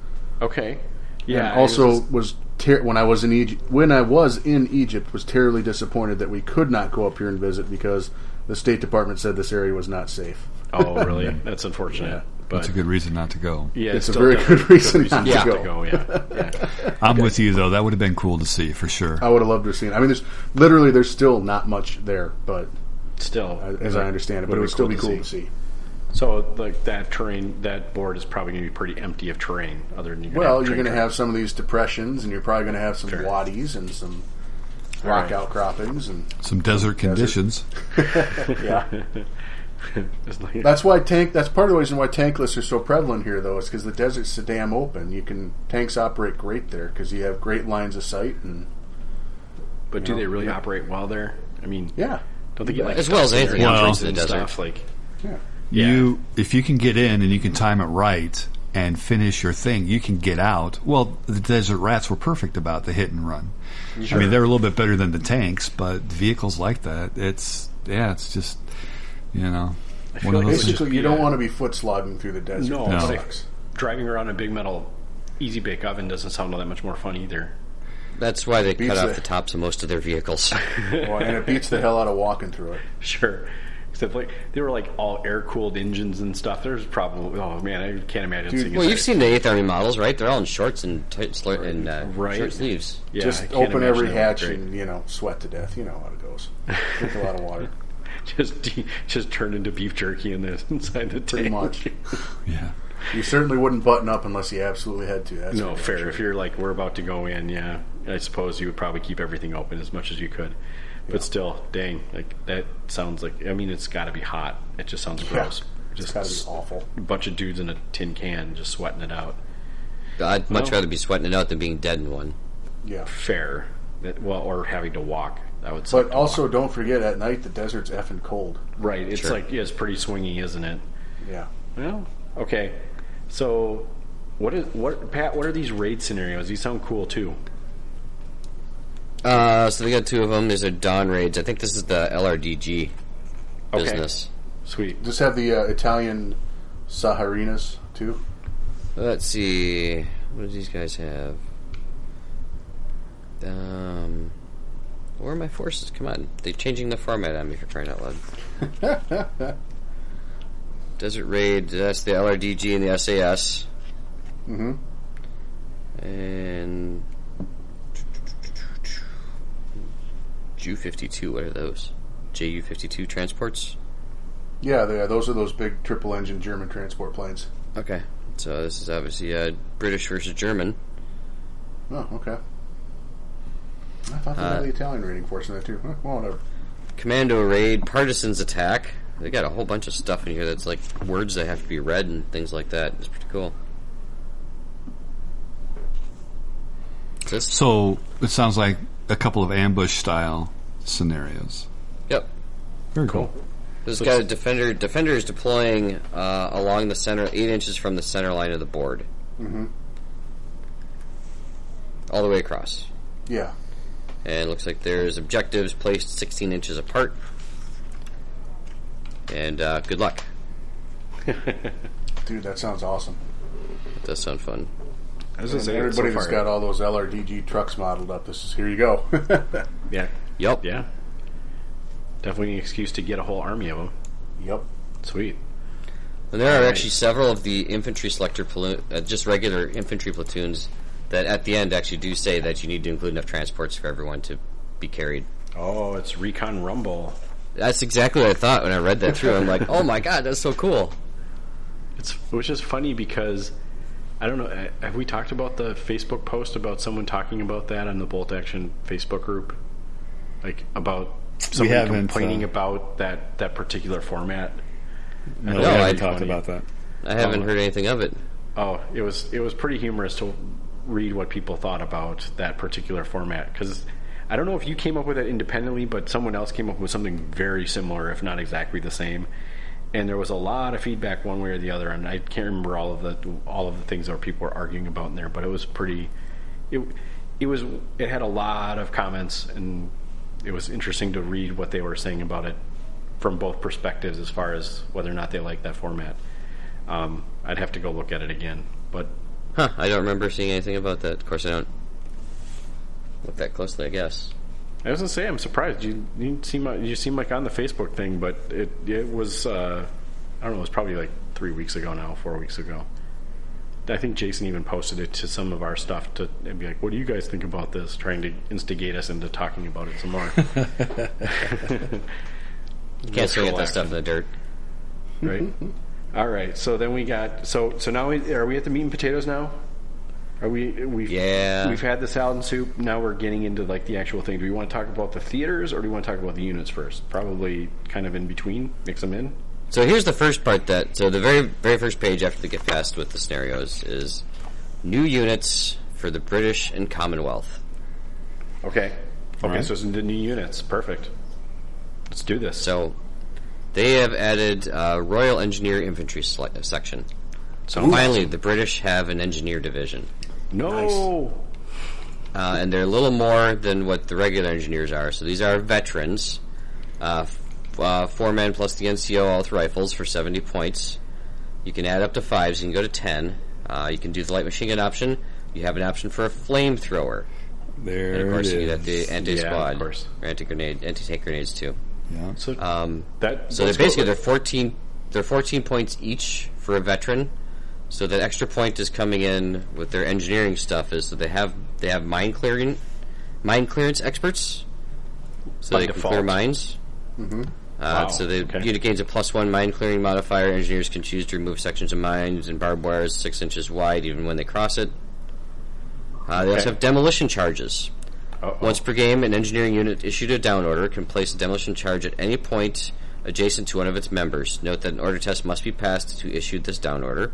B: Okay. Yeah.
A: and
B: it was
A: also was, (laughs)
B: just-
A: ter- when I was in Egypt. When I was in Egypt, was terribly disappointed that we could not go up here and visit because the State Department said this area was not safe.
B: oh, really? That's unfortunate. But
C: That's a good reason not to go.
B: yeah,
A: It's a
B: still
A: very
B: (laughs) definitely
A: good (laughs) reason not
B: not
A: to
B: to
A: go.
B: go. Yeah.
A: (laughs)
B: yeah.
C: I'm with you though. That would have been cool to see for sure.
A: I would have loved to have seen. It. I mean, there's literally there's still not much there, but
B: Still,
A: as I understand it, but it would still be cool to see.
B: So, like that terrain, that board is probably going to be pretty empty of terrain. Other than you're gonna
A: Well,
B: have
A: you're
B: terrain
A: going to have some of these depressions, and you're probably going to have some
B: Sure.
A: wadis and some
B: Right.
A: rock outcroppings, and
C: Some desert conditions.
B: It's like-
A: that's why tank. That's part of the reason why tankless are so prevalent here, though, is because the desert's so damn open. You can tanks operate great there because you have great lines of sight, and
B: but do they really operate well there? I mean,
A: yeah,
B: Don't they get like
D: As well as
B: dust
D: anything
B: and
C: else
B: trees
D: in the
B: and
D: desert.
B: stuff like
A: yeah.
C: You, if you can get in and you can time it right and finish your thing, you can get out. Well, the desert rats were perfect about the hit and run. I mean, they're a little bit better than the tanks, but vehicles like that, it's yeah, it's just you know one of those.
A: Basically,
B: just
A: you
B: be
A: don't
B: a-
A: want to be foot slogging through the desert.
B: (laughs) No,
A: That
B: it's like
A: sucks.
B: driving around a big metal Easy Bake Oven doesn't sound all that much more fun either. (laughs)
D: That's why they
A: Beats
D: cut off
A: it.
D: the tops of most of
B: (laughs)
D: their vehicles.
A: Well, and it beats the hell out of walking through it.
B: Sure. Except like they were like all air cooled engines and stuff. There's probably oh man, I can't imagine
A: Dude,
B: seeing
D: well,
B: that.
D: you've seen the Eighth Army models, right? They're all in shorts and t- sli- and uh,
B: (laughs) Right.
D: short sleeves.
B: Yeah, I
A: Just
B: can't
A: open
B: imagine
A: every
B: that would be
A: hatch
B: great.
A: and you know sweat to death. You know how it
B: (laughs)
A: goes. Drink a lot of water.
B: just de- just turned into beef jerky in the (laughs) inside the tank.
A: Pretty much.
B: (laughs)
C: Yeah.
A: You certainly wouldn't button up unless you absolutely had to. That's
B: No, fair. If you're like we're about to go in, yeah, I suppose you would probably keep everything open as much as you could. But still, dang, like that sounds like. I mean, it's got to be hot. It just sounds
A: Yeah.
B: gross.
A: It's
B: Just
A: gotta be awful.
B: a bunch of dudes in a tin can just sweating it out.
D: I'd much
B: Well-
D: rather be sweating it out than being dead in one.
A: Yeah.
B: Fair. That, well, or having to walk. That would. suck
A: But
B: to
A: also,
B: walk.
A: don't forget at night the desert's effing cold.
B: right. It's
D: Sure.
B: like yeah, it's pretty swingy, isn't it?
A: Yeah.
B: Well, okay. So, what is what Pat? What are these raid scenarios? These sound cool too.
D: Uh, so they got two of them. There's a Dawn raids. I think this is the LRDG
B: Okay.
D: business.
B: Sweet.
A: Just have the uh, Italian Saharinas too.
D: Let's see. What do these guys have? Um, where are my forces? Come on. They're changing the format on me for crying out loud. Desert Raid, that's the LRDG and the SAS.
A: Mm-hmm.
D: And. Ju 52, what are those? JU 52 transports?
A: Yeah, they are. those are those big triple-engine German transport planes.
D: Okay. So this is obviously uh, British versus German.
A: Oh, okay. I thought they
D: Uh,
A: had the Italian raiding force in there too. Huh, Well, whatever.
D: Commando Raid, Partisans Attack. They got a whole bunch of stuff in here that's like words that have to be read and things like that. It's pretty cool. Is This?
C: So it sounds like a couple of ambush style scenarios.
D: Yep.
C: Very cool.
D: This has got a defender. Defender is deploying uh, along the center, eight inches from the center line of the board. Mm-hmm. All the way across.
A: Yeah.
D: And it looks like there's objectives placed 16 inches apart. And uh, good luck.
A: Dude, that sounds awesome.
D: That does sound fun.
B: As
A: And everybody that's got all those LRDG trucks modeled up, this is here you go. (laughs)
B: yeah,
D: Yep.
B: yeah, definitely an excuse to get a whole army of them.
A: yep.
B: Sweet.
D: And there are actually several of the infantry selector, pla- uh, just regular infantry platoons, that at the end actually do say that you need to include enough transports for everyone to be carried.
B: Oh, it's Recon Rumble.
D: That's exactly what I thought when I read that through. I'm like, oh my god, that's so cool.
B: It's which is funny because I don't know. uh, Have we talked about the Facebook post about someone talking about that on the Bolt Action Facebook group? Like about somebody
F: haven't,
B: complaining
F: uh,
B: about that that particular format.
F: No,
D: No,
F: we
D: I-
F: haven't talked about that.
D: I haven't heard anything of it.
B: Oh, it was it was pretty humorous to read what people thought about that particular format because I don't know if you came up with it independently, but someone else came up with something very similar, if not exactly the same. And there was a lot of feedback one way or the other, and I can't remember all of the all of the things that people were arguing about in there, but it was pretty. It it was it had a lot of comments, and it was interesting to read what they were saying about it from both perspectives as far as whether or not they like that format. Um, I'd have to go look at it again, but
D: Huh, I don't remember seeing anything about that. Of course, I don't look that closely, I guess.
B: I was gonna say I'm surprised you you seem like- you seem like on the Facebook thing, but it it was uh, I don't know it was probably like three weeks ago now, four weeks ago. I think Jason even posted it to some of our stuff to and be like, "What do you guys think about this?" Trying to instigate us into talking about it some more, (laughs)
D: You can't swing at that
B: relaxing.
D: stuff in the dirt.
B: right? All right, so then we got so so now we, are we at the meat and potatoes now? Are we we've
D: Yeah.
B: we've had the salad and soup. Now we're getting into like the actual thing. Do we want to talk about the theaters or do we want to talk about the units first? Probably kind of in between, mix them in.
D: So here's the first part that so the very very first page after the get past with the scenarios is new units for the British and Commonwealth.
B: Okay. Okay,
F: Alright.
B: so it's into new units. Perfect. Let's do this.
D: So they have added uh, Royal Engineer Infantry sele- uh, section. So finally, the British have an engineer division,
B: no.
D: uh, and they're a little more than what the regular engineers are. So these are veterans, uh, f- uh, four men plus the NCO all with rifles for seventy points. You can add up to fives. You can go to ten. Uh, you can do the light machine gun option, You have an option for a flamethrower.
C: There
D: And of course,
C: it
D: you
C: is.
D: got the anti
B: Yeah, of
D: squad,
B: course.
D: or anti grenade, anti tank grenades too.
C: yeah.
B: So
D: Um,
B: that
D: so they're
B: let's go-
D: basically they're fourteen, they're fourteen points each for a veteran. So that extra point is coming in with their engineering stuff. Is so they have they have mine clearing, mine clearance experts, so
B: By
D: they
B: default.
D: can clear mines. Uh,
B: Wow,
D: So the
B: okay.
D: unit gains a plus one mine clearing modifier. Engineers can choose to remove sections of mines and barbed wires six inches wide, even when they cross it. Uh, they
B: Okay.
D: also have demolition charges.
B: Uh-oh.
D: Once per game, an engineering unit issued a down order can place a demolition charge at any point adjacent to one of its members. Note that an order test must be passed to issue this down order.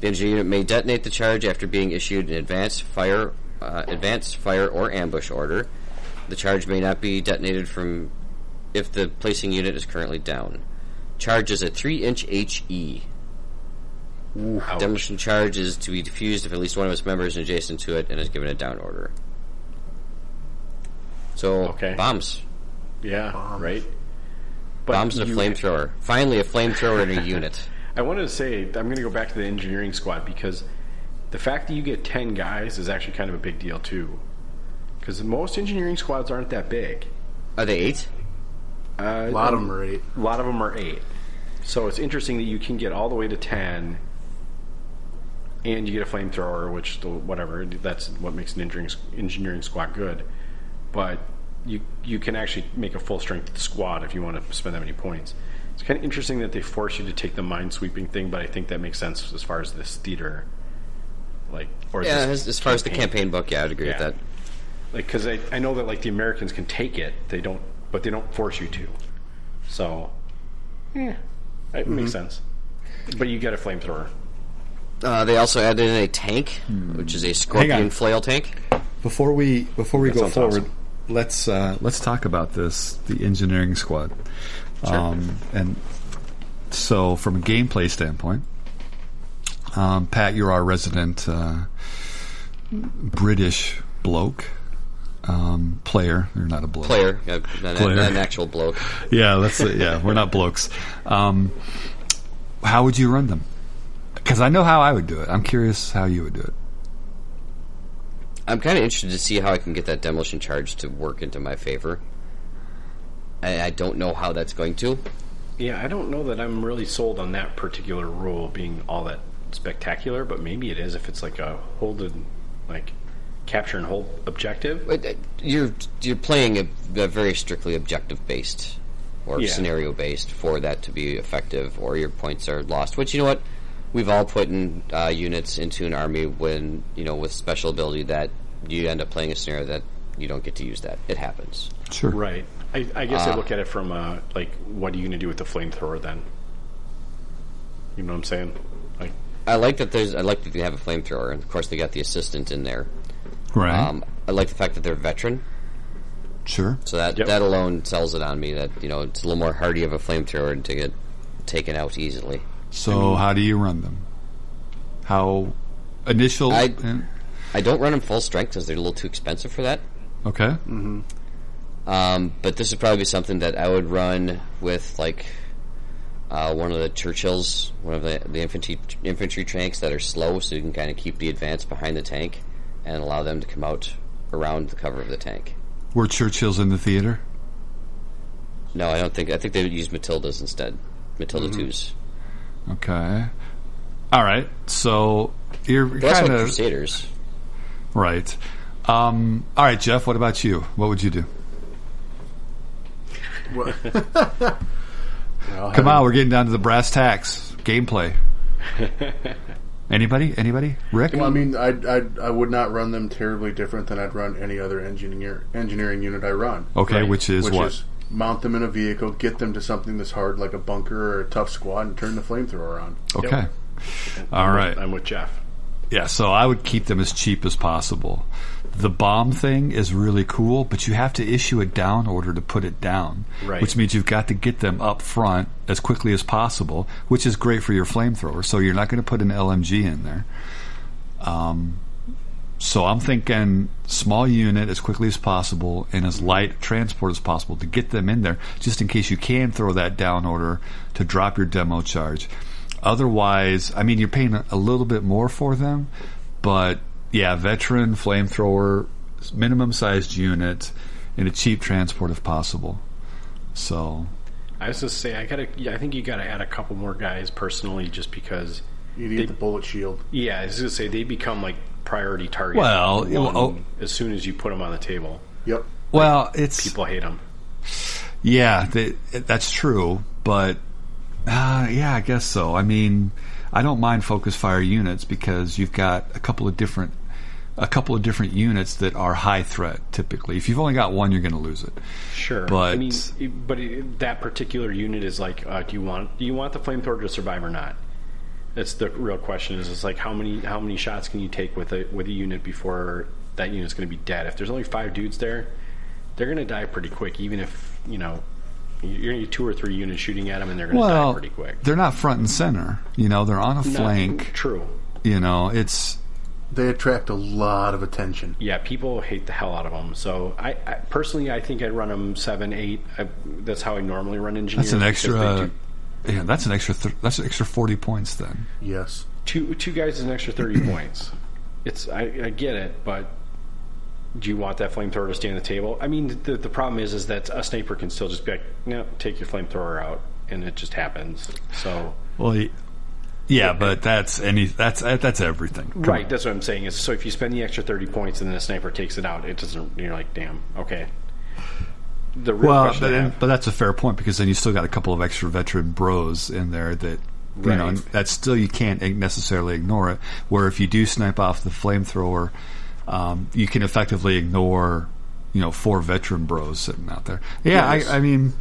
D: The engineering unit may detonate the charge after being issued an advance fire, uh, advance fire or ambush order. The charge may not be detonated from if the placing unit is currently down. Charge is a three inch HE.
B: Ouch.
D: Demolition charge is to be diffused if at least one of its members is adjacent to it and is given a down order. So
B: Okay.
D: bombs,
B: yeah, right. But
D: bombs and a
B: you-
D: flamethrower. Finally, a
B: (laughs)
D: flamethrower in a unit.
B: I wanted to say I'm going to go back to the engineering squad because the fact that you get ten guys is actually kind of a big deal too. Because most engineering squads aren't that big.
D: Are they eight?
B: Uh,
A: A lot of them are eight.
B: A lot of them are eight. So it's interesting that you can get all the way to ten, and you get a flamethrower, which the- whatever. That's what makes an engineering engineering squad good. But you you can actually make a full strength squad if you want to spend that many points. It's kind of interesting that they force you to take the mine sweeping thing, but I think that makes sense as far as this theater, like or
D: Yeah,
B: this
D: as, as far as the campaign book, yeah, I'd agree
B: Yeah.
D: with that.
B: like because I, I know that like the Americans can take it, they don't, but they don't force you to. So, yeah, it makes sense. But you get a flamethrower.
D: Uh, they also added in a tank, which is a scorpion
C: on.
D: flail tank.
C: Before we before we go
B: sounds
C: forward,
B: awesome.
C: let's uh, let's talk about this the engineering squad. Um, and so, from a gameplay standpoint, um, Pat, you're our resident uh, British bloke um, player. You're not a bloke
D: Player, yeah, not,
C: Player.
D: not an actual bloke.
C: yeah, let's. Yeah, we're not blokes. Um, how would you run them? Because I know how I would do it. I'm curious how you would do it.
D: I'm kind of interested to see how I can get that demolition charge to work into my favor. I, I don't know how that's going to.
B: Yeah, I don't know that I'm really sold on that particular rule being all that spectacular, but maybe it is if it's like a hold and like capture and hold objective.
D: But, uh, you're you're playing a, a very strictly objective based or
B: Yeah.
D: scenario based for that to be effective, or your points are lost. Which you know what, we've all put in uh, units into an army when you know with special ability that you end up playing a scenario that you don't get to use that. It happens.
C: Sure.
B: Right. I, I guess I look at it from uh, like, what are you going to do with the flamethrower then? You know what I'm saying? Like,
D: I like that there's I like that they have a flamethrower, and of course they got the assistant in there.
C: Right.
D: Um, I like the fact that they're veteran.
C: sure.
D: So that
B: Yep.
D: that alone sells it on me. That you know it's a little more hardy of a flamethrower to get taken out easily.
C: So how do you run them? How initial?
D: I-
C: and-
D: I don't run them full strength because they're a little too expensive for that.
C: okay.
D: Mm-hmm. Um, but this would probably be something that I would run with like uh, one of the Churchills, one of the, the infantry infantry tanks that are slow, so you can kind of keep the advance behind the tank and allow them to come out around the cover of the tank.
C: Were Churchill's in the theater?
D: No, I don't think. I think they would use Matildas instead. Matilda
B: Mm-hmm.
D: twos.
C: Okay. All right. So you're
D: But
C: kind
D: also
C: of
D: Crusaders.
C: right. Um, all right, Jeff. What about you? What would you do? (laughs)
A: Well,
C: Come on, we're getting down to the brass tacks.
A: (laughs)
C: Gameplay. Anybody? Anybody? Rick?
A: Well, I mean, I, I I would not run them terribly different than I'd run any other engineer engineering unit I run.
C: Okay, which is
A: Which
C: what?
A: is mount them in a vehicle, get them to something that's hard like a bunker or a tough squad, and turn the flamethrower on.
C: okay. All right.
B: I'm with Jeff.
C: Yeah, so I would keep them as cheap as possible. The bomb thing is really cool, but you have to issue a down order to put it down,
B: Right.
C: which means you've got to get them up front as quickly as possible, which is great for your flamethrower. So you're not going to put an LMG in there. Um, so I'm thinking small unit as quickly as possible and as light transport as possible to get them in there, just in case you can throw that down order to drop your demo charge. Otherwise, I mean, you're paying a a little bit more for them, but yeah, veteran flamethrower, minimum sized unit, and a cheap transport if possible. So
B: I was gonna say I gotta. Yeah, I think you gotta add a couple more guys personally, just because.
A: You need the bullet shield.
B: Yeah, I was gonna say they become like priority target.
C: Well,
B: one
C: well, oh.
B: as soon as you put them on the table,
A: Yep.
C: well, it's
B: people hate them.
C: yeah, they, that's true, but uh, yeah, I guess so. I mean, I don't mind focus fire units because you've got a couple of different a couple of different units that are high threat typically. If you've only got one, you're going to lose it.
B: Sure,
C: But-
B: I mean, it- but it, that particular unit is like, uh, do you want do you want the flamethrower to survive or not? That's the real question. Is it's like how many how many shots can you take with a with a unit before that unit's going to be dead? If there's only five dudes there, they're going to die pretty quick. Even if you know you're going to two or three units shooting at them, and they're going to
C: Well,
B: die pretty quick.
C: they're not front and center. You know, they're on a
B: No,
C: flank.
B: True.
C: You know, it's
A: They attract a lot of attention.
B: Yeah, people hate the hell out of them. So I, I personally, I think I'd run them seven, eight. I, that's how I normally run engineers.
C: that's an
B: because they
C: extra.
B: do-
C: Yeah, that's an extra. Th- that's an extra forty points then.
A: Yes.
B: two two guys is an extra
C: (clears throat)
B: thirty points. It's I, I get it, but do you want that flamethrower to stay on the table? I mean, the, the problem is is that a sniper can still just be like, no, take your flamethrower out, and it just happens. So
C: Well, yeah, but that's any. That's that's everything. Come
B: right,
C: on.
B: that's what I'm saying. Is so if you spend the extra thirty points and then a sniper takes it out, it doesn't. You're like, damn, okay. The real
C: Well,
B: question I
C: but,
B: have-
C: then, but that's a fair point because then you still got a couple of extra veteran bros in there that you know
B: Right.
C: that's still you can't ig- necessarily ignore it. Where if you do snipe off the flamethrower, um, you can effectively ignore you know four veteran bros sitting out there. Yeah,
B: Yes.
C: I, I mean,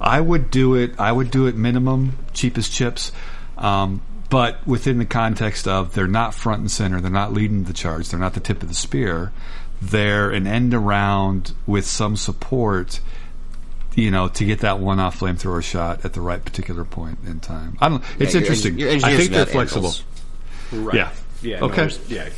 C: I would do it. I would do it minimum cheapest chips. Um, but within the context of they're not front and center, they're not leading the charge, they're not the tip of the spear. They're an end around with some support you know, to get that one off flamethrower shot at the right particular point in time. I don't. It's
D: your
C: interesting.
D: engi- your
C: I
D: engineers
C: think they're
D: got
C: flexible.
D: angles.
B: Right.
C: Yeah.
B: Yeah. no,
C: Okay.
B: there's- yeah.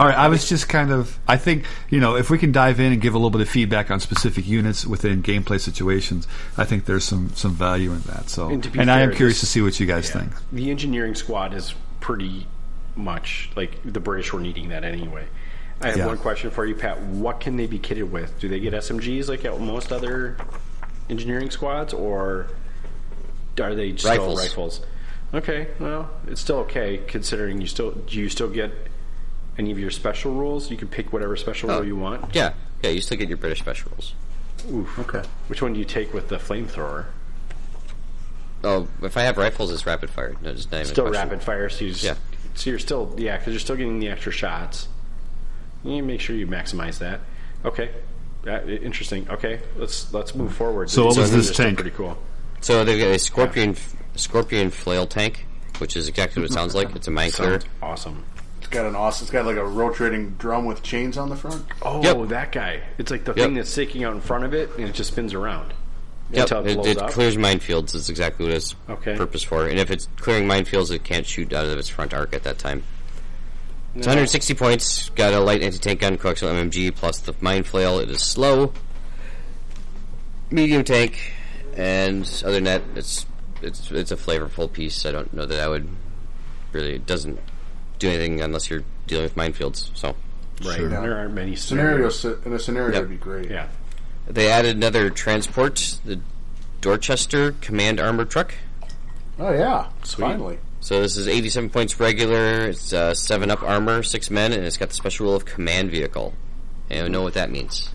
C: All right. I was just kind of. I think you know if we can dive in and give a little bit of feedback on specific units within gameplay situations, I think there's some some value in that. So,
B: And
C: and,
B: to be
C: I
B: fair,
C: am curious
B: this-
C: to see what you guys think.
B: The engineering squad is pretty much like the British were needing that anyway. I have
C: Yeah.
B: one question for you, Pat. What can they be kitted with? Do they get SMGs like at most other engineering squads, or are they still
D: Rifles.
B: rifles? Okay, well, it's still okay considering you still do you still get any of your special rules? You can pick whatever special
D: Oh.
B: rule you want.
D: Yeah, yeah, you still get your British special rules.
A: Okay.
B: Which one do you take with the flamethrower?
D: Oh, if I have rifles, it's rapid fire. No, just not even a
B: still
D: question.
B: rapid fire, so you just,
D: Yeah.
B: so you're still yeah, because you're still getting the extra shots. You make sure you maximize that. Okay, that, i- interesting. Okay, let's let's move forward.
C: So what
B: These
C: was
B: ones
C: this
B: are still
C: tank?
B: Pretty cool.
D: So they've got a scorpion, scorpion flail tank, which is exactly what it sounds like. It's a mine clearer.
B: Sounds awesome.
A: It's got an awesome. It's got like a rotating drum with chains on the front.
B: Oh,
D: Yep.
B: that guy! It's like the
D: Yep.
B: thing that's sticking out in front of it, and it just spins around
D: Yep,
B: until it
D: it,
B: blows
D: it
B: up.
D: clears minefields. Is exactly what it's
B: Okay.
D: purpose for. And if it's clearing minefields, it can't shoot out of its front arc at that time. It's 160 points. Got a light anti-tank gun, coaxial MMG, plus the mine flail. It is slow, medium tank, and other than that, it's it's it's a flavorful piece. I don't know that I would really. It doesn't do anything unless you're dealing with minefields. So.
B: right?
A: Sure.
B: There aren't many scenarios.
A: Scenarios in a scenario
D: Yep.
A: would be great.
B: Yeah.
D: They added another transport, the Dorchester Command Armor Truck.
A: Oh yeah. Finally.
D: So this is 87 points regular. It's uh, seven up armor, six men, and it's got the special rule of command vehicle. And I don't know what that means.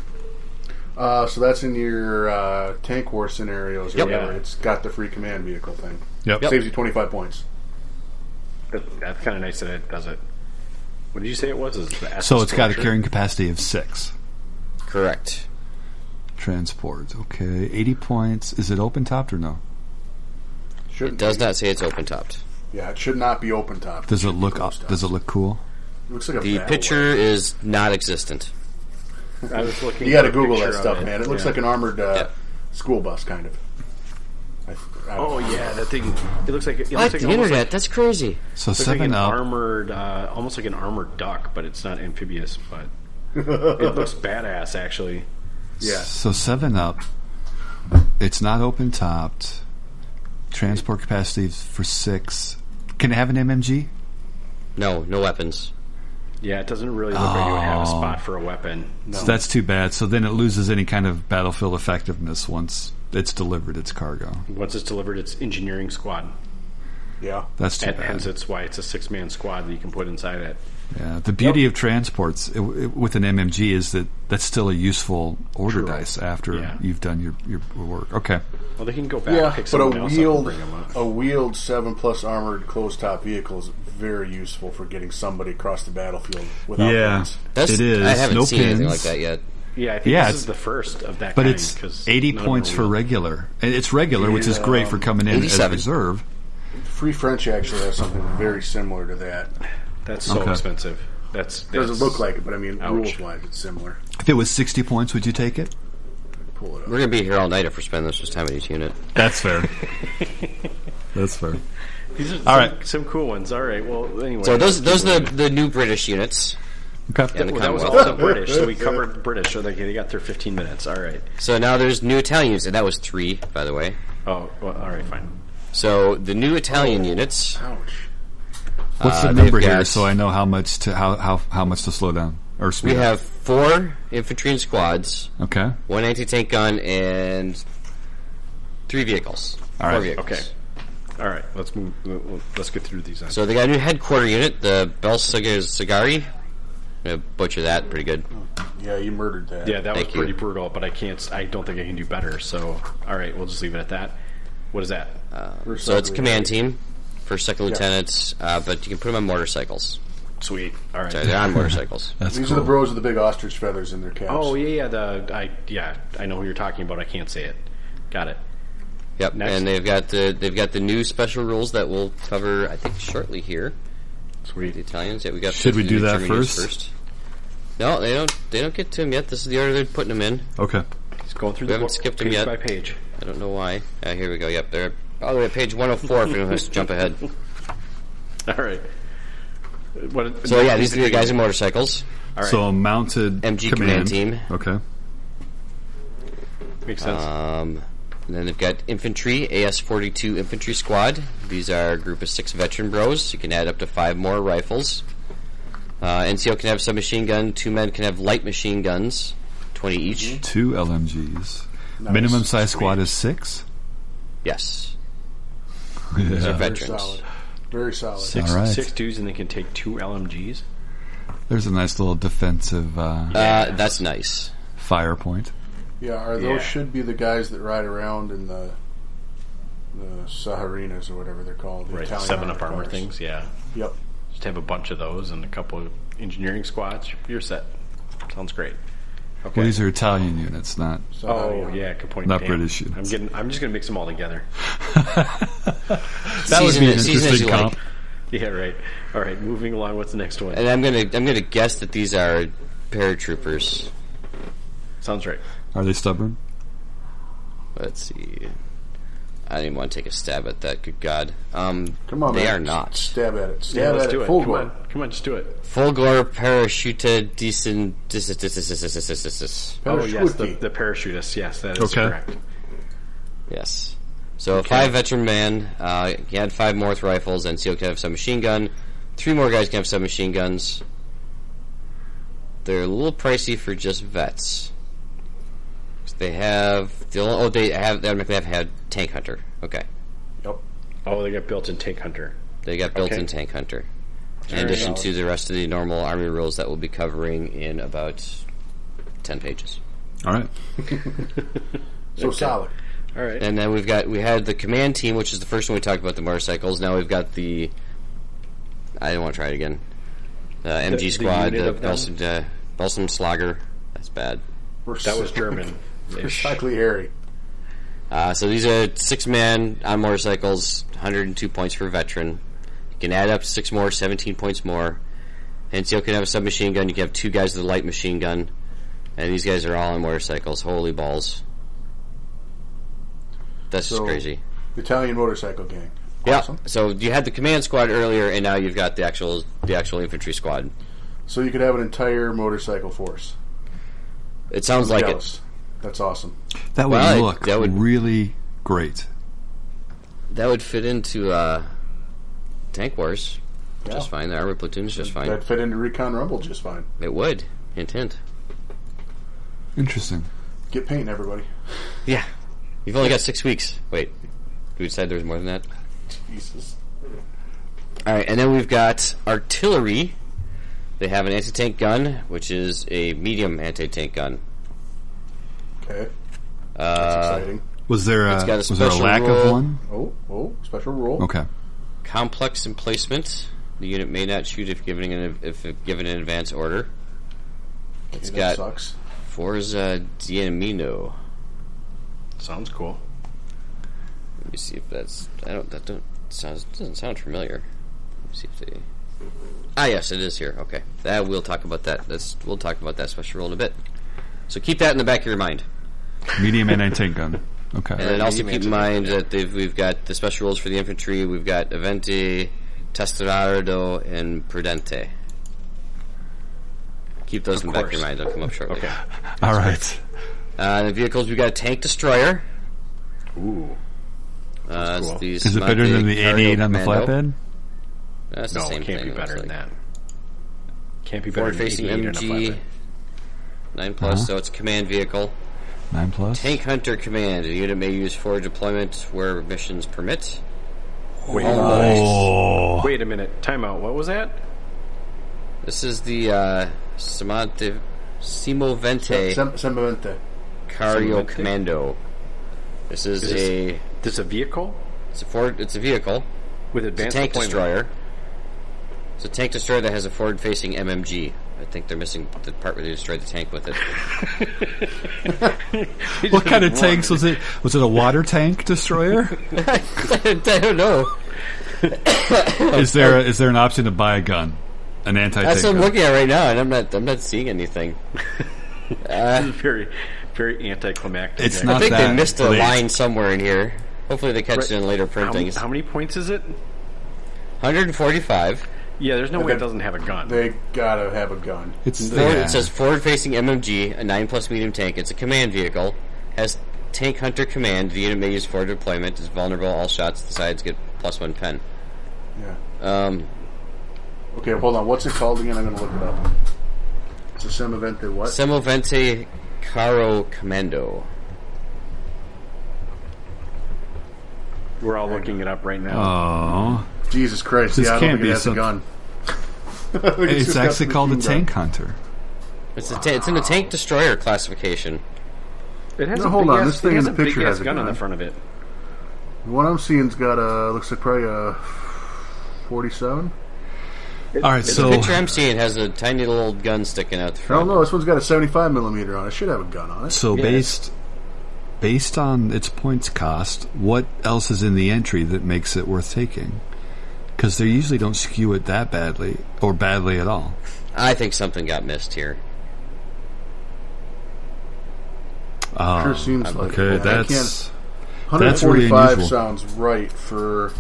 A: Uh, so that's in your uh, tank war scenarios. Or
D: Yep.
A: whatever.
B: Yeah.
A: It's got the free command vehicle thing.
C: Yep.
A: Saves you twenty five points.
B: That, that's kind of nice that it does it. What did you say it was? Is the
C: So it's got a
B: Escalation?
C: carrying capacity of six.
D: Correct.
C: Transport. Okay, eighty points. Is it open topped or no?
A: Should
D: It does not say it's open topped.
A: Yeah. It should not be open top.
C: Does it look? up- Does it look cool?
A: It looks like a
D: The
A: battle
D: picture is non-existent.
B: I was looking.
A: You got to
B: for a
A: Google
B: picture
A: that
B: of
A: stuff, man. It looks
B: Yeah.
A: like an armored uh,
D: Yeah.
A: school bus, kind of. I, I,
B: Oh yeah, that thing. It looks like it
D: What?
B: looks like almost
D: the internet?
B: like-
D: That's crazy.
C: So
B: It's like
C: seven
B: an
C: up.
B: armored, uh, almost like an armored duck, but it's not amphibious. But
A: (laughs)
B: it looks badass, actually.
A: yeah.
C: So seven up. It's not open topped. Transport capacity is for six. Can it have an MMG?
D: No, no weapons.
B: Yeah, it doesn't really look like you would have a spot for a weapon. No.
C: So that's too bad. So then it loses any kind of battlefield effectiveness once it's delivered its cargo.
B: Once it's delivered, it's engineering squad.
A: Yeah.
C: That's too
B: And
C: bad.
B: hence, it's why it's a six man squad that you can put inside it.
C: Yeah, the beauty of transports i i with an MMG is that that's still a useful order dice after
B: Yeah.
C: you've done your, your work. Okay,
B: Well, they can go back.
A: Yeah,
B: pick
A: but
B: someone
A: a
B: else up and
A: wheeled
B: bring 'em up.
A: a wheeled seven plus armored closed top vehicle is very useful for getting somebody across the battlefield without guns.
D: That's,
C: it is.
D: I haven't
C: no
D: seen
C: pins,
D: anything like that yet.
B: Yeah, I think
C: Yeah,
B: this is
C: it's-
B: the first of that
C: but
B: kind.
C: it's
B: 'cause
C: eighty
B: none of them
C: points
B: are
C: for
B: wheeled.
C: regular. And It's regular, which is
A: Yeah,
C: great for
A: um,
C: coming in as
D: 87.
C: reserve.
A: Free French actually has something very similar to that.
B: That's so
C: Okay.
B: expensive. That's,
A: It
B: that's
A: doesn't look like it, but I mean,
B: Ouch.
A: rules wise, it's similar.
C: If it was sixty points, would you take it?
A: Pull it
D: We're
A: up.
D: gonna be here all night if we're spending this much time in each unit.
C: That's
D: (laughs)
C: fair. that's fair.
B: These are some,
C: All right.
B: some cool ones. All right. Well, anyway.
D: So those those are the, the new British units.
C: Okay.
D: And the
B: Well, that was all
D: Commonwealth. (laughs)
B: the British, so we covered the British. So they, they got their 15 minutes. All right.
D: So now there's new Italian units, and that was three, by the way.
B: Oh, well, all right, fine.
D: So the new Italian units.
A: Ouch.
C: What's the
D: Uh, they've
C: number here,
D: got-
C: so I know how much to how, how, how much to slow down or speed
D: We
C: up?
D: have four infantry and squads,
C: Okay.
D: one anti-tank gun, and three vehicles.
C: All
D: Four
C: right.
D: vehicles.
B: Okay. All right. Let's move. we'll- we'll- Let's get through these.
D: So they got a new headquarter unit, the Belsaga Sagari. I'm gonna butcher that pretty good.
A: Yeah, you murdered that.
B: yeah, that was
D: Thank you.
B: pretty brutal, but I can't. I don't think I can do better. So, all right, we'll just leave it at that. What is that?
D: Uh,
A: First
D: So it's
A: off, we
D: command team for second lieutenants, uh, but you can put them on motorcycles.
B: Sweet. All right.
D: Sorry, they're
C: (laughs)
D: on motorcycles.
A: have- These are the bros with the big ostrich feathers in their caps.
B: Oh yeah, yeah. The I yeah. I know who you're talking about. I can't say it. Got it.
D: Yep,
B: Next.
D: and they've got the they've got the new special rules that we'll cover, I think, shortly here. The
B: Sweet.
D: Italians, yeah, we got.
C: Should we
D: the
C: do that
D: German units
C: first?
D: No, they don't. They don't get to them yet. This is the order they're putting them in.
C: Okay.
B: He's going through
D: We
B: the
D: haven't
B: book
D: skipped 'em
B: page
D: yet.
B: by page. (laughs)
D: I don't know why. Uh, here we go. Yep, they're all the way at page 104. if anyone has to jump ahead.
B: All right. What,
D: So yeah, these are the guys in motorcycles.
B: All right.
C: So mounted
D: MG command team.
C: Okay.
B: makes sense.
D: Um, and then they've got infantry, AS-42 infantry squad. These are a group of six veteran bros. You can add up to five more rifles. Uh, NCO can have submachine gun. Two men can have light machine guns, 20 each.
C: Two LMGs. Minimum size squad is six.
D: Yes,
C: (laughs) Yeah.
D: they're
A: Very
D: veterans.
A: solid. Very solid.
B: six,
C: all right.
B: six dudes, and they can take two LMGs.
C: There's a nice little defensive uh,
D: Uh, that's nice.
C: fire point.
A: Yeah, are
B: Yeah.
A: those should be the guys that ride around in the the Saharinas or whatever they're called. the
B: Right.
A: Italian
B: Seven up armor
A: cars.
B: things. Yeah.
A: Yep.
B: Just have a bunch of those and a couple of engineering squads. You're set. Sounds great. Okay.
C: Well, these are Italian units, not.
B: oh yeah, good point.
C: Not
B: Damn.
C: British
B: I'm
C: units.
B: getting. I'm just gonna mix them all together. (laughs)
C: That
D: Season it- season as you like.
B: Yeah. Right. All right. Moving along. What's the next one?
D: And I'm gonna I'm gonna guess that these are paratroopers.
B: Sounds right.
C: Are they stubborn?
D: Let's see. I don't even want to take a stab at that. Good God. Um,
A: Come on,
D: they
A: man.
D: are not.
A: Stab at it.
B: Yeah.
A: Stab
B: Let's
A: at
B: do it.
A: Full
B: Come
A: bore.
B: on. Come on. Just do it.
D: Fulgor parachuta decent. Dis- dis- dis- dis- dis- dis- dis- dis- dis.
B: Oh yes, the,
A: Parachute.
B: the parachutists. Yes, that is
C: Okay.
B: correct.
D: Yes. So five veteran man. Uh, he had five more with rifles, and Seal can have submachine gun. Three more guys can have submachine guns. They're a little pricey for just vets. 'Cause They have the only, oh they have they automatically have had tank hunter. Okay,
A: Yep.
B: Oh, they got built-in tank hunter.
D: they got built-in
B: Okay.
D: tank hunter. In addition to the rest of the normal army rules that we'll be covering in about ten pages.
C: All right.
A: So solid.
B: All right.
D: And then we've got we had the command team, which is the first one we talked about the motorcycles. Now we've got the I don't want to try it again. The MG
B: the
D: squad,
B: unit
D: the
B: of them?
D: Belsum, uh, Belsum Slogger. That's bad.
A: We're
B: that
A: (laughs)
B: was
A: so-
B: German.
A: We're Shockley Harry.
D: Uh, so these are six men on motorcycles, 102 points for veteran. You can add up six more, 17 points more. And so you can have a submachine gun. You can have two guys with a light machine gun. And these guys are all on motorcycles. Holy balls! That's just
A: So-
D: crazy.
A: Italian motorcycle gang.
D: Yeah.
A: Awesome.
D: So you had the command squad earlier, and now you've got the actual the actual infantry squad.
A: So you could have an entire motorcycle force.
D: It sounds like it.
A: Jealous. That's awesome.
C: That would
D: Well, it-
C: look
D: that would-
C: really great.
D: That would fit into uh, Tank Wars. just fine. The armor platoon's just fine.
A: That fit into Recon Rumble just fine.
D: It would. Hint, hint.
C: Interesting.
A: Get painting, everybody.
D: Yeah. You've only got six weeks. Wait. Did we decide there was more than that?
A: Jesus.
D: All right, and then we've got artillery. They have an anti-tank gun, which is a medium anti-tank gun.
A: Okay. That's
D: Uh,
A: exciting.
C: Was there a,
D: got a
C: was there a
D: special
C: lack of
D: rule.
C: one?
A: Oh, oh, special rule.
C: Okay.
D: Complex emplacement. The unit may not shoot if given an, if given an advance order.
A: it's
D: got-
A: sucks.
D: Forza Diamino.
B: Sounds cool.
D: Let me see if that's. I don't. That don't sounds. Doesn't sound familiar. Let me see if they. Ah, yes, it is here. Okay, that we'll talk about that. That's we'll talk about that special rule in a bit. So keep that in the back of your mind.
C: Medium anti tank gun. Okay.
D: And then also
B: medium
D: keep in mind that they've, we've got the special rules for the infantry. We've got Avente, Testarado, and Prudente. Keep those in the back of your mind. They'll come up shortly.
B: Okay.
C: All right.
D: Uh, the vehicles, we've got a tank destroyer.
B: Ooh.
D: Uh, it's
B: cool.
D: the
C: Is it better than the
D: Slavik
C: 88 on the
D: Commando.
C: flatbed?
D: That's the
B: No,
D: same
B: it can't
D: thing,
B: be
D: looks
B: better than
D: like.
B: that. Can't be better
D: Forward
B: than
D: facing
B: 88 and a
D: MG.
B: flatbed.
D: 9
C: Uh-huh.
D: plus, so it's a command vehicle.
C: 9 plus?
D: Tank Hunter Command. A unit may use forward deployment where missions permit.
B: Wait,
C: Oh.
B: wait a minute. Timeout. What was that?
D: This is the uh, Samante, Simovente.
A: Sem- Semblante.
D: Cario
B: Something.
D: Commando. This is,
B: Is
D: a
B: this- This is a vehicle
D: it's a forward, it's a vehicle,
B: with
D: it's a
B: advanced
D: tank
B: deployment.
D: destroyer. It's a tank destroyer that has a forward-facing MMG. I think they're missing the part where they destroy the tank with it.
C: What kind of tanks was it? Was it a water tank destroyer?
D: (laughs) I don't know.
C: (laughs) is there is there an option to buy a gun? An anti tank
D: That's what
C: gun?
D: I'm looking at right now, and I'm not I'm not seeing anything.
B: This is (laughs) very, very anticlimactic.
C: It's
B: I-
C: not-
D: I think they
C: that,
D: missed a
C: please.
D: line somewhere in here. Hopefully they catch it in later
B: How, many-
D: printings.
B: how many points is it?
D: 145.
B: Yeah, there's no way it
A: then-
B: doesn't have a gun.
A: They gotta have a gun.
C: It's
D: Forward-
C: yeah.
D: It says forward-facing MMG, a nine-plus medium tank. It's a command vehicle. Has tank hunter command. The unit may use forward deployment. Is vulnerable. All shots to the sides get plus one pen.
A: Yeah.
D: Um,
A: Okay, hold on. What's it called again? I'm gonna look it up. It's a Semblante what?
D: Semovente Caro Commando.
B: We're all looking it up right now.
C: Oh,
A: Jesus Christ!
C: This
A: yeah, I don't think
C: can't be
A: it has
C: some-
A: a gun. I think (laughs)
C: it's
A: just got
C: actually
A: the
C: called a
A: machine gun.
C: tank hunter.
D: It's a ta- it's in the tank destroyer classification.
B: it has
A: no,
B: a
A: hold
B: big
A: on,
B: ass-
A: this thing
B: it has
A: in the
B: a
A: picture
B: big
A: has
B: ass
A: a
B: gun, on
A: gun.
B: the front of it.
A: The one I'm seeing's got a looks like probably a 47.
C: All right,
D: The
C: so
D: picture I'm seeing has a tiny little gun sticking out the
A: I don't
D: front.
A: know. This one's got a 75 millimeter on it. Should have a gun on it.
C: so based based on its points cost, what else is in the entry that makes it worth taking? Because they usually don't skew it that badly or badly at all.
D: I think something got missed here.
A: Sure seems like it.
C: Oh, Okay,
A: I can't-
C: that's
A: 145
C: that's really unusual.
A: sounds right for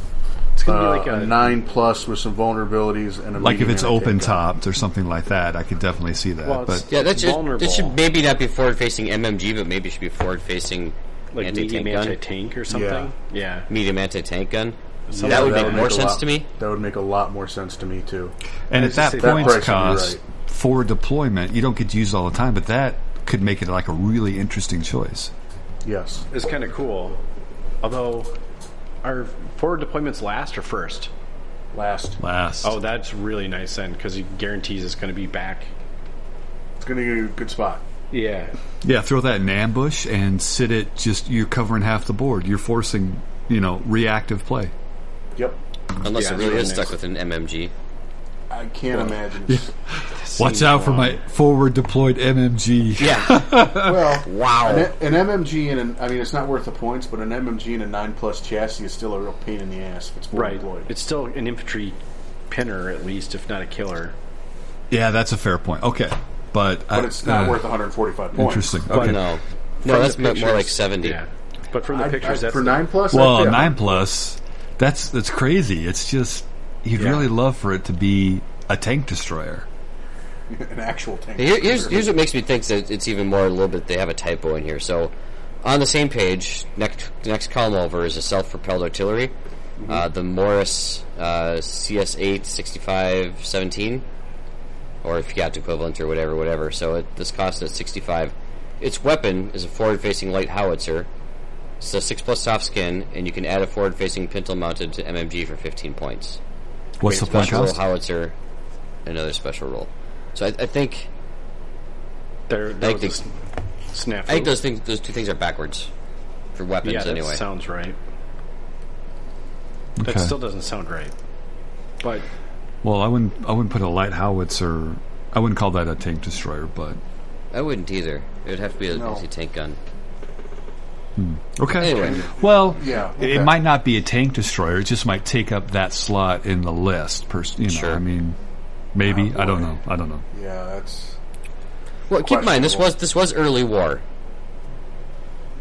B: It's gonna
A: uh,
B: be like
A: a
B: a
A: nine plus with some vulnerabilities and a
C: like if
A: medium
C: it's
A: anti-tank
C: open
A: gun.
C: topped or something like that. I could definitely see that.
B: Well, it's-
C: but
D: Yeah, that should
B: Vulnerable.
D: that should maybe not be forward facing MMG, but maybe it should be forward facing
B: like
D: anti tank
B: medium
D: gun,
B: anti-tank or something. Yeah.
D: medium anti tank gun.
A: Yeah,
D: that would make more
A: a
D: sense
A: lot-
D: to me.
A: That would make a lot more sense to me too.
C: And at that
B: say that
C: points
A: price would be
C: cost
A: right.
C: for deployment, you don't get to use it all the time, but that could make it like a really interesting choice.
A: Yes,
B: It's kind of cool. Although, are forward deployments last or first?
A: last.
C: Last.
B: Oh, that's really nice then, because he guarantees it's going to be back.
A: It's gonna give you a good spot.
B: Yeah.
C: Yeah, throw that in ambush and sit it just you're covering half the board. You're forcing, you know, reactive play.
A: Yep.
D: Unless
B: Yeah,
D: it
B: it's
D: really
B: really
D: is
B: nice.
D: stuck with an MMG.
A: I can't imagine.
C: Watch out
A: uh,
C: for my forward deployed MMG.
B: (laughs)
D: Yeah.
A: Well,
D: wow.
A: an, an MMG and an, I mean, it's not worth the points, but an MMG and a nine plus chassis is still a real pain in the ass if it's fully
B: Right.
A: deployed.
B: It's still an infantry pinner, at least, if not a killer.
C: Yeah, that's a fair point. Okay. But, uh,
A: but it's not worth 145 points.
C: Interesting.
D: But
C: Okay.
D: no.
B: From
D: No, that's
B: the
D: mo- more
B: pictures-
D: like 70.
B: Yeah. But from the
A: I- I-
B: pictures, that's
A: for nine plus.
C: Well,
A: I'd be-
C: nine plus, that's that's crazy. It's just you'd really love for it to be a tank destroyer.
A: an actual tank.
D: Here- here's, here's what makes me think that it's even more a little bit, they have a typo in here. So, on the same page, next, next column over is a self propelled artillery.
F: Mm-hmm.
D: Uh, the Morris uh, CS8 6517, or Fiat equivalent, or whatever, whatever. So it, this cost is 65. Its weapon is a forward-facing light howitzer. It's a six plus soft skin, and you can add a forward-facing pintle mounted to MMG for 15 points.
F: What's the
D: Create a
F: point
D: special roll
F: cost?
D: howitzer, another special roll. So I, I think
B: There,
D: I
B: that was
D: think-
B: a s- snafu.
D: I think those things, those two things are backwards for weapons
B: yeah, that
D: anyway.
B: sounds right. That
F: Okay.
B: still doesn't sound right. But
F: Well, I wouldn't. I wouldn't put a light howitzer. I wouldn't call that a tank destroyer, but
D: I wouldn't either. It would have to be a multi-tank gun.
F: okay.
D: Anyway,
F: Well,
A: Yeah,
F: it- it
A: okay.
F: might not be a tank destroyer. It just might take up that slot in the list. Per, you know,
D: Sure.
F: I mean, maybe I don't
A: boy.
F: know. I don't know.
A: Yeah, that's
D: well, keep in mind this was this was early war.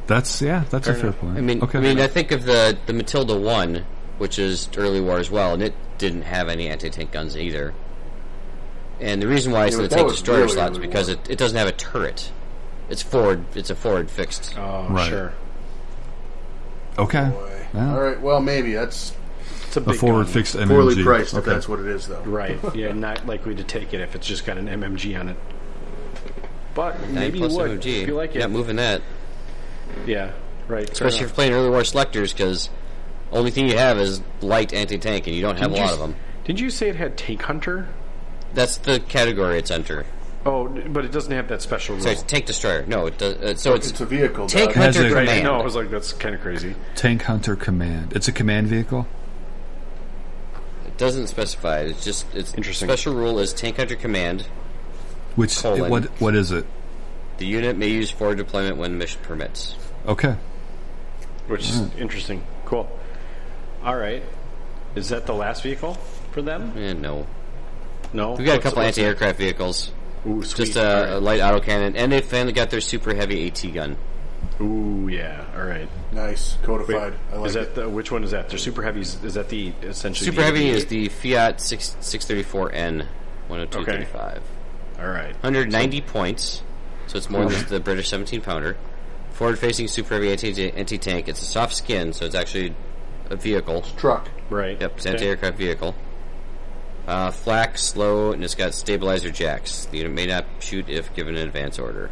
F: That's yeah. That's a fair point.
D: I mean,
F: okay.
D: I mean, I think of the the Matilda One, which is early war as well, and it didn't have any anti-tank guns either. And the reason why it's
A: Yeah,
D: in the
A: but that
D: tank
A: was
D: destroyer
A: really
D: slot is
A: early
D: because
A: war.
D: it, it doesn't have a turret. It's forward. It's a forward fixed.
B: oh,
F: Right.
B: sure,
F: okay.
A: boy.
F: Yeah.
A: All right. Well, maybe that's
B: it's a
F: A
B: big
F: forward
B: gun.
F: fixed MMG.
A: poorly priced if
F: Okay.
A: that's what it is, though.
B: Right. Yeah, not likely to take it if it's just got an MMG on it. But maybe you
D: plus
B: would
D: MMG.
B: if you like it.
D: Not moving that,
B: Yeah. Right. fair
D: especially if
B: enough.
D: you're playing early war selectors, because only thing you have is light anti-tank, and you don't have
B: Didn't
D: a
B: you
D: lot
B: s-
D: of them.
B: Didn't you say it had Tank Hunter?
D: That's the category it's under.
B: Oh, n- but it doesn't have that special rule.
D: So it's tank destroyer. No, it does. Uh, so it's,
A: It's a vehicle.
D: tank
A: Doug.
F: Has
D: hunter
F: a-
B: right.
D: command.
B: No, I was like, that's kind of crazy.
F: Tank Hunter Command. It's a command vehicle.
D: It doesn't specify. It's just it's
B: Interesting.
D: Special rule is tank hunter command.
F: Which
D: Colon.
F: what what is it?
D: The unit may use forward deployment when mission permits.
F: Okay.
B: Which is interesting. Cool. All right. Is that the last vehicle for them?
D: Eh, no,
B: No.
D: we got a
B: What's-
D: couple
B: what's-
D: anti-aircraft vehicles.
B: Ooh, sweet.
D: Just a, a light autocannon, and they finally got their super heavy AT gun.
B: Ooh, yeah. All right.
A: Nice,
B: Wait,
A: codified. I like
B: is that
A: it.
B: the which one is that? They're super heavies. Is that the essentially
D: Super
B: the
D: heavy is
B: 88?
D: the Fiat 6, 634N 10235.
B: All right.
D: 190 points, so it's more than the British 17 pounder. Forward facing super heavy anti- anti tank. It's a soft skin, so it's actually a vehicle.
A: truck?
B: Right.
D: Yep, it's
B: Okay.
D: anti aircraft vehicle. Uh, flak, slow, and it's got stabilizer jacks. The unit may not shoot if given an advance order.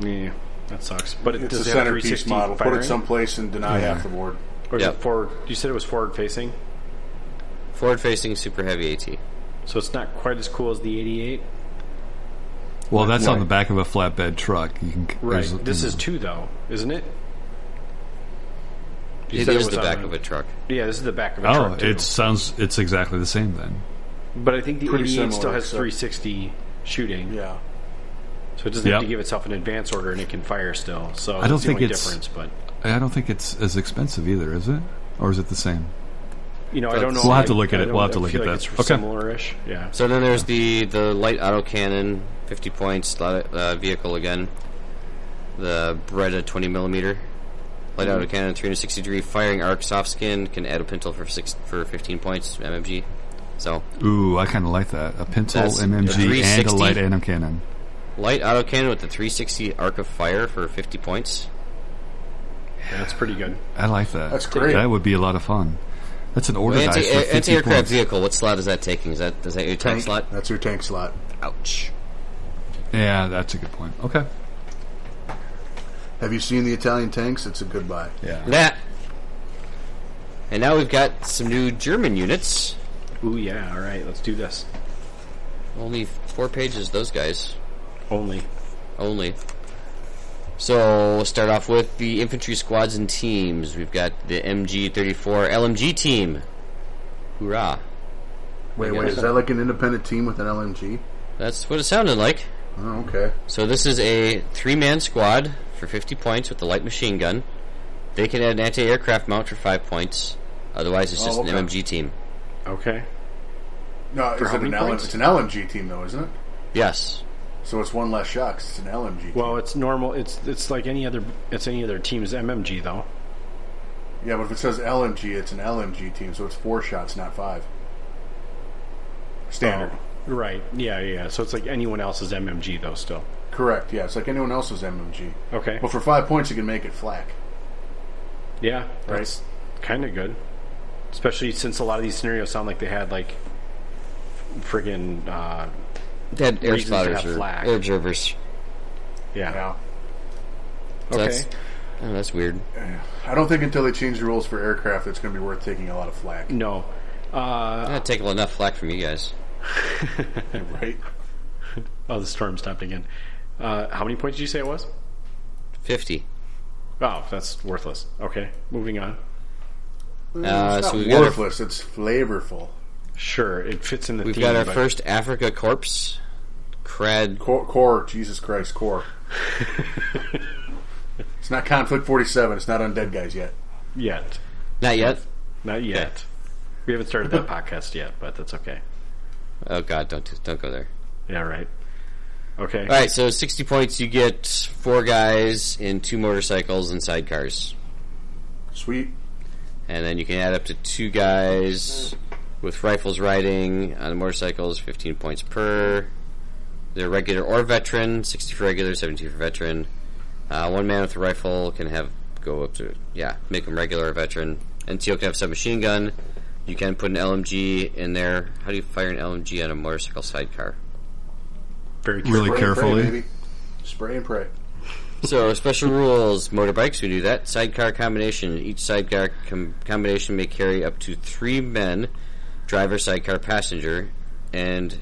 B: Yeah, that sucks. But it
A: It's
B: does
A: a
B: it have
A: centerpiece
B: 360
A: model.
B: Firing?
A: Put it someplace and deny half the board.
B: Or is
D: Yeah.
B: it forward? You said it was forward facing,
D: Forward facing super heavy AT.
B: so it's not quite as cool as the 88.
F: Well, that's on the back of a flatbed truck. You can there's-
B: This
F: you
B: is
F: know.
B: two though, isn't it? You
D: It
B: said
D: is
B: was
D: the
B: on
D: back of a truck.
B: Yeah, this is the back of a
F: Oh,
B: truck. too.
F: it sounds it's exactly the same then.
B: But I think the 88
A: pretty
B: still
A: similar,
B: has
A: except-
B: 360 shooting,
A: Yeah.
B: so it doesn't have to
F: Yep.
B: give itself an advance order and it can fire still. So
F: I don't
B: that's the
F: think
B: only
F: it's-
B: difference. But
F: I don't think it's as expensive either, is it? Or is it the same?
B: you know, I don't know.
D: We'll
F: have to
B: I-
F: look at
B: I
F: it.
B: don't-
F: We'll have
B: I
F: to look
B: feel
F: at
B: like
F: that.
B: It's
F: Okay.
B: similar-ish. Yeah.
D: So then there's the, the light autocannon, 50 points, lot of- uh, vehicle again. The Beretta 20 millimeter light
F: Mm-hmm.
D: autocannon, 360 degree firing arc, soft skin, can add a pintle for six for 15 points, MMG. So
F: Ooh, I kind of like that. A pintle
D: That's
F: MMG and a
D: 360.
F: light atom cannon.
D: light autocannon with the 360 arc of fire for 50 points.
B: That's pretty good.
F: I like that.
A: That's great.
F: That would be a lot of fun. That's an order
D: Anti
F: dice for 50
D: anti aircraft
F: points.
D: vehicle. What slot is that taking? Is that is that your tank slot?
A: That's your tank slot.
D: Ouch.
F: Yeah, that's a good point. Okay.
A: Have you seen the Italian tanks? It's a good buy.
F: Yeah.
D: That. And now we've got some new German units.
B: Ooh, yeah. All right, let's do this.
D: Only four pages. Those guys.
B: Only.
D: Only. So we'll start off with the infantry squads and teams. We've got the MG34 LMG team. Hoorah!
A: Wait, wait, is that like an independent team with an LMG?
D: That's what it sounded like.
A: Oh, okay.
D: So this is a three-man squad for 50 points with the light machine gun. They can add an anti-aircraft mount for five points. Otherwise, it's
A: Oh,
D: just
A: okay.
D: an MMG team.
B: Okay.
A: No, is it
B: many
A: an L-
B: points?
A: it's an LMG team though, isn't it?
D: Yes.
A: So it's one less shot 'cause it's an LMG.
B: Well, it's normal. It's it's like any other. It's any other team's MMG though.
A: team. Yeah, but if it says LMG, it's an LMG team, so it's four shots, not five. Oh. Standard.
B: Right. Yeah. Yeah. So it's like anyone else's MMG though. Still.
A: Correct. Yeah, it's like anyone else's MMG.
B: Okay.
A: But for five points, you can make it flak.
B: yeah.
A: Right.
B: That's kind of good. Especially since a lot of these scenarios sound like they had like friggin' uh,
D: They had air
B: Reasons to
D: spotters
B: have
D: or
B: flag.
D: air observers.
B: yeah.
A: Yeah.
D: So
B: Okay.
D: that's, oh, that's weird.
A: I don't think until they change the rules for aircraft, it's going to be worth taking a lot of flack,
B: No. Uh, (laughs)
D: I'm not taking enough flack from you guys.
A: right?
B: oh, the storm stopped again. Uh, how many points did you say it was?
D: 50.
B: Oh, that's worthless. Okay, moving on.
D: Uh,
A: it's not
D: so we've got, our,
A: worthless. It's flavorful.
B: Sure, it fits in the
D: we've
B: theme.
D: got our
B: but-
D: first Africa corpse. Crad.
A: Core, core Jesus Christ,
B: (laughs)
A: core. it's not Conflict 47. It's not Undead Guys yet.
B: yet,
D: Not yet.
B: not yet. We haven't started that podcast yet, but that's okay.
D: Oh god, don't don't go there.
B: Yeah, right. Okay.
D: All right, so 60 points you get four guys in two motorcycles and sidecars.
A: Sweet.
D: And then you can add up to two guys with rifles riding on motorcycles, 15 points per. They're regular or veteran, 60 for regular, 70 for veteran. Uh, one man with a rifle can have go up to, yeah, make them regular or veteran. NTO can have submachine gun. You can put an LMG in there. How do you fire an LMG on a motorcycle sidecar?
B: Very true.
C: Really
A: Spray and
C: carefully.
A: Pray, baby. Spray and pray.
D: So special rules: motorbikes. We knew that. Sidecar combination. Each sidecar com- combination may carry up to three men, driver, sidecar passenger, and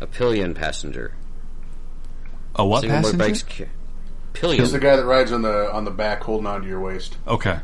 D: a pillion passenger.
C: A what
D: Single motorbikes.
C: passenger?
A: It's
D: Ca-
A: the
D: pillion.
A: guy that rides on the on the back holding onto your waist.
C: Okay.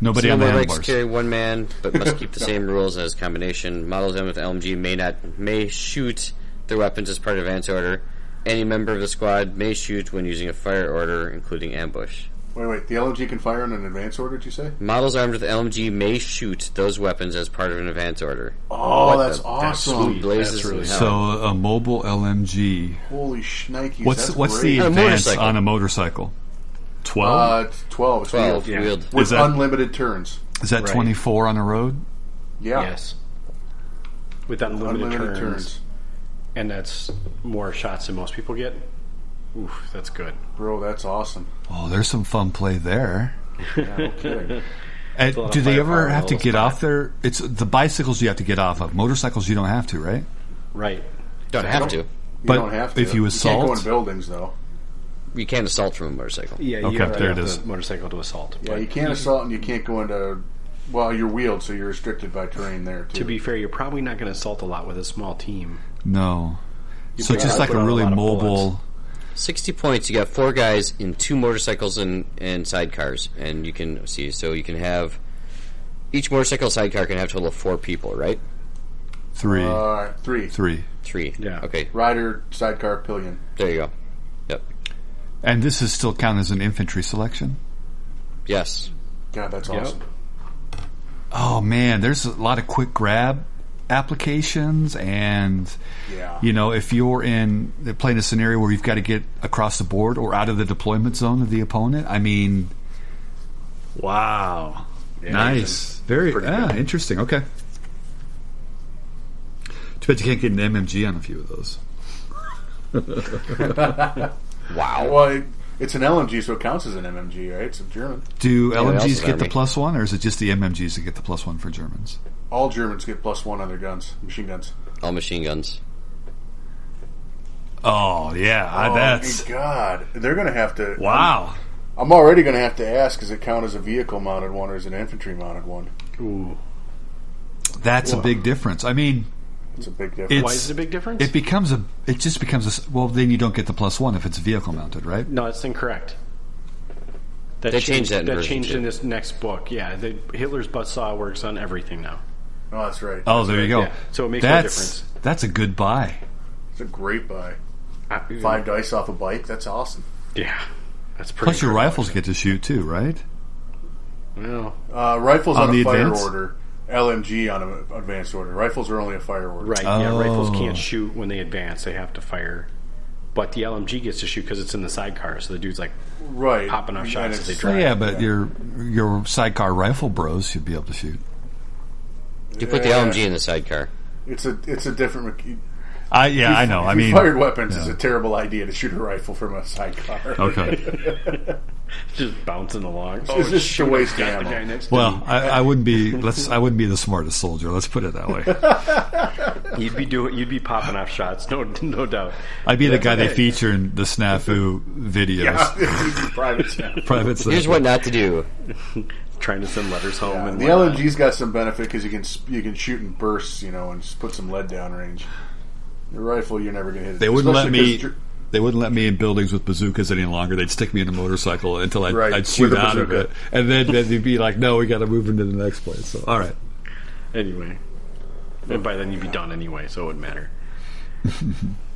C: Nobody
D: Single
C: on the
D: motorbikes
C: handlebars.
D: carry one man, but must keep
C: (laughs)
D: the same rules as combination. Models done with LMG may not may shoot their weapons as part of advance order. Any member of the squad may shoot when using a fire order, including ambush.
A: Wait, wait. The LMG can fire in an advance order, did you say?
D: Models armed with LMG may shoot those weapons as part of an advance order.
A: Oh, that's
D: the-
A: awesome.
B: sweet.
D: Blazes
B: That's really
D: and
C: So a mobile LMG.
A: Holy shnikes.
C: What's
A: that's
C: what's
A: great.
C: the
D: A
C: advance
D: motorcycle.
C: on a motorcycle? Twelve.
A: Uh, it's 12. It's
D: Well,
A: wheeled.
B: Yeah.
D: wheeled.
A: With
C: Is that-
A: unlimited turns.
C: Is that
B: right.
C: 24 on a road?
A: Yeah.
B: Yes. With unlimited,
A: Unlimited
B: turns,
A: turns.
B: and that's more shots than most people get. Oof, that's good.
A: Bro, that's awesome.
C: Oh, there's some fun play there. (laughs)
A: Kidding.
C: And
B: lot of
C: do they ever
B: firepower,
C: have to
B: all
C: get
B: those
C: off their? It's the bicycles you have to get off of. Motorcycles you don't have to, right?
B: Right.
D: Don't have to.
A: You
C: But
A: don't have to.
C: if
A: can't
C: you
A: go
C: assault-
A: in buildings, though.
D: You can't assault from a motorcycle.
B: Yeah.
C: Okay,
B: already
C: there it
B: have
C: is.
B: the Motorcycle to assault.
A: Yeah, you can't assault and you can't go into. Well, you're wheeled, so you're restricted by terrain there, too.
B: To be fair, you're probably not going to assault a lot with a small team.
C: No. so
A: put-
C: just
A: I
C: like
B: put
C: a
B: out a
C: really
B: lot of
C: mobile.
D: 60 points, you got four guys in two motorcycles and, and sidecars. And you can see, so you can have. Each motorcycle sidecar can have a total of four people, right?
C: Three,
A: Uh, three.
C: three.
D: Three.
B: Yeah.
D: Okay,
A: Rider, sidecar, pillion.
D: there you go. Yep.
C: And this is still counted as an infantry selection.
D: Yes.
A: God, that's
B: Yep.
A: awesome.
C: Oh man, there's a lot of quick grab applications and
A: Yeah.
C: you know if you're in they're playing a scenario where you've got to get across the board or out of the deployment zone of the opponent i mean wow nice very ah, interesting okay too bad you can't get an mmg on a few of those
D: Wow.
A: Well, it, it's an LMG, so it counts as an MMG, right? It's a German.
C: do
D: what else is
C: lmgs get the
D: Army?
C: plus one or is it just the mmgs that get the plus one for germans
A: All Germans get plus one on their guns, machine guns.
D: All machine guns.
C: oh yeah I
A: oh,
C: that's
A: my God. They're going to have to.
C: wow
A: I'm already going to have to ask: Does it count as a vehicle-mounted one or as an infantry-mounted one?
B: Ooh.
C: that's a big difference i mean
A: It's a big difference.
C: it's,
B: Why is it a big difference?
C: it becomes a it just becomes a s- well then you don't get the plus one if it's vehicle mounted right
B: No, that's incorrect. That
D: They changed that in version
B: changed
D: two.
B: in this next book. Yeah, the, Hitler's buzzsaw works on everything now.
A: oh, that's right.
C: Oh, there you go.
B: Yeah. So it makes no
C: that's,
B: difference.
C: That's a good buy.
A: It's a great buy.
B: I-
A: Five dice off a bike. That's awesome.
B: Yeah, that's pretty.
C: Plus, your
B: incredible,
C: rifles get to shoot too, right?
B: actually. Well,
A: Uh, rifles
C: On
A: on,
C: the
A: a fire
C: advance?
A: order. LMG on an advanced order. Rifles are only a fire order.
B: right. Yeah, rifles
C: Oh.
B: can't shoot when they advance; they have to fire. But the LMG gets to shoot because it's in the sidecar. So the dude's like,
A: Right.
B: Popping off
A: And
B: shots
A: it's-
B: as they
C: Oh,
B: drive. Right,
C: yeah, but your your sidecar rifle bros should be able to shoot.
D: You put the
A: Yeah.
D: LMG in the sidecar.
A: It's a it's a different. mech-
C: I yeah, I know. I
A: if you
C: mean,
A: fired weapons is a terrible idea to shoot a rifle from a sidecar.
C: okay.
B: just bouncing along.
A: (laughs) Oh, It's just
B: shoot,
A: a waste
B: I've got
A: of
B: the
A: ammo.
B: guy next to
C: Well,
B: me.
C: I, I wouldn't be let's I wouldn't be the smartest soldier. Let's put it that way.
B: you'd be doing, you'd be popping off shots, (laughs) no, no doubt.
C: I'd be the guy they feature in the snafu videos.
A: (laughs) Private Sam.
C: Private
D: Here's
C: sector.
D: what not to do.
B: Trying to send letters home. and
A: The
B: whatnot.
A: LMG's got some benefit because you can s- you can shoot in bursts, you know, and just put some lead down range. Your rifle, you're never going to hit.
C: They wouldn't let
A: Especially
C: me.
A: 'cause dr-
C: They wouldn't let me in buildings with bazookas any longer. They'd stick me in a motorcycle until I'd,
A: Right,
C: I'd shoot
A: with a
C: out of
A: bazooka.
C: it, and then, then they'd be like, "No, we got to move into the next place." So, all right,
B: Anyway, and by then you'd be done anyway, so it wouldn't matter.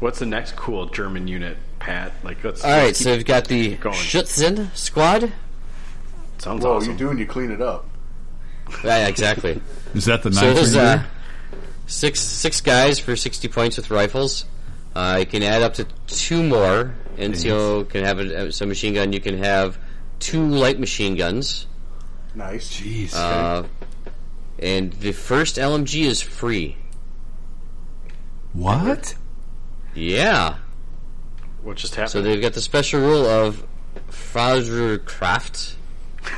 B: What's the next cool German unit, Pat? Like, let's.
D: All
B: let's
D: right,
B: keep-
D: so we've got the
B: going.
D: Schutzen squad.
B: sounds
A: Whoa,
B: awesome.
A: you do and oh, you clean it up.
D: Yeah, exactly.
C: is that the
D: So
C: ninth?
D: there's
C: ranger?
D: uh, six six guys for sixty points with rifles. Uh, you can add up to two more. NCO can have a, a machine gun. You can have two light machine guns.
A: Nice.
C: Jeez.
D: Uh, and the first LMG is free.
C: what?
D: Yeah.
B: What just
D: So
B: happened?
D: they've got the special rule of Faserkraft.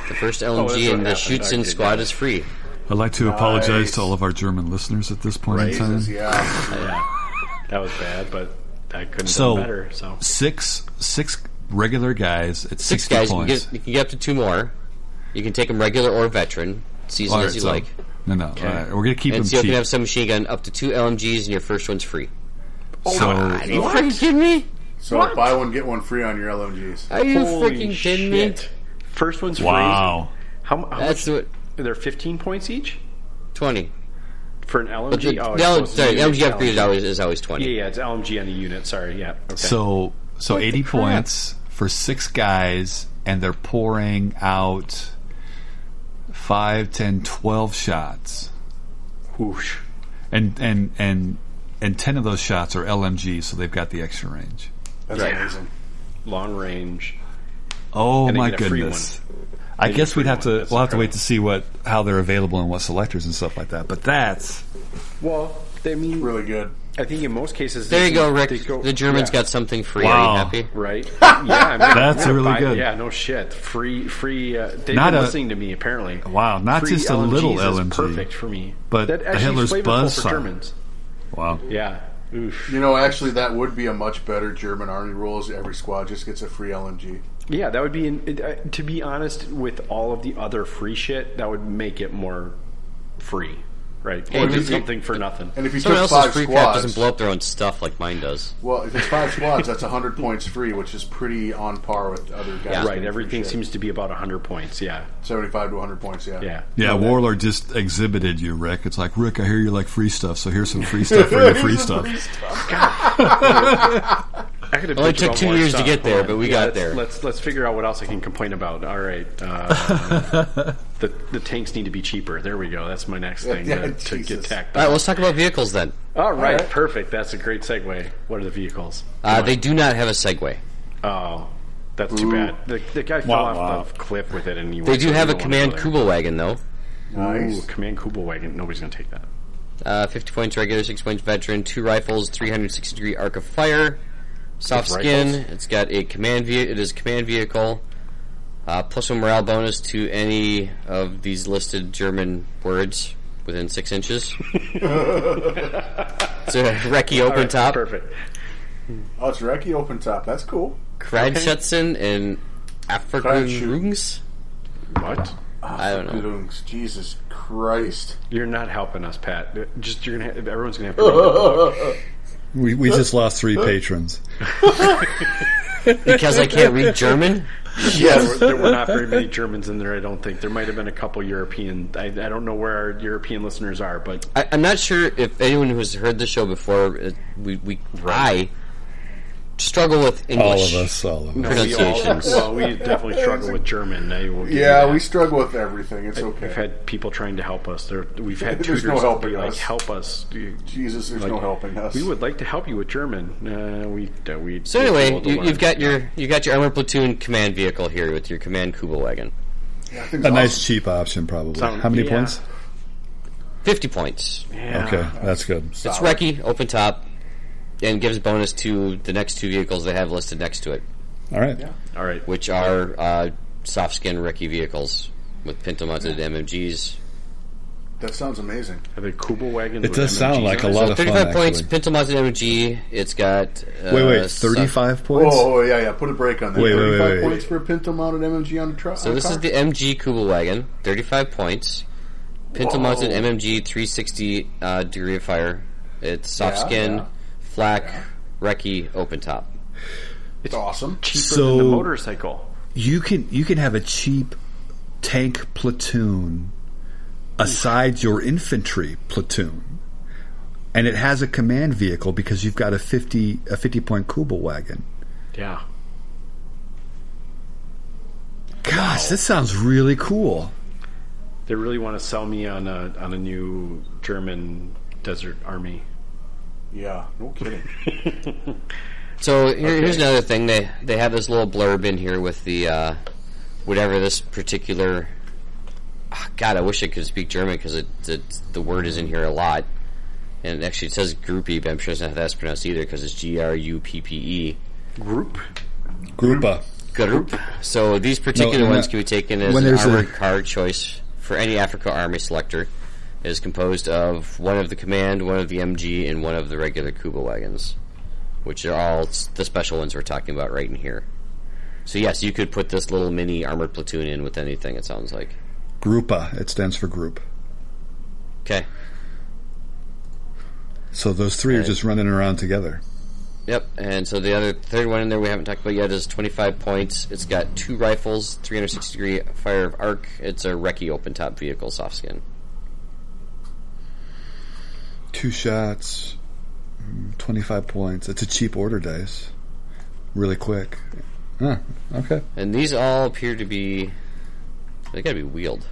D: The first LMG
B: what
D: in the
B: happened. I
D: Schutzen
B: did
D: squad
B: that.
D: is free.
C: I'd like to apologize
A: Nice.
C: to all of our German listeners at this point in time.
A: Jesus, yeah.
B: that was bad, but I couldn't
C: So-
B: do better. So
C: Six six regular guys at
D: Six
C: sixty
D: guys. You can,
C: points.
D: get, you can get up to two more. You can take them regular or veteran, season
C: All right,
D: as you
C: so-
D: like.
C: No, no. All right. We're gonna keep them
D: And so you
C: cheap.
D: can have some machine gun up to two LMGs, and your first one's free.
C: so
D: Are you freaking kidding me?
A: So buy one get one free on your LMGs.
D: Are you
B: Holy
D: freaking kidding me?
B: shit. First one's
C: wow.
B: free. How, mu- how
D: That's
B: much?
D: what
B: They're fifteen points each
D: twenty.
B: for an
D: But the,
B: LMG.
D: the,
B: oh,
D: L-
B: it's supposed
D: sorry, LMG
B: to be
D: upgrade is
B: LMG.
D: always is always twenty.
B: Yeah, yeah, it's LMG on the unit. Sorry, yeah. Okay.
C: So so eighty points for six guys, and they're pouring out five, ten, twelve shots,
B: Whoosh.
C: and and and and ten of those shots are LMG, so they've got the extra range.
A: That's
B: Right.
A: amazing.
B: long range.
C: Oh
B: And they
C: my
B: get a free
C: goodness.
B: one.
C: I
B: They get a
C: guess
B: free
C: we'd have
B: one.
C: to
B: That's
C: we'll have to
B: incredible.
C: wait to see what how they're available and what selectors and stuff like that. But that's
B: Well, they mean,
A: Really good.
B: I think in most cases,
D: There
B: they
D: you go,
B: can-
D: Rick.
B: they go-
D: the Germans
B: yeah.
D: got something free.
C: Wow.
D: Are you happy? (laughs)
B: Right? Yeah, I'm gonna-
C: That's
B: I'm gonna
C: really
B: buy-
C: good.
B: Yeah, no shit. Free, free. Uh, they've
C: Not
B: been
C: a-
B: listening to me apparently.
C: Wow, not
B: Free
C: just a
B: LMGs
C: little
B: is
C: LMG,
B: perfect for me.
C: but
B: that
C: the
B: actually is
C: Hitler's
B: flavorful
C: buzz
B: for
C: saw.
B: Germans.
C: wow.
B: Yeah. Oof.
A: You know, actually, that would be a much better German army rule. Is every squad just gets a free LMG?
B: Yeah, that would be. In, it, uh, to be honest, with all of the other free shit, that would make it more free, right? Or
D: Hey,
B: just
D: did you-
B: something for nothing.
A: And if you
D: Someone
A: took
D: else's
A: five
D: free crap
A: squads,
D: doesn't blow up their own stuff like mine does.
A: well, if it's five squads, that's hundred points free, which is pretty on par with other guys.
B: Right, everything seems to be about hundred points. Yeah,
A: seventy-five to hundred points. Yeah,
B: yeah.
C: Yeah,
B: No, that-
C: Warlord just exhibited you, Rick. It's like, Rick, I hear you like free stuff, so here's some free stuff for your
B: (laughs)
C: free stuff.
B: I could have
D: Only
B: bitched
D: took
B: about
D: two
B: more
D: years to
B: stuff.
D: get there,
B: Hold on.
D: but we
B: Yeah,
D: got
B: let's-
D: there.
B: Let's let's figure out what else I can complain about. All right,
C: (laughs)
B: uh, the the tanks need to be cheaper. There we go. That's my next thing
A: Yeah,
B: to, to get
A: Jesus.
B: tacked.
D: All right,
B: on.
D: let's talk about vehicles then.
B: All right, perfect. That's a great segue. What are the vehicles?
D: Uh, they do not have a Segway.
B: Oh, that's too bad. The, the guy fell off the cliff with it, and he
D: They
B: went-
D: do have
B: we don't
D: a
B: wanna
D: command
B: go
D: Kubel wagon though.
B: there.
A: nice.
B: Ooh, command Kubel wagon. Nobody's gonna take that.
A: (laughs)
D: Uh, 50 points regular, 6 points veteran, 2 rifles, 360 degree arc of fire, soft
B: With
D: skin,
B: rifles?
D: it's got a command vehicle, it is a command vehicle, uh, plus a morale bonus to any of these listed German words within 6 inches. it's
B: (laughs)
D: a recce
B: All
D: open
B: right,
D: top,
B: Perfect.
A: Oh, it's Reki open top. That's cool.
D: Kreidschutzen and Afrikaans.
B: What?
D: I don't know.
A: Lungs. Jesus Christ.
B: You're not helping us, Pat. Uh, Just you're gonna. Have,
A: (laughs)
B: everyone's gonna have to.
C: (laughs) We, we just lost three patrons.
D: Because I
B: (laughs)
D: can't read German?
B: There were, there were not very many Germans in there, I don't think. There might have been a couple European. I, I don't know where our European listeners are, but
D: I, I'm not sure if anyone who's heard the show before, uh, we, we I struggle with English.
C: all of
B: we all,
D: pronunciations.
B: well, we definitely struggle with German. I will give you
A: Yeah,
B: that.
A: we struggle with everything. It's
B: We've
A: okay.
B: had people trying to help us. There, we've had
A: There's
B: tutors
A: no helping
B: be like,
A: us.
B: "Help us! You-
A: Jesus, there's
B: like,
A: no helping us.
B: We would like to help you with German." Uh, we uh, we.
D: So
B: we're
D: anyway,
B: able to
D: you,
B: learn.
D: you've got your you got your armored platoon command vehicle here with your command Kubel wagon.
A: I think
C: A
A: it's
C: nice
A: awesome.
C: cheap option, probably.
B: Sound-
C: How many
B: yeah.
C: points?
D: Fifty points.
B: Yeah.
C: Okay, that's good.
D: It's recce, open top, and gives bonus to the next two vehicles they have listed next to it,
C: All right.
B: All right.
D: which are uh, soft skin recce vehicles with pinto mounted MMGs.
A: That sounds amazing.
B: Are they Kubel wagons?
H: It
B: with
H: does sound
B: MMGs
H: like
B: on
H: a
B: it?
H: lot
D: So
H: of fun.
D: 35 points,
H: actually.
D: pinto mounted MMG. It's got. Uh,
H: Wait, wait,
D: soft-
H: 35
A: Oh,
H: points?
A: oh, yeah, yeah. Put a break on that.
H: Wait, wait, wait,
A: 35
H: wait,
A: points
H: wait.
A: for a pinto mounted MMG on a truck.
D: So this is the MG Kubel wagon, 35 points. Pinto mounted
A: Whoa.
D: MMG 360 uh, degree of fire. It's soft
A: Yeah,
D: skin,
A: yeah.
D: flak, recce, open top.
A: It's awesome.
B: The
H: So
B: motorcycle.
H: you can you can have a cheap tank platoon aside your infantry platoon. And it has a command vehicle because you've got a 50 a 50 point Kubel wagon.
B: Yeah.
H: Gosh, this sounds really cool.
B: They really want to sell me on a on a new German desert army.
A: Yeah, no kidding.
D: So here, here's another thing. They they have this little blurb in here with the uh, whatever this particular. Ah, God, I wish I could speak German because it, it the word is in here a lot. And actually, it says groupie, but I'm sure it's not how that's pronounced either because it's G R U P P E.
B: Group.
H: Grupa.
D: Group. So these particular
H: No,
D: ones
H: no.
D: can be taken as
H: When
D: an
H: there's a-
D: armored car choice for any Africa Army selector. It is composed of one of the command, one of the MG, and one of the regular Kuba wagons, which are all s- the special ones we're talking about right in here. So yes, you could put this little mini armored platoon in with anything. It sounds like
H: Grupa. It stands for group.
D: okay.
H: So those three are just running around together.
D: Yep, and so the other third one in there we haven't talked about yet is 25 points. It's got two rifles, 360 degree fire of arc. It's a recce open top vehicle, soft skin.
H: Two shots, mm, 25 points. It's a cheap order dice. Really quick. Huh, okay.
D: And these all appear to be. They gotta be wheeled.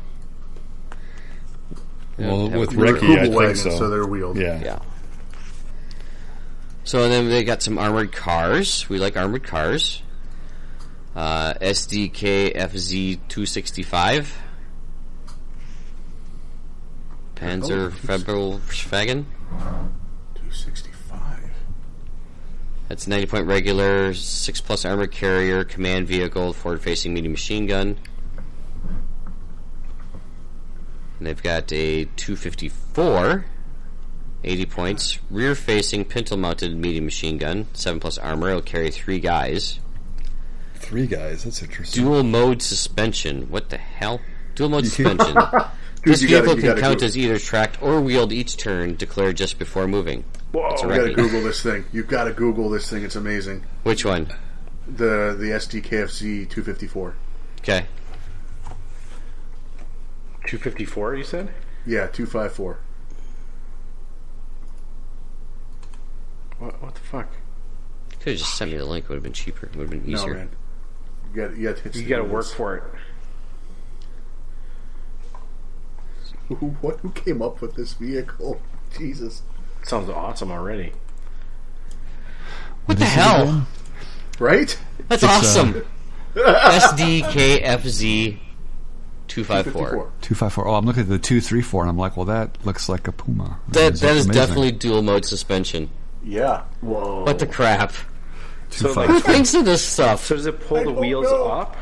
D: They don't
H: Well,
D: have
H: with
D: wheels.
H: Ricky,
A: Kubel
H: I think
A: wagon,
H: so.
A: so they're wheeled.
H: Yeah.
D: Yeah. So then they got some armored cars. We like armored cars. Uh, SDK FZ 265. Panzer Febelwagen.
A: 265.
D: That's 90 point regular, 6 plus armor carrier, command vehicle, forward facing medium machine gun. And they've got a 254, 80 points, rear facing pintle mounted medium machine gun, 7 plus armor, it'll carry 3 guys.
H: Three guys. That's interesting.
D: Dual mode suspension. What the hell? Dual
A: (laughs)
D: mode suspension. this
A: you gotta-
D: vehicle
A: you
D: can
A: gotta
D: count
A: go-
D: as either tracked or wheeled each turn, declared just before moving. It's a
A: You gotta
D: recce.
A: Google this thing. You've gotta Google this thing. It's amazing.
D: Which one?
A: The the SDKFC 254.
D: Okay.
B: 254, you said?
A: Yeah, 254.
B: What, what the fuck?
D: Could have just sent me the link. Would have been cheaper. Would have been
A: No,
D: easier.
A: man. You gotta, you gotta,
B: You gotta work for it.
A: Who, (laughs) what, who came up with this vehicle? (laughs) Jesus.
B: Sounds awesome already.
D: What the hell?
A: Right?
D: That's
C: uh,
B: (laughs)
D: awesome. SDKFZ two five four.
A: 54.
C: Two five four. Oh, I'm looking at the two three four, and I'm like, well, that looks like a Puma.
D: That that is
C: amazing.
D: definitely dual mode suspension.
A: Yeah. Whoa.
D: What the crap?
C: two
B: So,
C: five.
D: Who
B: like,
D: thinks of this stuff?
B: so does it pull the
A: don't
B: wheels
A: know.
B: up?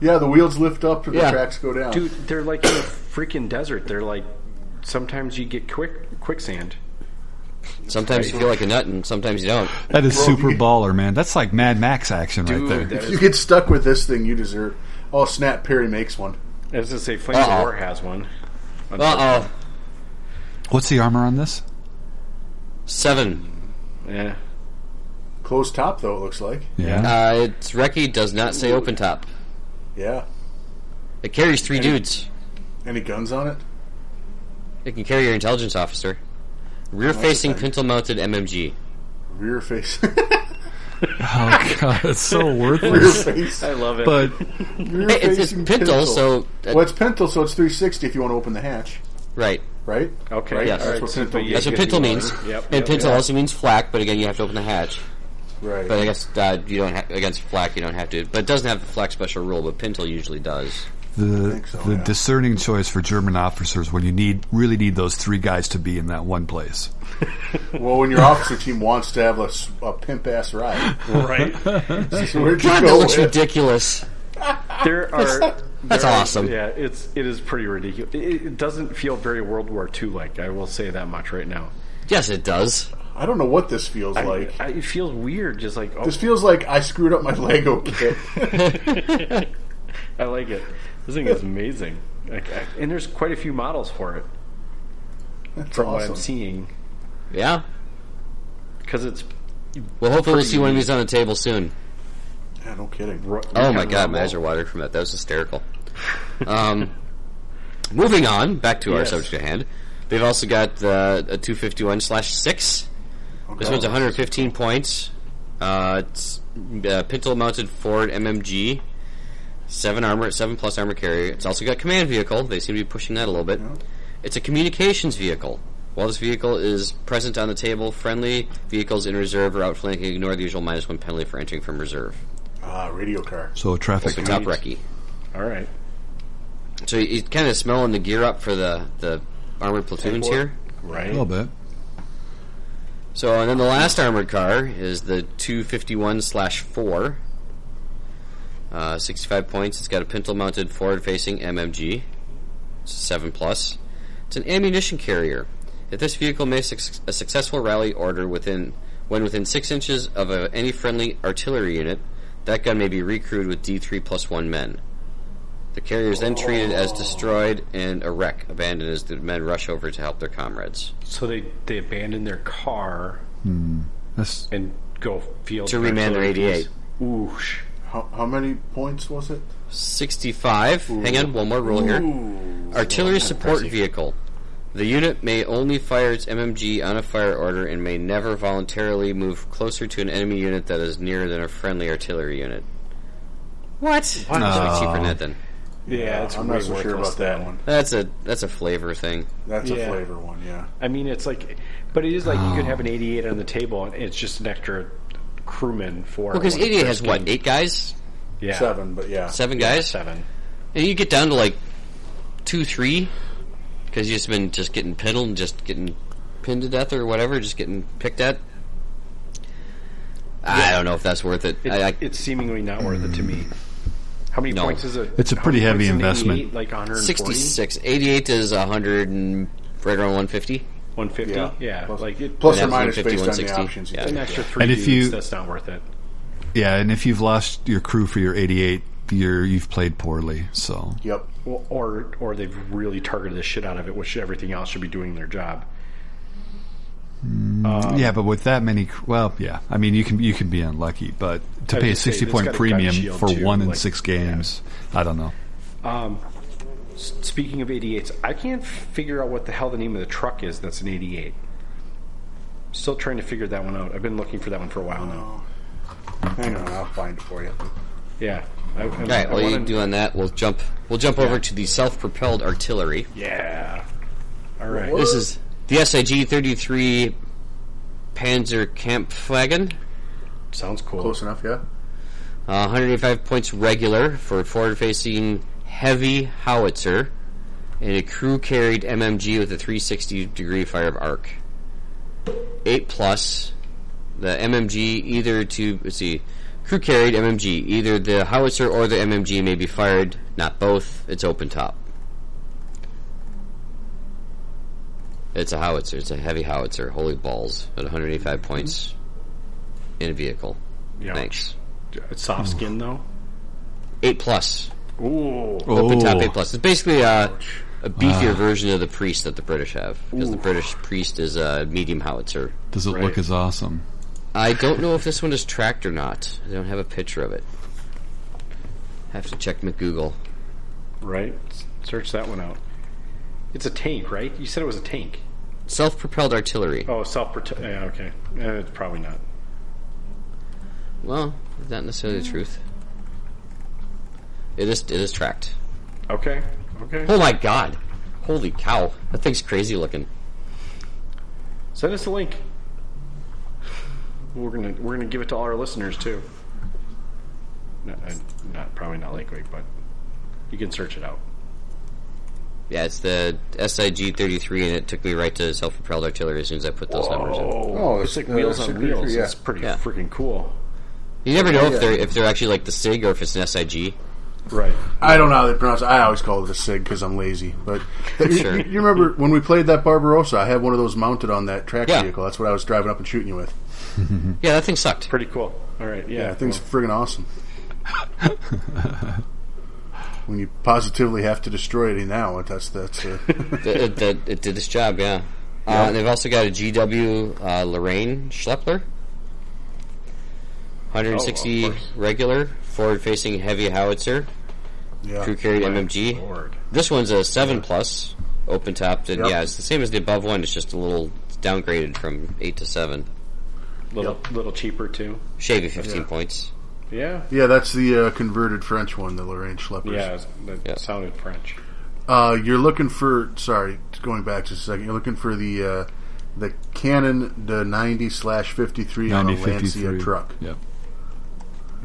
A: Yeah, the wheels lift up and
D: Yeah.
A: the tracks go down.
B: Dude, they're like in a freaking desert. They're like sometimes you get quick quicksand.
D: Sometimes you feel like a nut, and sometimes you don't.
C: That is
A: Bro,
C: super
A: you-
C: baller, man. That's like Mad Max action
B: Dude,
C: right there.
B: that
A: You
B: is,
A: get stuck with this thing, you deserve. Oh, snap! Perry makes one.
B: I was gonna say Flames of
D: Uh-oh.
B: War has one.
D: Uh oh.
C: What's the armor on this?
D: Seven.
B: Yeah.
A: Closed top though, it looks like.
C: Yeah.
D: Uh, its recce does not say open top.
A: Yeah.
D: It carries three dudes.
A: Any guns on it?
D: It can carry your intelligence officer. Rear facing pintle mounted MMG.
A: Rear face. (laughs)
C: Oh god, that's so
A: Rear
C: worthless.
A: face.
B: I love it.
C: But
A: Rear
D: It's, it's
A: facing
D: pintle, so uh,
A: well, it's pintle, so it's 360 if you want to open the hatch,
D: right.
A: right?
B: okay.
A: Right?
D: yes.
A: That's what
B: so-
A: pintle
B: but
A: means.
B: yeah,
D: That's
B: you
D: what
B: gotta do
D: pintle means.
B: all that. Yep.
D: And
B: yep,
D: pintle
B: yep.
D: also means flak, but again, you have to open the hatch.
A: Right.
D: But I guess uh, you don't ha- against Flack. You don't have to, but it doesn't have the Flack special rule. But Pintle usually does.
C: the
A: think so,
C: the
A: yeah.
C: discerning choice for German officers when you need really need those three guys to be in that one place.
A: well, when your officer team wants to have a, pimp ass ride,
B: (laughs)
A: (laughs)
B: Right.
D: (laughs)
A: where'd you
D: God, that
A: go?
D: looks
A: with?
D: ridiculous.
B: there are.
D: That's
B: there are-
D: awesome.
B: Yeah, it's it is pretty ridiculous. It, it doesn't feel very World War II like. I will say that much right now.
D: Yes, it does.
A: I don't know what this feels like.
B: I, it feels weird, just like oh, (laughs)
A: this feels like I screwed up my Lego kit.
B: I like it. This thing is amazing. Like, I, and there's quite a few models for it
A: (laughs) That's
B: (laughs) from what
A: awesome.
B: I'm seeing
D: Yeah.
B: because it's.
D: Well, hopefully we'll see one of these on the table soon.
A: Yeah, no kidding.
B: ro-
D: Oh
B: kind
D: my
B: of
D: god,
B: normal.
D: imagine water from that. That was hysterical. Um, moving on, back to our
B: Yes.
D: subject at hand. They've also got uh, a 251 slash 6. This one's 115 points. Uh, it's uh, pintle mounted Ford MMG. Seven armor, seven plus armor carrier. It's also got command vehicle. They seem to be pushing that a little bit. It's a communications vehicle. While this vehicle is present on the table, friendly vehicles in reserve or outflanking ignore the usual minus one penalty for entering from reserve.
A: Ah, radio car.
F: So a traffic.
D: Open top recce.
B: All right.
D: So you- you're kind of smelling the gear up for the, the armored platoons here.
B: Right.
F: A little bit.
D: So, and then the last armored car is the 251 slash 4. Uh, 65 points. It's got a pintle mounted forward facing MMG. It's a 7 plus. It's an ammunition carrier. If this vehicle makes a suc- a successful rally order within when within 6 inches of a, any friendly artillery unit, that gun may be recrewed with D3 plus 1 men. The carrier is then treated as destroyed and a wreck, abandoned as the men rush over to help their comrades.
B: So they they abandon their car
F: hmm, That's
B: and go field
D: To reman their
B: artillery
D: 88.
B: piece. Oosh.
A: How, how many points was it?
D: 65. Hang on, one more rule here. Artillery support vehicle. The unit may only fire its MMG on a fire order and may never voluntarily move closer to an enemy unit that is nearer than a friendly artillery unit. What? Why
F: No.
D: cheaper than that then?
B: Yeah, it's
A: I'm not
B: way
A: so sure
B: worthless
A: about that
B: then.
A: one.
D: That's a that's a flavor thing.
A: That's
B: Yeah.
A: a flavor one, yeah.
B: I mean, it's like, but it is like
F: Oh.
B: you could have an 88 on the table, and it's just an extra crewman for.
D: Well, because
B: one of the
D: 88
B: first
D: has what?
B: game.
D: Eight guys?
B: yeah,
A: Seven, but yeah.
D: Seven guys?
B: seven.
D: And you get down to like two, three, because you've just been just getting piddled and just getting pinned to death or whatever, just getting picked at. I don't know if that's worth it.
B: It,
D: I, I,
B: it's seemingly not worth it to me. How many
D: No.
B: points is it?
F: Mm. It's a
B: how
F: pretty
B: many
F: heavy
B: points is an
F: investment.
B: 88? Like 140,
D: 66. 88 is 100 and right around 150.
B: 150.
A: Yeah.
B: Yeah, like it,
A: Plus or
D: That's
A: minus
D: 150,
A: based on the
D: 160.
A: options. you
D: Yeah.
A: take.
B: an extra three.
F: And if
B: dudes,
F: you-
B: that's not worth it.
F: yeah, and if you've lost your crew for your 88, you're you've played poorly. So
A: Yep.
B: Well, or or they've really targeted the shit out of it, which everything else should be doing their job.
C: Um,
F: yeah, but with that many, cr- well, yeah, I mean you can you can be unlucky, but to
B: I
F: pay a
B: was gonna say,
F: 60
B: it's
F: point
B: got a gun
F: premium
B: shield
F: for
B: too,
F: one in
B: like-
F: six games, I don't know.
B: Speaking of 88s, I can't figure out what the hell the name of the truck is that's an 88. Still trying to figure that one out. I've been looking for that one for a while now.
A: Hang on, I'll find it for you.
B: Yeah. I, I,
D: All right,
B: I
D: well, you
B: wanna-
D: do on that. We'll jump. We'll jump over to the self-propelled artillery.
B: Yeah. All right.
D: This is the SIG 33 Panzer Kampfwagen.
B: Sounds cool.
A: Close enough, yeah?
D: Uh, 185 points regular for forward facing heavy howitzer and a crew carried MMG with a 360 degree fire of arc. 8 plus the MMG either to let's see crew carried MMG either the howitzer or the MMG may be fired not both it's open top. It's a howitzer it's a heavy howitzer holy balls at 185 points in a vehicle.
B: Yeah.
D: Thanks.
B: It's soft skin, though. Oh.
D: 8 plus
B: Ooh.
D: Open top eight plus. It's basically uh, a beefier version of the priest that the British have, because the British priest is a medium howitzer.
F: Does it look as awesome?
D: I don't know if this one is tracked or not. I don't have a picture of it. Have to check McGoogle.
B: Right? S- Search that one out. It's a tank, right? You said it was a tank.
D: Self-propelled artillery.
B: Oh, self protect. Yeah, okay. Uh, it's probably not.
D: Well, not necessarily the truth. It is. It is tracked.
B: Okay. Okay.
D: Oh my god! Holy cow! That thing's crazy looking.
B: Send us a link. We're gonna we're gonna give it to all our listeners too. Not, uh, not probably not likely, but you can search it out.
D: Yeah, it's the SIG 33, and it took me right to self-propelled artillery as soon as I put those numbers in.
A: Oh,
B: it's like
A: it's, uh,
B: wheels on
A: Super
B: wheels.
A: Duty, yeah.
B: It's pretty
D: Yeah.
B: freaking cool.
D: You never know if they're if they're actually like the Sig or if it's an SIG.
B: Right.
A: I don't know how they pronounce it. I always call it a SIG because I'm lazy.
B: (laughs)
A: But you,
D: Sure.
A: you remember when we played that Barbarossa? I had one of those mounted on that track
D: Yeah.
A: vehicle. That's what I was driving up and shooting you with.
D: Yeah, that thing sucked.
B: Pretty cool. All right. Yeah.
A: Yeah, that thing's friggin'
B: (laughs)
A: awesome. when you positively have to destroy it now, that's that's
B: (laughs)
A: uh,
D: it, it- it- it did its job, yeah. Uh, they've also got a GW uh, Lorraine Schlepler. 160
B: Oh, of course.
D: regular, forward facing heavy howitzer,
A: yeah.
D: crew carried MMG.
B: Oh, Lord.
D: This one's a 7 plus, open topped, and
A: Yep.
D: yeah, it's the same as the above one, it's just a little it's downgraded from 8 to 7.
B: Little little cheaper too.
D: Shaving 15 points.
B: Yeah.
A: Yeah, that's the uh, converted French one, the Lorraine Schleppers.
B: Yeah. That
D: Yeah.
B: sounded French.
A: Uh, you're looking for sorry, going back just a second. You're looking for the uh, the Canon the 90 slash 53 on a
C: 9053.
A: Lancia truck
C: Yep.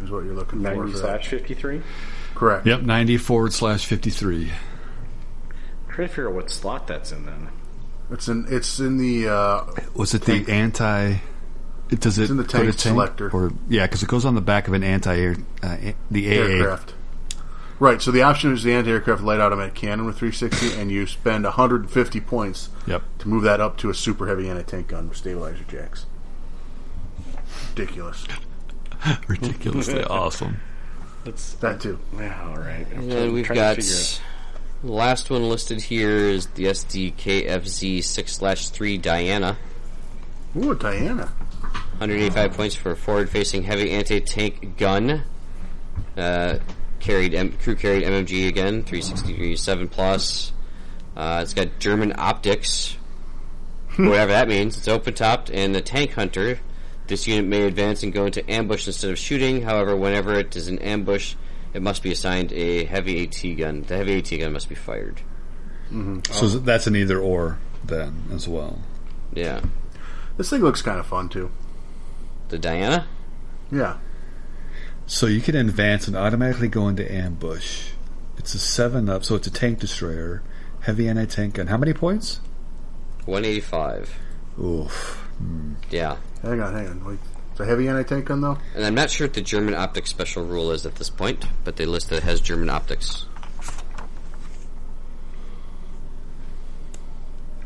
A: is what you're looking for.
B: Ninety
A: for
B: slash fifty three.
A: that. correct.
C: Yep. Ninety forward slash fifty three.
B: Try to figure out what slot that's in then.
A: It's in it's in the uh,
C: Was it the anti? It does it
A: in the
C: go to
A: tank selector.
C: Or yeah, because it goes on the back of an anti-air, uh, a- the AA.
F: (laughs)
A: aircraft. Right, so the option is the anti-aircraft light automatic cannon with 360, and you spend 150 points
C: Yep.
A: to move that up to a super heavy anti-tank gun with stabilizer jacks. Ridiculous.
C: Ridiculously awesome.
B: That's
A: That too.
B: yeah, all right. I'm trying-
D: And then we've
B: trying to
D: got.
B: figure it-
D: The last one listed here is the SDKFZ 6 3 Diana.
A: Ooh, a Diana.
D: 185 points for a forward-facing heavy anti-tank gun. Uh, carried M- crew carried MMG again, 360 7 plus. Uh, it's got German optics, whatever that means. It's open topped and the tank hunter. This unit may advance and go into ambush instead of shooting. However, whenever it is in ambush, it must be assigned a heavy AT gun. The heavy AT gun must be fired.
H: So that's an either or then as well.
D: Yeah,
A: This thing looks kind of fun too.
D: the Diana.
A: Yeah.
H: So you can advance and automatically go into ambush. It's a seven up, so it's a tank destroyer, heavy anti-tank gun. How many points?
D: 185.
H: Oof.
D: Yeah.
A: Hang on, hang on. Wait. It's a heavy anti-tank gun though.
D: And I'm not sure what the German optics special rule is at this point, but they list that it has German optics.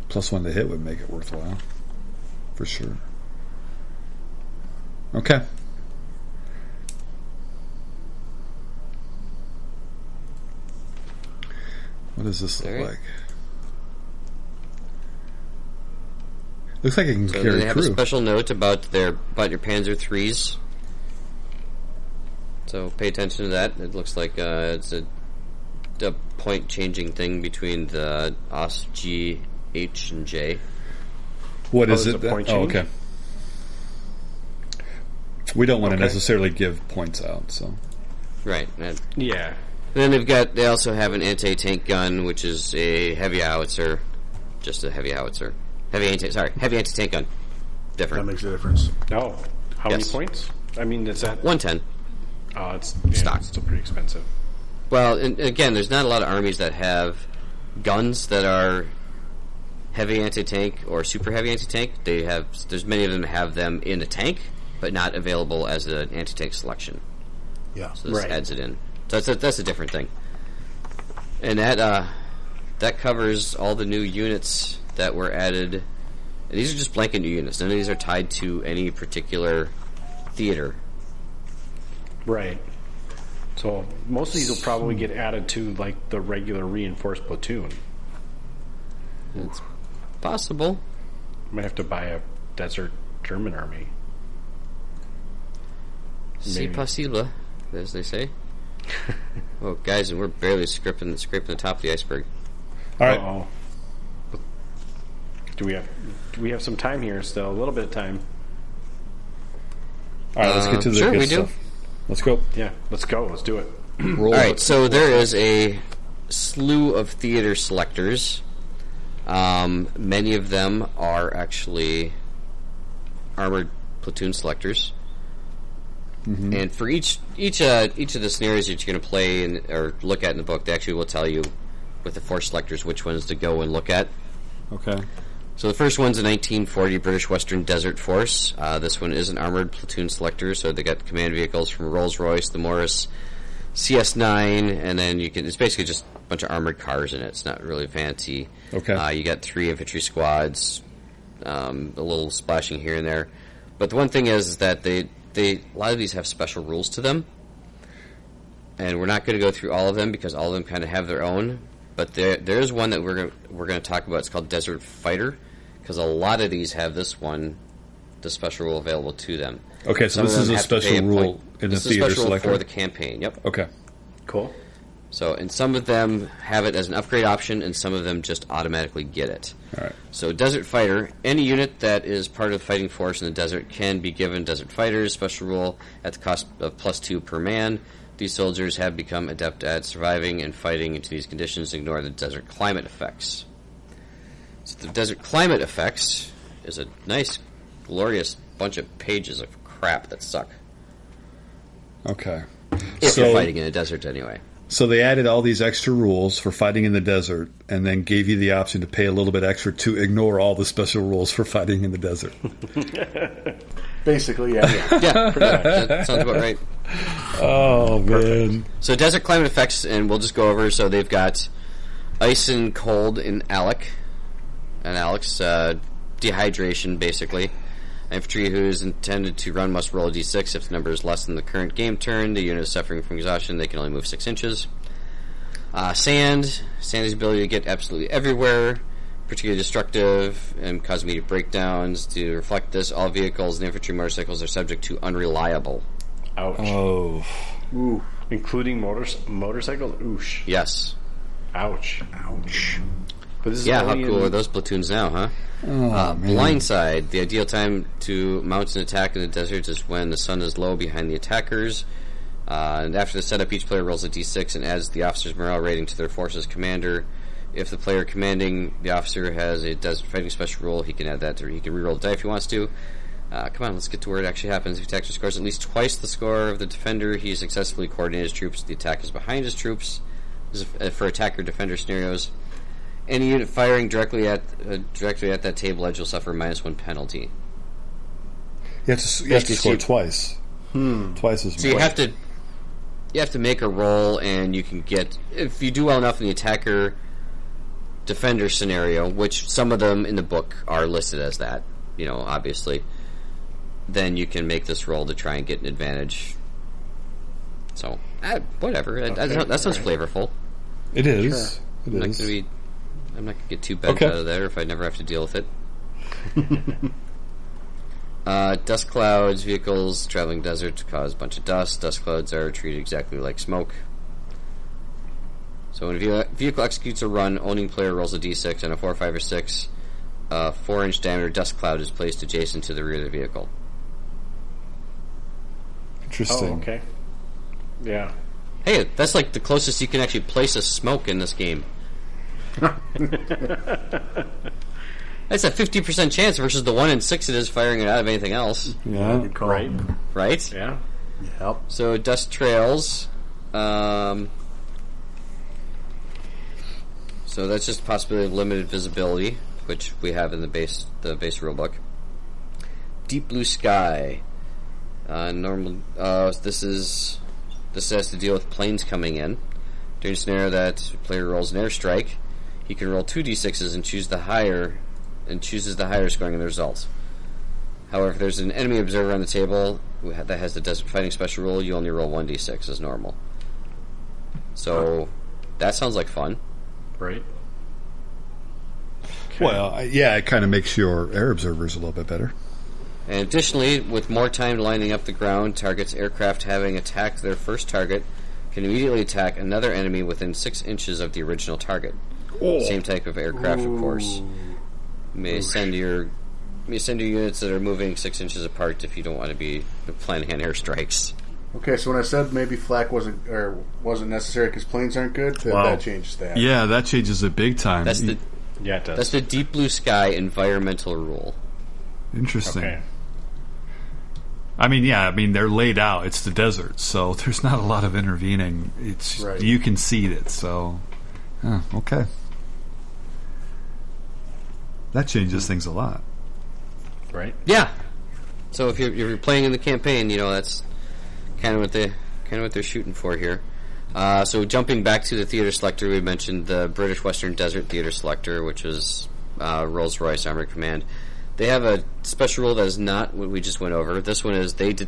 H: Plus one to hit would make it worthwhile, for sure. Okay. What does this look
D: Alright.
H: like? Looks like it can
D: So
H: carry
D: they have a
H: crew.
D: special note about their about your Panzer threes. So pay attention to that. It looks like uh, it's a, a point changing thing between the OS G H and J.
H: What is
B: there's
H: it?
B: a
H: then?
B: point
H: oh,
B: change?
H: okay. We don't want to necessarily give points out, so
D: Right. And
B: Yeah.
D: then they've got they also have an anti tank gun, which is a heavy howitzer, just a heavy howitzer, heavy anti sorry heavy anti tank gun.
A: That
D: Different.
A: makes a difference.
B: No. Oh, How many
D: Yes.
B: points? I mean, is that
D: One ten.
B: Oh, it's yeah,
D: Stock.
B: It's still pretty expensive.
D: Well, and again, there's not a lot of armies that have guns that are heavy anti-tank or super heavy anti-tank. They have there's many of them that have them in a tank, but not available as an anti-tank selection.
A: Yeah.
D: So this
B: Right.
D: adds it in. So that's a, that's a different thing. And that uh, that covers all the new units that were added. And these are just blanket new units. None of these are tied to any particular theater.
B: Right. So most of these will probably get added to like the regular reinforced platoon.
D: It's possible.
B: I might have to buy a desert German army.
D: Si
B: Maybe.
D: possible, as they say. oh, guys, and we're barely scraping scraping the top of the iceberg.
H: all right.
B: Oh. Do we have do we have some time here still? A little bit of time.
H: All right, let's get to the
D: sure,
H: good
D: we do.
H: stuff. Let's go.
B: Yeah, let's go. Let's do it.
H: Roll.
D: All right, so there is a slew of theater selectors. Um, many of them are actually armored platoon selectors. And for each each uh, each of the scenarios that you're going to play and or look at in the book, they actually will tell you with the four selectors which ones to go and look at.
H: Okay.
D: So the first one's a 1940 British Western Desert Force. Uh, this one is an armored platoon selector, so they got command vehicles from Rolls Royce, the Morris, CS9, and then you can. It's basically just a bunch of armored cars in it. It's not really fancy.
H: Okay.
D: Uh, you got three infantry squads, um, a little splashing here and there. But the one thing is, is that they they a lot of these have special rules to them, and we're not going to go through all of them because all of them kind of have their own. But there there is one that we're gonna, we're going to talk about. It's called Desert Fighter because a lot of these have this one, the special rule available to them.
H: Okay, so
D: Some of
H: this is
D: them
H: a
D: have to pay
H: special rule
D: point-
H: in the
D: this is a
H: theater
D: special rule
H: selector.
D: for the campaign. Yep.
H: okay.
B: Cool.
D: So, and some of them have it as an upgrade option, and some of them just automatically get it.
H: Alright.
D: So, Desert Fighter, any unit that is part of the fighting force in the desert can be given Desert Fighters special rule at the cost of plus two per man. These soldiers have become adept at surviving and fighting into these conditions, ignore the desert climate effects. So, the desert climate effects is a nice, glorious bunch of pages of crap that suck.
H: Okay.
D: If
H: So-
D: you're fighting in a desert, anyway.
H: So they added all these extra rules for fighting in the desert and then gave you the option to pay a little bit extra to ignore all the special rules for fighting in the desert.
A: Basically, yeah. yeah.
D: Yeah, pretty much. That sounds about right.
H: (laughs) Oh, man.
D: So desert climate effects, and we'll just go over. So they've got ice and cold in Alec, and Alec's uh, dehydration basically. Infantry who is intended to run must roll a d6. If the number is less than the current game turn, the unit is suffering from exhaustion. They can only move six inches. Uh, sand, Sandy's ability to get absolutely everywhere, particularly destructive and cause immediate breakdowns. To reflect this, all vehicles and infantry motorcycles are subject to unreliable.
B: Ouch.
H: Oh.
B: Uh, Ooh. Including motors, motorcycles. Oosh.
D: Yes.
B: Ouch. Ouch. But this is
D: Yeah, how
B: only
D: cool
B: in-
D: are those platoons now, huh? uh, blindside. The ideal time to mount an attack in the desert is when the sun is low behind the attackers. Uh, and after the setup, each player rolls a d6 and adds the officer's morale rating to their force's commander. If the player commanding the officer has a desert fighting special rule, he can add that to he can reroll the die if he wants to. Uh, come on, let's get to where it actually happens. If the attacker scores at least twice the score of the defender, he successfully coordinated his troops. The attack is behind his troops. This is uh, for attacker defender scenarios. Any unit firing directly at uh, directly at that table edge will suffer minus one penalty.
H: You have to, you have to
D: Yes,
H: score
D: you-
H: twice. Hmm. Twice as much.
D: So you have to you have to make a roll, and you can get if you do well enough in the attacker defender scenario, which some of them in the book are listed as that. You know, obviously, then you can make this roll to try and get an advantage. So uh, whatever, That- that, that sounds flavorful.
H: It is. It
D: I'm not
H: is.
D: gonna be. I'm not gonna get too bad
H: Okay.
D: out of there if I never have to deal with it.
H: (laughs)
D: uh, dust clouds, vehicles traveling desert to cause a bunch of dust. Dust clouds are treated exactly like smoke. So when a ve- vehicle executes a run, owning player rolls a d6 and a four, five, or six. A four-inch diameter dust cloud is placed adjacent to the rear of the vehicle.
H: Interesting.
B: Oh, okay. Yeah.
D: Hey, that's like the closest you can actually place a smoke in this game. that's a 50% chance versus the 1 in 6 it is firing it out of anything else,
H: Yeah.
A: Good call.
B: Right.
D: right?
B: Yeah.
A: Yep.
D: So, dust trails. Um, so, that's just a possibility of limited visibility, which we have in the base, the base rulebook. Deep blue sky. Uh, normal. Uh, this is this has to deal with planes coming in. During a scenario that a player rolls an airstrike, he can roll two d6s and choose the higher, and chooses the higher scoring of the result. However, if there's an enemy observer on the table who ha- that has the desert fighting special rule, you only roll one d6 as normal. So that sounds like fun.
B: Right.
H: Well, I- yeah, it kind of makes your air observers a little bit better.
D: And additionally, with more time lining up the ground, targets aircraft having attacked their first target can immediately attack another enemy within six inches of the original target. Same type of aircraft, of course. May send your may send your units that are moving six inches apart if you don't want to be planning on airstrikes.
A: Okay, so when I said maybe flak wasn't or wasn't necessary because planes aren't good, that,
C: Wow.
A: that changes that.
C: Yeah, that changes it big time. E,
D: That's the
B: Yeah, it does.
D: that's the deep blue sky environmental rule.
C: Interesting.
B: okay.
C: I mean, yeah, I mean they're laid out. It's the desert, so (laughs) there's not a lot of intervening. It's
A: Right.
C: you can see it. So, Huh, okay, that changes things a lot.
B: Right.
D: Yeah. So if you're, if you're playing in the campaign, you know that's kind of what they kind of what they're shooting for here. Uh, so jumping back to the theater selector, we mentioned the British Western Desert Theater Selector, which is uh, Rolls Royce Armored Command. They have a special rule that is not what we just went over. This one is they did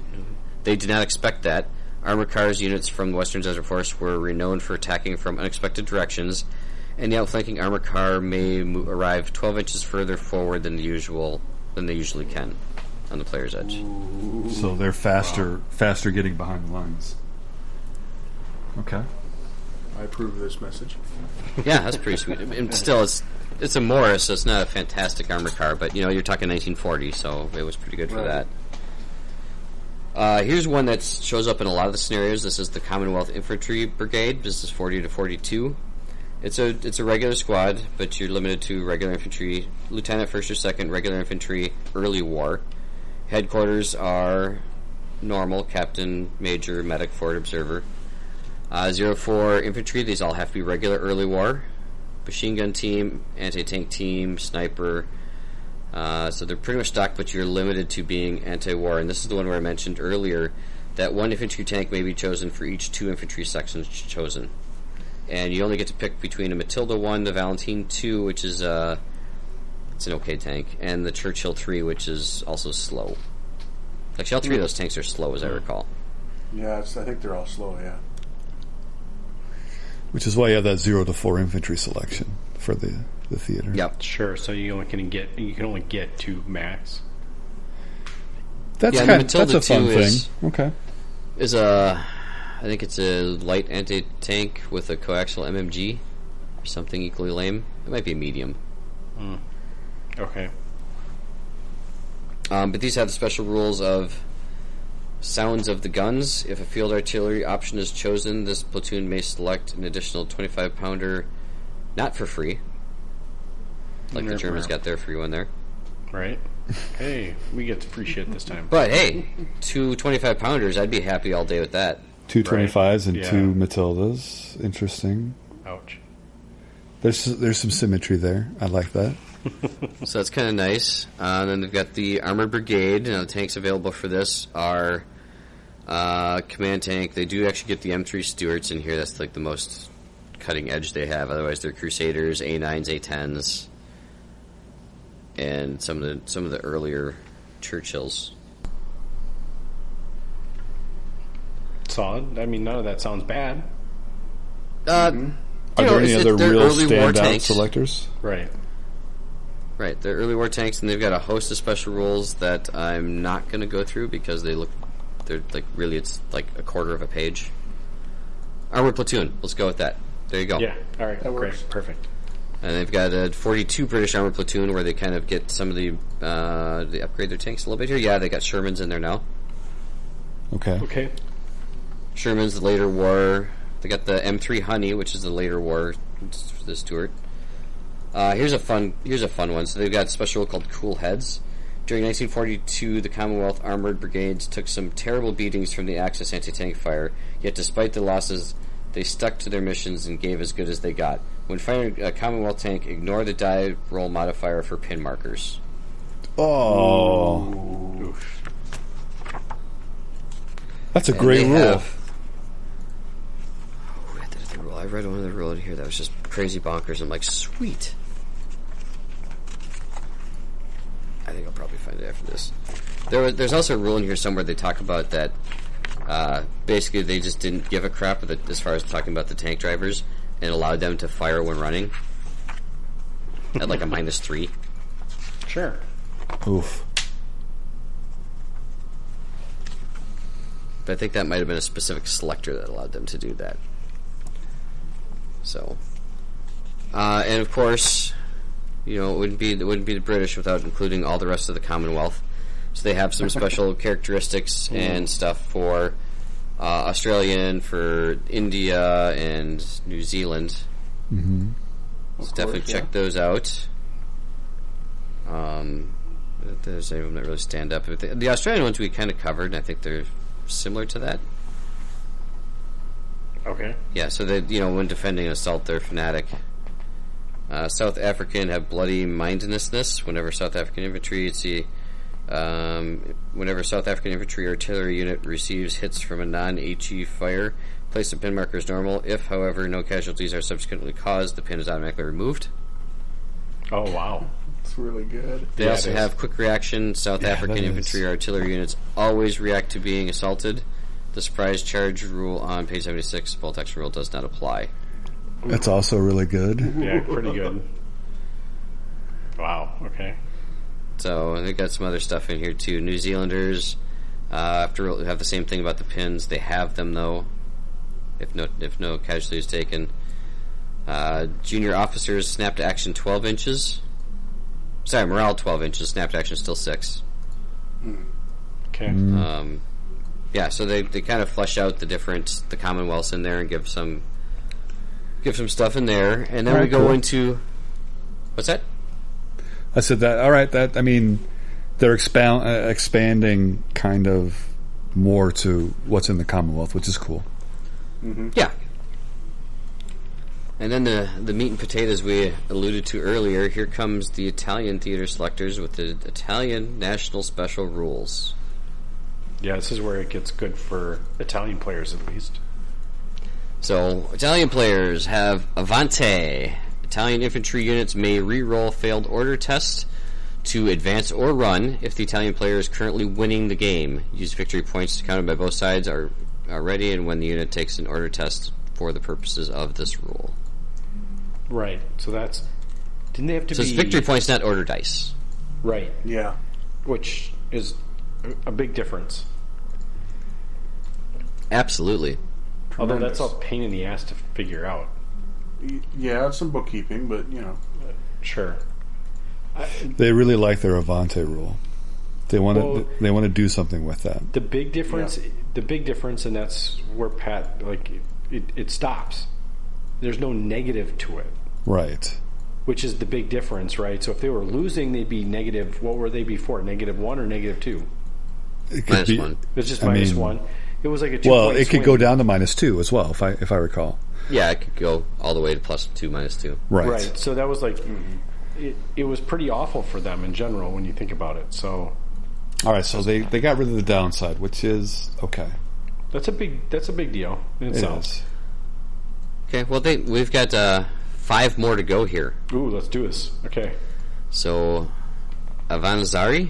D: they did not expect that armored cars units from the Western Desert Force were renowned for attacking from unexpected directions, and the outflanking armored car may mo- arrive 12 inches further forward than the usual than they usually can on the player's edge.
F: So they're faster, faster getting behind the lines. Okay.
A: I approve of this message.
D: (laughs) Yeah, that's pretty sweet. And still, it's it's a Morris, so it's not a fantastic armored car, but you know you're talking 1940, so it was pretty good for
A: Right.
D: that. Uh, here's one that shows up in a lot of the scenarios. This is the Commonwealth Infantry Brigade. This is 40 to 42. It's a it's a regular squad, but you're limited to regular infantry, lieutenant, first or second, regular infantry, early war. Headquarters are normal, captain, major, medic, forward observer. Uh, zero four infantry. These all have to be regular early war. Machine gun team, anti tank team, sniper. Uh, so they're pretty much stocked, but you're limited to being anti war. And this is the one where I mentioned earlier that one infantry tank may be chosen for each two infantry sections ch- chosen. And you only get to pick between a Matilda 1, the Valentine 2, which is uh, it's an okay tank, and the Churchill 3, which is also slow. Actually, all three of those tanks are slow, as I recall.
A: Yeah, it's, I think they're all slow. Yeah,
H: Which is why you have that zero to four infantry selection for the, the theater.
D: Yep.
B: Sure. So you only can get you can only get two max.
H: That's
D: Yeah, and
H: kind
D: the Matilda
H: that's a fun
D: 2
H: thing.
D: is-
H: okay.
D: is a I think it's a light anti-tank with a coaxial MMG or something equally lame. It might be a medium.
B: Okay.
D: Um, but these have the special rules of sounds of the guns. If a field artillery option is chosen, this platoon may select an additional 25 pounder not for free. Like the
B: Nerf
D: Germans
B: round.
D: got their free one there.
B: (laughs) Right. Hey, we get to free shit this time.
D: But hey, two 25 pounders, I'd be happy all day with that.
H: Two twenty fives and
B: Yeah.
H: two Matildas. Interesting.
B: Ouch.
H: There's there's some symmetry there. I like that.
D: So that's kind of nice. Uh, and then they've got the armored brigade. Now the tanks available for this are uh, command tank. They do actually get the M3 Stuarts in here. That's like the most cutting edge they have. Otherwise, they're Crusaders, A9s, A10s, and some of the some of the earlier Churchills.
B: Solid. I mean, none of that sounds bad.
D: Uh,
H: Are
D: you know,
H: there any
D: it's-
H: other
D: they're
H: real
D: early war
H: standout
D: tanks.
H: selectors?
B: Right.
D: Right, they're early war tanks, and they've got a host of special rules that I'm not going to go through because they look, they're like really, it's like a quarter of a page. Armored platoon, let's go with that. There you go.
B: Yeah. All right. Great.
A: works.
B: Perfect.
D: And they've got a 42 British armored platoon where they kind of get some of the, uh, they upgrade their tanks a little bit here. Yeah, they got Shermans in there now.
H: Okay.
B: Okay.
D: Sherman's the later war. They got the M3 Honey, which is the later war. It's for The Stuart. Uh, here's a fun. Here's a fun one. So they've got a special called Cool Heads. During 1942, the Commonwealth Armored Brigades took some terrible beatings from the Axis anti-tank fire. Yet, despite the losses, they stuck to their missions and gave as good as they got. When firing a Commonwealth tank, ignore the die roll modifier for pin markers.
H: Oh,
B: Oof.
H: that's a
D: And
H: great
D: they
H: rule.
D: have- Oh, Ooh, I did the rule. I read one of the rule in here that was just crazy bonkers. I'm like, sweet. I think I'll probably find it after this. There was, there's also a rule in here somewhere they talk about that. Uh, basically, they just didn't give a crap with it as far as talking about the tank drivers and allowed them to fire when running at like a minus three.
B: Sure.
H: Oof.
D: But I think that might have been a specific selector that allowed them to do that. So, uh, and of course, you know, it wouldn't be it wouldn't be the British without including all the rest of the Commonwealth. So they have some special characteristics and stuff for uh, Australian, for India, and New Zealand. Mm-hmm. So definitely check those out. Um, if there's any of them that really stand up. If The the Australian ones we kind of covered, and I think they're similar to that.
B: Okay.
D: Yeah, so that you know, when defending an assault, they're fanatic. Uh, South African have bloody mindlessness. Whenever South African infantry see Um, whenever South African infantry or artillery unit receives hits from a non-HE fire, place the pin marker as normal. If, however, no casualties are subsequently caused, the pin is automatically removed.
B: Oh wow.
A: It's really good.
D: They
B: Yeah,
D: also
B: it is.
D: have quick reaction. South
I: Yeah,
D: African
I: that is.
D: infantry or artillery units always react to being assaulted. The surprise charge rule on page 76, ball tax rule does not apply.
C: That's also really good.
B: Yeah, pretty good. (laughs) Wow. Okay.
D: So they've got some other stuff in here too. New Zealanders uh, have, to have the same thing about the pins. They have them though. If no, if no casualty is taken, uh, junior officers snap to action twelve inches. Sorry, morale twelve inches. Snap to action still six.
B: Okay.
D: Um, yeah, so they, they kind of flesh out the different the commonwealths in there and give some give some stuff in there, and then we
C: Alright,
D: go
C: cool.
D: into what's that?
C: I said that. All right. That I mean, they're expound, uh, expanding kind of more to what's in the Commonwealth, which is cool.
D: Yeah. And then the the meat and potatoes we alluded to earlier. Here comes the Italian theater selectors with the Italian national special rules.
B: Yeah, this is where it gets good for Italian players at least.
D: So Italian players have Avante. Italian infantry units may re-roll failed order tests to advance or run if the Italian player is currently winning the game. Use victory points counted by both sides are already and when the unit takes an order test for the purposes of this rule.
B: Right. So that's didn't they have to
D: So it's
B: be
D: victory points, not order dice.
B: right,
A: Yeah.
B: which is a- a big difference.
D: Absolutely.
B: Although that's
A: Tremendous.
B: all pain in the ass to figure out.
A: Y- Yeah, it's some bookkeeping, but you know,
B: Sure.
C: They really like their Avante rule. They want to.
B: Well-
C: they want to do something with that.
B: The big difference, the big difference, and that's where Pat like it, it stops. There's no negative to it,
C: Right.
B: which is the big difference, right? So if they were losing, they'd be negative. What were they before? Negative one or negative two?
C: It could
D: Minus
C: be-
D: one.
B: It was just
C: I
B: minus
C: mean-
B: one. It was like a two
C: Well,
B: point
C: it could
B: swing.
C: go down to minus two as well, if I if I recall.
D: Yeah, it could go all the way to plus two, minus two.
C: Right.
B: right. So that was like
C: Mm-hmm.
B: it, it was pretty awful for them in general when you think about it. So
C: All right. So they they got rid of the downside, which is okay.
B: that's a big that's a big deal in
C: It
B: itself.
C: is.
D: Okay, well, they, we've got uh, five more to go here.
B: Ooh, let's do this. Okay.
D: So, Avanzari.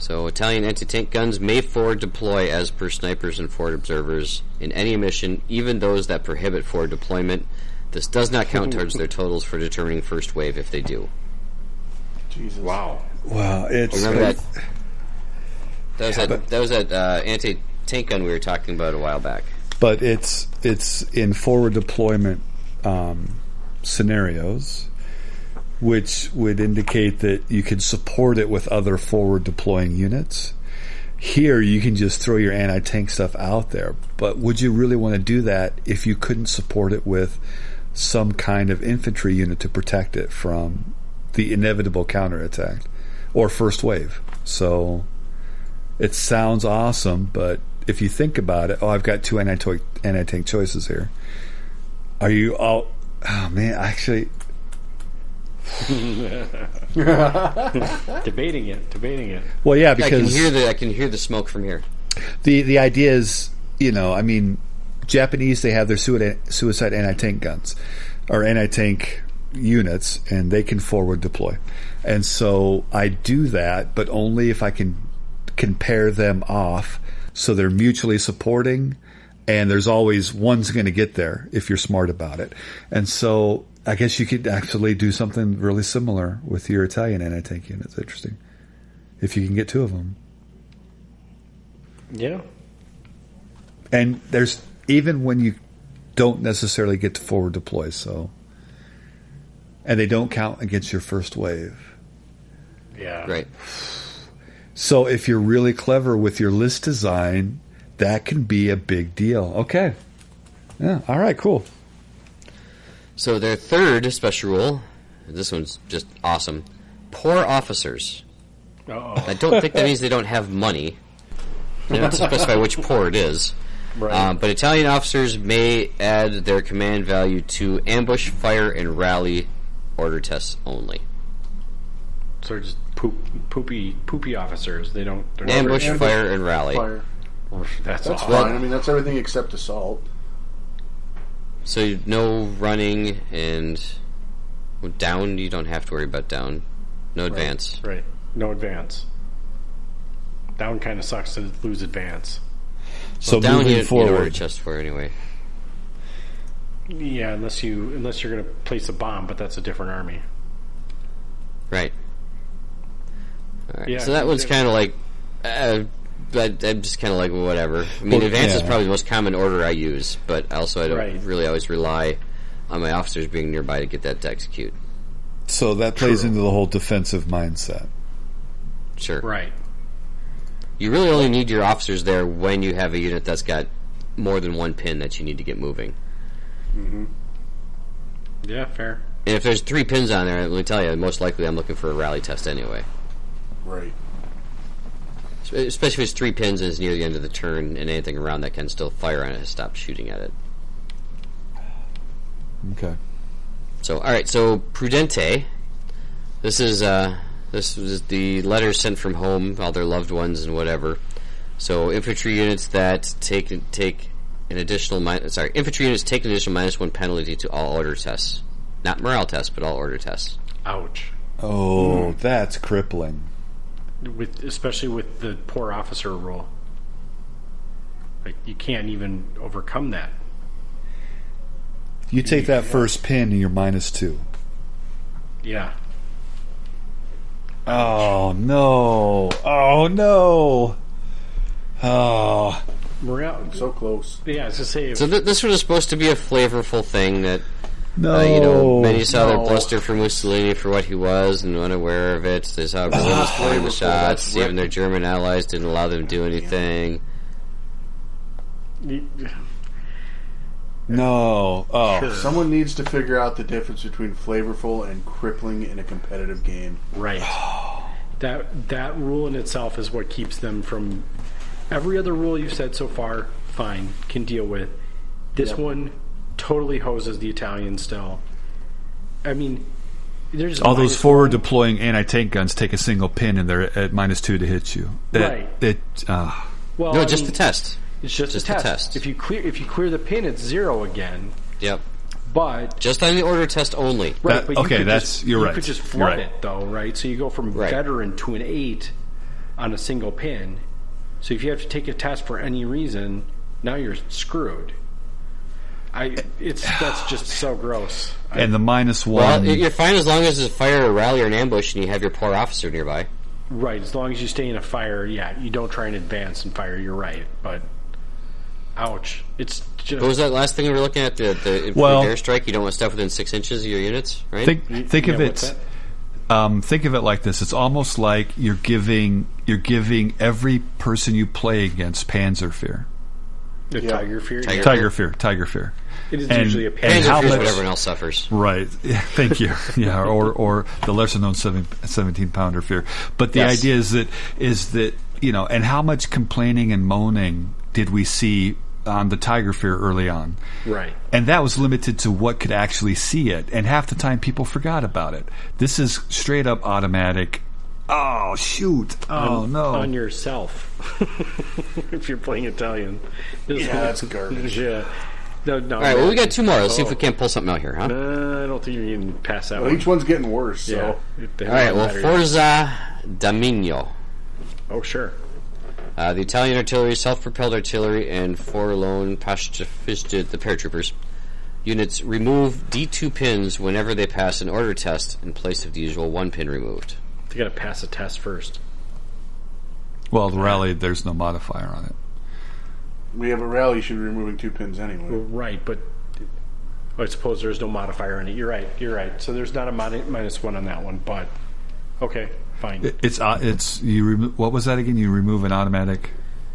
D: So, Italian anti tank guns may forward deploy as per snipers and forward observers in any mission, even those that prohibit forward deployment. This does not count towards their totals for determining first wave if they do.
A: Jesus.
B: Wow.
C: Wow. It's
D: Remember that? That was that, that, was that uh, anti tank gun we were talking about a while back.
C: but it's it's in forward deployment um, scenarios, which would indicate that you can support it with other forward deploying units. Here, you can just throw your anti tank stuff out there, but would you really want to do that if you couldn't support it with some kind of infantry unit to protect it from the inevitable counterattack or first wave? So, it sounds awesome, but if you think about it, oh, I've got two anti anti tank choices here. Are you all? Oh man, actually,
B: Debating it. Debating it.
C: well, yeah,
D: I can
C: because
D: hear the I can hear the smoke from here.
C: the the idea is, you know, I mean, Japanese they have their suicide suicide anti tank guns or anti tank units, and they can forward deploy, and so I do that, but only if I can can pair them off so they're mutually supporting, and there's always one's going to get there if you're smart about it, and so. I guess you could actually do something really similar with your Italian anti-tank units. Interesting, if you can get two of them.
B: Yeah.
C: and there's even when you don't necessarily get to forward deploy so and they don't count against your first wave
B: Yeah.
D: Right.
C: so if you're really clever with your list design that can be a big deal okay yeah all right cool
D: So their third special rule, this one's just awesome. Poor officers.
B: Uh-oh.
D: I don't think that means they don't have money. They don't specify which poor it is. Uh, but Italian officers may add their command value to ambush, fire, and rally order tests only.
B: sort of just poop, poopy, poopy officers. They don't. They're not
D: Ambush,
A: ambush,
D: fire, and rally.
A: Fire.
B: very- That's,
A: That's
B: all.
A: fine. I mean, that's everything except assault.
D: So you- no running and well, down. You don't have to worry about down. No advance.
B: Right. No advance. Down kind of sucks to lose advance.
H: So
D: Down
H: moving
D: you, you know where to
H: forward,
D: chest for anyway.
B: Yeah, unless you unless you're going to place a bomb, but that's a different army.
D: Right. All right.
B: Yeah,
D: so that one's
B: yeah.
D: kind of like, uh, but I'm just kind of like whatever. I mean, advance is
H: yeah.
D: probably the most common order I use, but also I don't
B: Right.
D: really always rely on my officers being nearby to get that to execute.
H: so that plays into the whole defensive mindset.
D: Sure.
B: Right.
D: You really only need your officers there when you have a unit that's got more than one pin that you need to get moving.
B: Yeah, fair.
D: And if there's three pins on there, let me tell you, most likely I'm looking for a rally test anyway.
A: Right.
D: Especially if it's three pins and it's near the end of the turn, and anything around that can still fire on it has stopped shooting at it.
H: Okay.
D: So, all right. So, prudente. This is uh, this was the letters sent from home, all their loved ones and whatever. So, infantry units that take take an additional min- sorry, infantry units take an additional minus one penalty to all order tests, not morale tests, but all order tests.
B: Ouch.
H: Oh,
D: Hmm.
H: that's crippling.
B: With especially with the poor officer rule. Like you can't even overcome that.
H: You take that first pin and you're minus two.
B: Yeah.
H: Oh no! Oh no! Oh,
B: Morale.
A: So close.
B: Yeah, it's to say
D: So, th- this was supposed to be a flavorful thing that
H: no!
D: Uh, you
C: Oh,
D: know, many saw
A: no.
D: their bluster for Mussolini for what he was and unaware of it. They
C: Oh,
D: saw Britain was firing the
A: flavorful,
D: shots.
A: that's
D: Even their
A: right.
D: German allies didn't allow them to do anything.
H: no! Oh,
A: Someone needs to figure out the difference between flavorful and crippling in a competitive game.
B: Right. (sighs) that that rule in itself is what keeps them from every other rule you've said so far. Fine, can deal with. This one totally hoses the Italians. Still, I mean, there's
C: All those forward deploying anti tank guns take a single pin and they're at minus two to hit you. That,
B: Right.
C: That, uh,
B: Well,
D: No,
B: I
D: just
B: mean,
D: the test.
B: It's just,
D: just
B: the,
D: the
B: test.
D: test.
B: If you clear if you clear the pin, it's zero again.
D: Yep.
B: But
D: Just on the order test only.
B: right,
C: That-
B: but you
C: okay,
B: could
C: that's-
B: just,
C: you're
B: you
C: right.
B: could just
C: You're
B: flood
C: right.
B: it though, right? So you go from
D: Right.
B: veteran to an eight on a single pin. So if you have to take a test for any reason, now you're screwed. I it's
C: (sighs) Oh,
B: that's just so gross.
C: and the minus
D: Well,
C: one.
D: y- you're fine as long as it's a fire, a rally, or an ambush, and you have your poor officer nearby.
B: Right, as long as you stay in a fire, yeah, you don't try and advance and fire. You're right, but ouch, it's just
D: What was that last thing we were looking at? The, the infantry
C: Well-
D: airstrike. You don't want stuff within six inches of your units, right?
C: think think
B: Yeah,
C: of
B: what's
C: it. Um, think of it like this: It's almost like you're giving you're giving every person you play against Panzer fear,
B: the tiger fear.
D: Tiger-
C: Tiger fear, Tiger fear.
B: It is
C: And-
B: usually a
C: and
B: pain.
D: Panzer
C: how
D: fears what
C: much-
D: everyone else suffers.
C: Right. (laughs) Yeah, Thank you. Yeah. Or or the lesser known seven, 17 pounder fear. But the
D: Yes.
C: idea is that is that you know, and how much complaining and moaning did we see on the tiger fear early on?
B: Right.
C: And that was limited to what could actually see it, and half the time people forgot about it. This is straight up automatic. Oh shoot! Oh
B: on-
C: no!
B: on yourself (laughs) if you're playing Italian. This- (laughs)
A: Yeah, that's garbage.
B: yeah. No, no.
D: All right. Well, we got two more. Let's see
C: Oh.
D: if we can't pull something out here, huh?
B: Uh, I don't think you can pass that
A: Well,
B: one.
A: each one's getting worse. So
B: Yeah. If they
D: All right.
B: have
D: Well,
B: battery-
D: Forza Dominio.
B: Oh, sure.
D: Uh, the Italian artillery, self-propelled artillery, and forlorn pacifist the paratroopers units remove D2 pins whenever they pass an order test in place of the usual one pin removed.
B: They got to pass a test first.
C: well, the rally there's no modifier on it.
A: we have a rally. You should be removing two pins anyway.
B: Right, but I suppose there's no modifier in it. You're right. You're right. So there's not a modi- minus one on that one, but okay, fine.
C: It- It's uh, it's you. Remo- what was that again? You remove an automatic.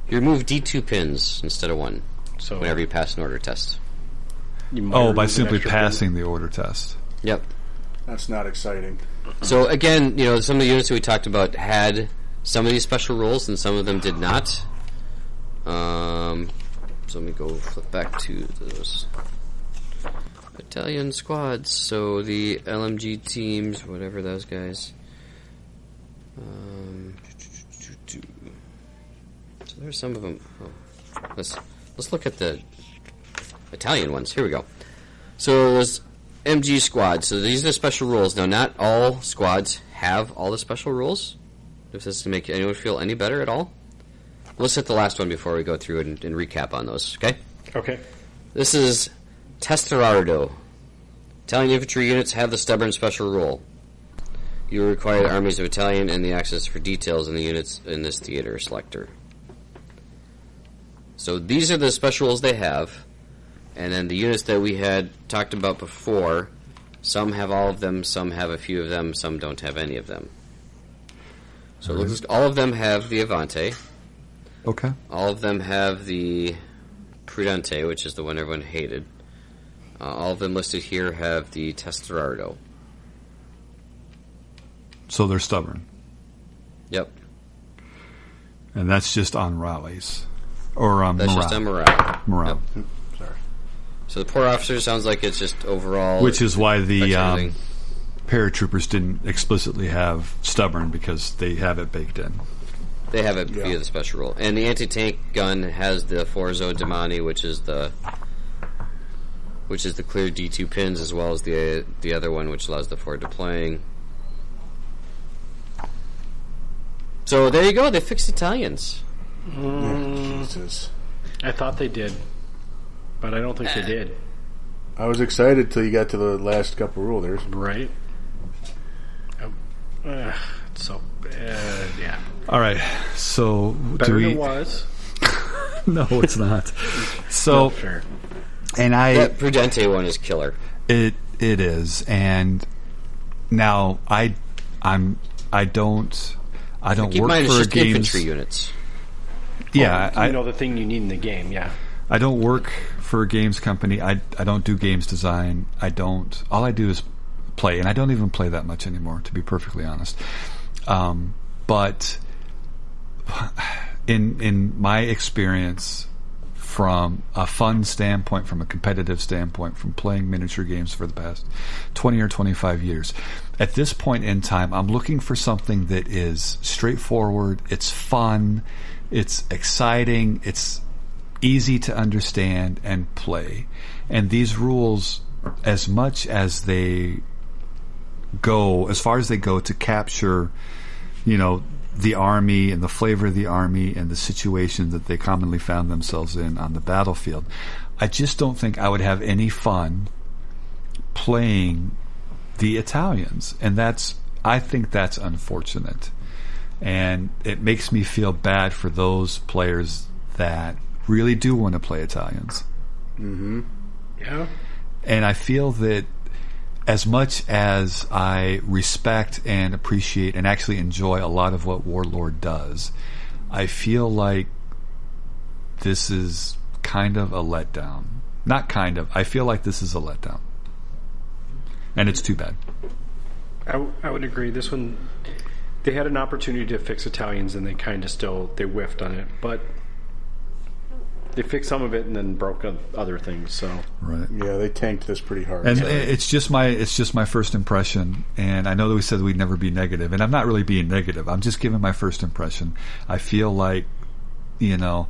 D: You remove D2 pins instead of one
B: so
D: whenever you pass an order test.
B: you might
C: Oh,
B: remove
C: by
B: an
C: simply
B: extra pin.
C: passing the order test.
D: Yep.
A: That's not exciting.
D: So again, you know, some of the units that we talked about had some of these special rules, and some of them did not. Um, so let me go flip back to those battalion squads. So the LMG teams, whatever those guys, Um, so there's some of them. Oh, let's let's look at the Italian ones. Here we go. So there's MG squad. So these are the special rules. Now, not all squads have all the special rules. If this is to make anyone feel any better at all, let's hit the last one before we go through it and, and recap on those. Okay.
B: Okay.
D: This is Testarardo. Italian infantry units have the stubborn special rule. You require the armies of Italian and the access for details in the units in this theater selector. So these are the special rules they have, and then the units that we had talked about before. Some have all of them, some have a few of them, some don't have any of them. So it looks like all of them have the Avante.
C: Okay.
D: All of them have the Prudente, which is the one everyone hated. Uh, all of them listed here have the Testarardo.
C: So they're stubborn,
D: Yep,
C: and that's just on Raleigh's or um,
D: that's
C: Morale,
D: just on morale.
C: Morale.
A: Sorry.
D: So the poor officer sounds like it's just overall.
C: which is why the um,
D: everything.
C: paratroopers didn't explicitly have stubborn because they have it baked in.
D: they have it
A: Yeah.
D: via the special rule, and the anti-tank gun has the Forzo Demani, which is the which is the clear D two pins, as well as the the other one, which allows the forward deploying. So there you go. They fixed Italians.
B: Mm.
A: Jesus.
B: I thought they did, but I don't think they did.
A: I was excited till you got to the last couple rule. There's
B: Right? Um, ugh, so uh, yeah,
C: All right, so
B: better
C: do
B: than
C: we?
B: it was.
C: No, it's not. So
B: Sure.
C: and I
D: That Prudente one is killer.
C: It it is, and now I I'm I don't I don't
D: Keep in
C: work
D: mind, it's
C: for a
D: just
C: games.
D: infantry units.
C: Yeah,
B: you
C: I,
B: know the thing you need in the game. Yeah.
C: I don't work for a games company. I I don't do games design. I don't. All I do is play, and I don't even play that much anymore, to be perfectly honest. Um, but (sighs) in in my experience, from a fun standpoint, from a competitive standpoint, from playing miniature games for the past 20 or 25 years. At this point in time, I'm looking for something that is straightforward, it's fun, it's exciting, it's easy to understand and play. And these rules, as much as they go, as far as they go to capture you know the army and the flavor of the army and the situation that they commonly found themselves in on the battlefield. I just don't think I would have any fun playing the Italians, and that's I think that's unfortunate, and it makes me feel bad for those players that really do want to play Italians.
B: Yeah.
C: And I feel that as much as I respect and appreciate and actually enjoy a lot of what Warlord does, I feel like this is kind of a letdown. Not kind of. I feel like this is a letdown. And it's too bad.
B: I, w- I would agree. This one, they had an opportunity to fix Italians, and they kind of still they whiffed on it, but they fixed some of it and then broke o- other things. So
C: Right.
A: yeah, they tanked this pretty hard.
C: And i- it's just my it's just my first impression. And I know that we said we'd never be negative, and I'm not really being negative. I'm just giving my first impression. I feel like, you know,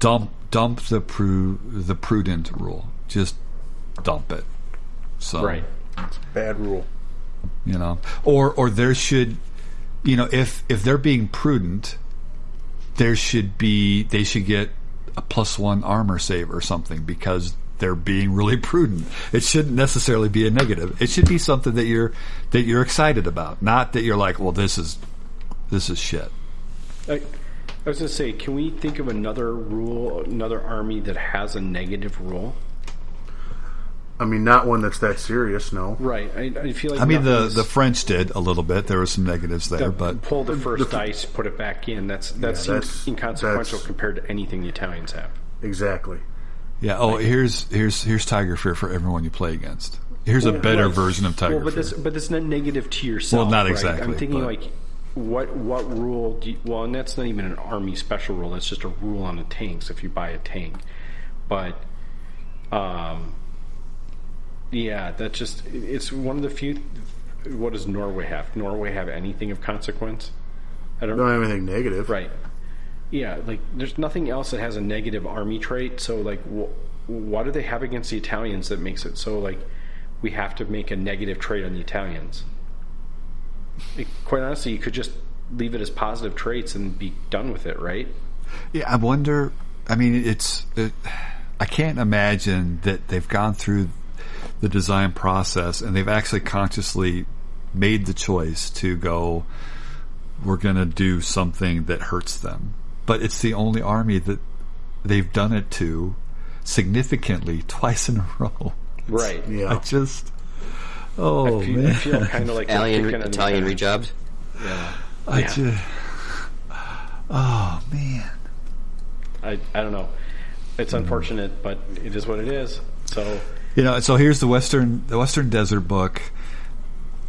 C: dump dump the pru, the prudent rule. Just dump it. So
B: right,
A: Bad rule.
C: you know, or or there should, you know, if if they're being prudent, there should be they should get a plus one armor save or something because they're being really prudent. It shouldn't necessarily be a negative. It should be something that you're that you're excited about, not that you're like, well, this is this is shit.
B: I, I was gonna say, can we think of another rule, another army that has a negative rule?
A: I mean, not one that's that serious. No.
B: Right. I, I feel like
C: I mean, the
B: nothing's-
C: the French did a little bit. There were some negatives there,
B: the-
C: but
B: pull the first dice, put it back in. That's that seems
A: that's-
B: inconsequential
A: that's-
B: compared to anything the Italians have.
A: Exactly.
C: yeah. Oh, here's here's here's Tiger Fear for everyone you play against. Here's a better
B: Right.
C: version of Tiger
B: Well, but
C: Fear.
B: this but it's not negative to yourself.
C: Well, not
B: right?
C: exactly,
B: I'm thinking
C: but-
B: like what what rule? Do you, well, and that's not even an army special rule. That's just a rule on the tanks if you buy a tank. But, um, yeah, that's just it's one of the few what does Norway have? Norway have anything of consequence? I don't.
A: Don't have anything negative.
B: Right. Yeah, like there's nothing else that has a negative army trait. So like, wh- what do they have against the Italians that makes it so like we have to make a negative trait on the Italians? Like, quite honestly, you could just leave it as positive traits and be done with it, right?
F: Yeah, I wonder. I mean, it's. It, I can't imagine that they've gone through the design process and they've actually consciously made the choice to go. We're going to do something that hurts them, but it's the only army that they've done it to significantly (laughs) twice in a row.
B: Right.
A: Yeah.
F: I just. Oh
B: I feel,
F: man!
B: kind of like they're
D: (laughs) Italian,
B: picking on the Italians.
D: Italian rejobbed.
B: Yeah.
F: I
B: Yeah.
F: just. Oh man!
B: I, I don't know.
F: Mm.
B: It's unfortunate, but it is what it is. So
F: You know, so here's the western the Western Desert book,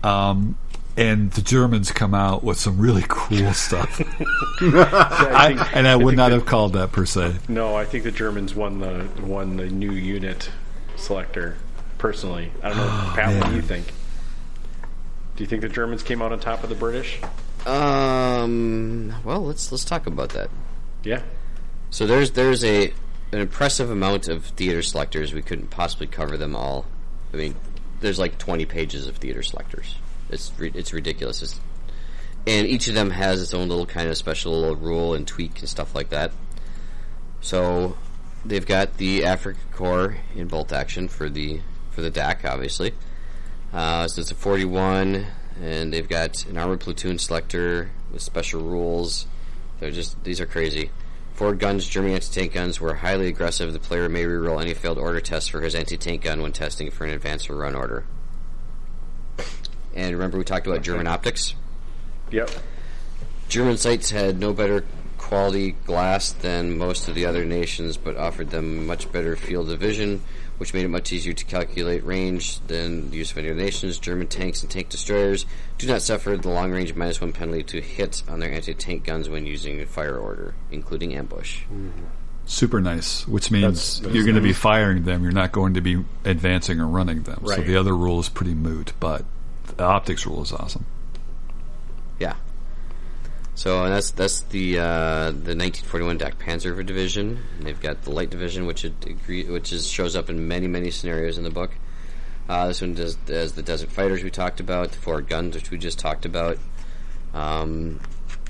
F: um, and the Germans come out with some really cool (laughs) stuff,
B: I think,
F: and I would
B: think
F: not
B: that-
F: have called that per se.
B: No, I think the Germans won the won the new unit selector. Personally, I don't know, Pat. What do you think? Do you think the Germans came out on top of the British?
D: Um. Well, let's let's talk about that.
B: Yeah,
D: So there's there's a an impressive amount of theater selectors. We couldn't possibly cover them all. I mean, there's like 20 pages of theater selectors. It's ri- it's ridiculous. It's, and each of them has its own little kind of special little rule and tweak and stuff like that. So they've got the Africa Corps in bolt action for the for the DAC, obviously. Uh, so it's a 41, and they've got an armored platoon selector with special rules. They're just these are crazy. Ford guns, German anti-tank guns were highly aggressive. The player may reroll any failed order test for his anti-tank gun when testing for an advance or run order. And remember, we talked about German optics.
B: yep.
D: German sites had no better quality glass than most of the other nations, but offered them much better field of vision, which made it much easier to calculate range than the use of any other nations. German tanks and tank destroyers do not suffer the long range minus one penalty to hit on their anti tank guns when using a fire order, including ambush.
F: Super nice, which means you're going to be firing them. You're not going to be advancing or running them. So
B: Right.
F: the other rule is pretty moot, but the optics rule is awesome.
D: Yeah. So and that's that's the uh, the 1941 DAC Panzer Division. And they've got the Light Division, which it agree, which is shows up in many many scenarios in the book. Uh, this one does as the Desert Fighters we talked about, the Ford Guns, which we just talked about. Um,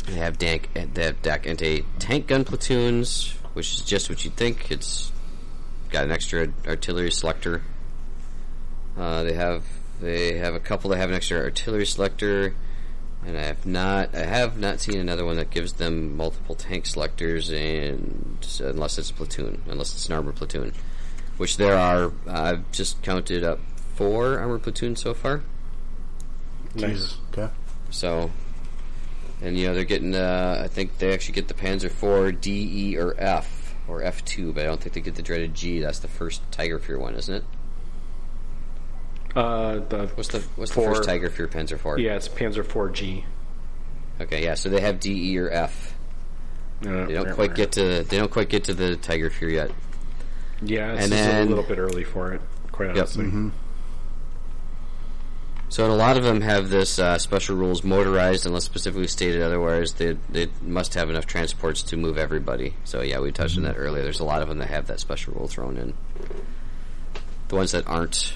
D: they have DAC they have DAC anti tank gun platoons, which is just what you'd think. It's got an extra artillery selector. Uh, they have they have a couple that have an extra artillery selector. And I have not, I have not seen another one that gives them multiple tank selectors, and unless it's a platoon, unless it's an armored platoon, which there are. I've just counted up four armored platoons so far.
A: Jesus. Okay.
D: So, and you know they're getting. Uh, I think they actually get the Panzer IV, D, E, or F, or F two, but I don't think they get the dreaded G. That's the first Tiger Fear one, isn't it?
B: Uh, the
D: What's the What's
B: Four.
D: the first Tiger Fear Panzer IV?
B: yeah, it's Panzer Four G.
D: Okay, yeah. So they have D, E, or F.
B: Uh,
D: They don't quite get to. They don't quite get to the Tiger Fear yet.
B: Yeah, it's
D: and
B: just
D: then-
B: a little bit early for it. Quite honestly,
D: So and a lot of them have this uh, special rules motorized, unless specifically stated otherwise. They they must have enough transports to move everybody. So yeah, we touched on that earlier. There's a lot of them that have that special rule thrown in. The ones that aren't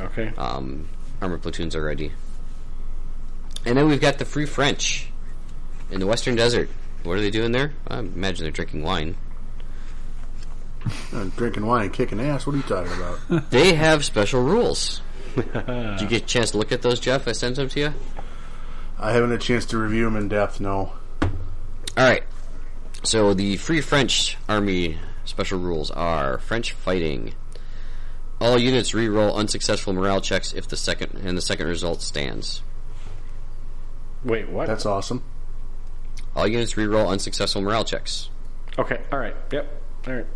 B: okay.
D: um, armored platoons already. And then we've got the Free French in the Western Desert. What are they doing there? I imagine they're drinking wine.
A: Uh, drinking wine and kicking ass. What are you talking
B: (laughs)
A: about?
D: They have special rules. Did you get a chance to look at those, Jeff? I sent them to you.
A: I haven't had a chance to review them in depth. No.
D: All right. So the Free French Army special rules are French fighting. All units re-roll unsuccessful morale checks if the second and the second result stands.
B: Wait, what?
A: That's awesome.
D: All units re-roll unsuccessful morale checks.
B: okay. All right. Yep. All right.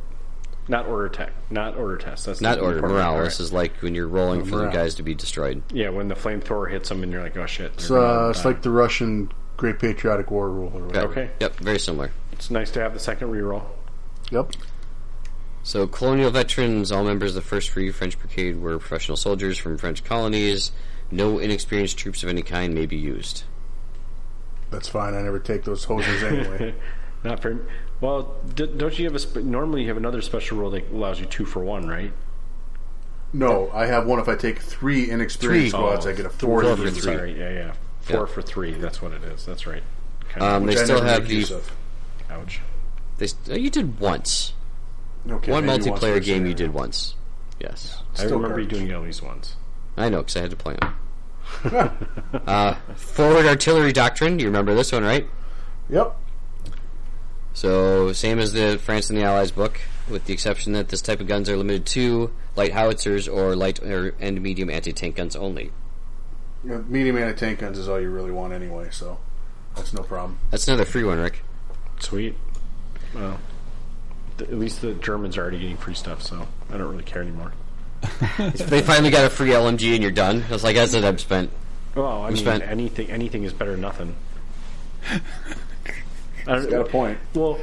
B: Not order tech. Not order test. That's
D: Not
B: the
D: order
B: important-
D: morale.
B: all
D: This
B: right.
D: is like when you're rolling for the
A: morale.
D: guys to be destroyed.
B: Yeah, when the flamethrower hits them and you're like, oh shit.
A: It's, uh, it's like the Russian Great Patriotic War rule or whatever.
B: Okay.
D: Yep. Very similar.
B: It's nice to have the second reroll.
A: Yep.
D: So, colonial veterans, all members of the 1st Free French Brigade were professional soldiers from French colonies. No inexperienced troops of any kind may be used.
A: That's fine. I never take those hoses
B: (laughs)
A: anyway.
B: Not for. Well, d- don't you have a? Sp- normally, you have another special rule that allows you two for one, right?
A: No, I have one. If I take three inexperienced
D: Three. Oh.
A: squads, I get a four.
D: Four
A: Four
D: for
A: three.
D: three.
B: Sorry, yeah, yeah, four
D: Yeah.
B: for three. That's what it is. That's right. Okay.
D: Um, they
A: which I
D: still
A: never
D: have
A: make
D: the.
A: use of.
B: Ouch.
D: They, st- oh, you did once.
A: Okay,
D: One
A: maybe once per
D: multiplayer game you
A: scenario.
D: did once. Yes.
B: I
A: Still
B: remember you
A: garbage.
B: doing it at least once.
D: I know, because I had to play them.
A: (laughs)
D: uh, forward artillery doctrine. You remember this one, right?
A: Yep.
D: So, same as the France and the Allies book, with the exception that this type of guns are limited to light howitzers or light or, and medium anti tank guns only.
A: Yeah, Medium anti-tank guns is all you really want anyway, so that's no problem.
D: That's another free one, Rick.
B: Sweet. Well, th- at least the Germans are already getting free stuff, so I don't really care anymore.
D: they finally got a free LMG and you're done. It's like, that's it, I've spent.
B: Well, I mean,
D: spent-
B: anything anything is better than nothing. I don't-
A: Got a point.
B: Well,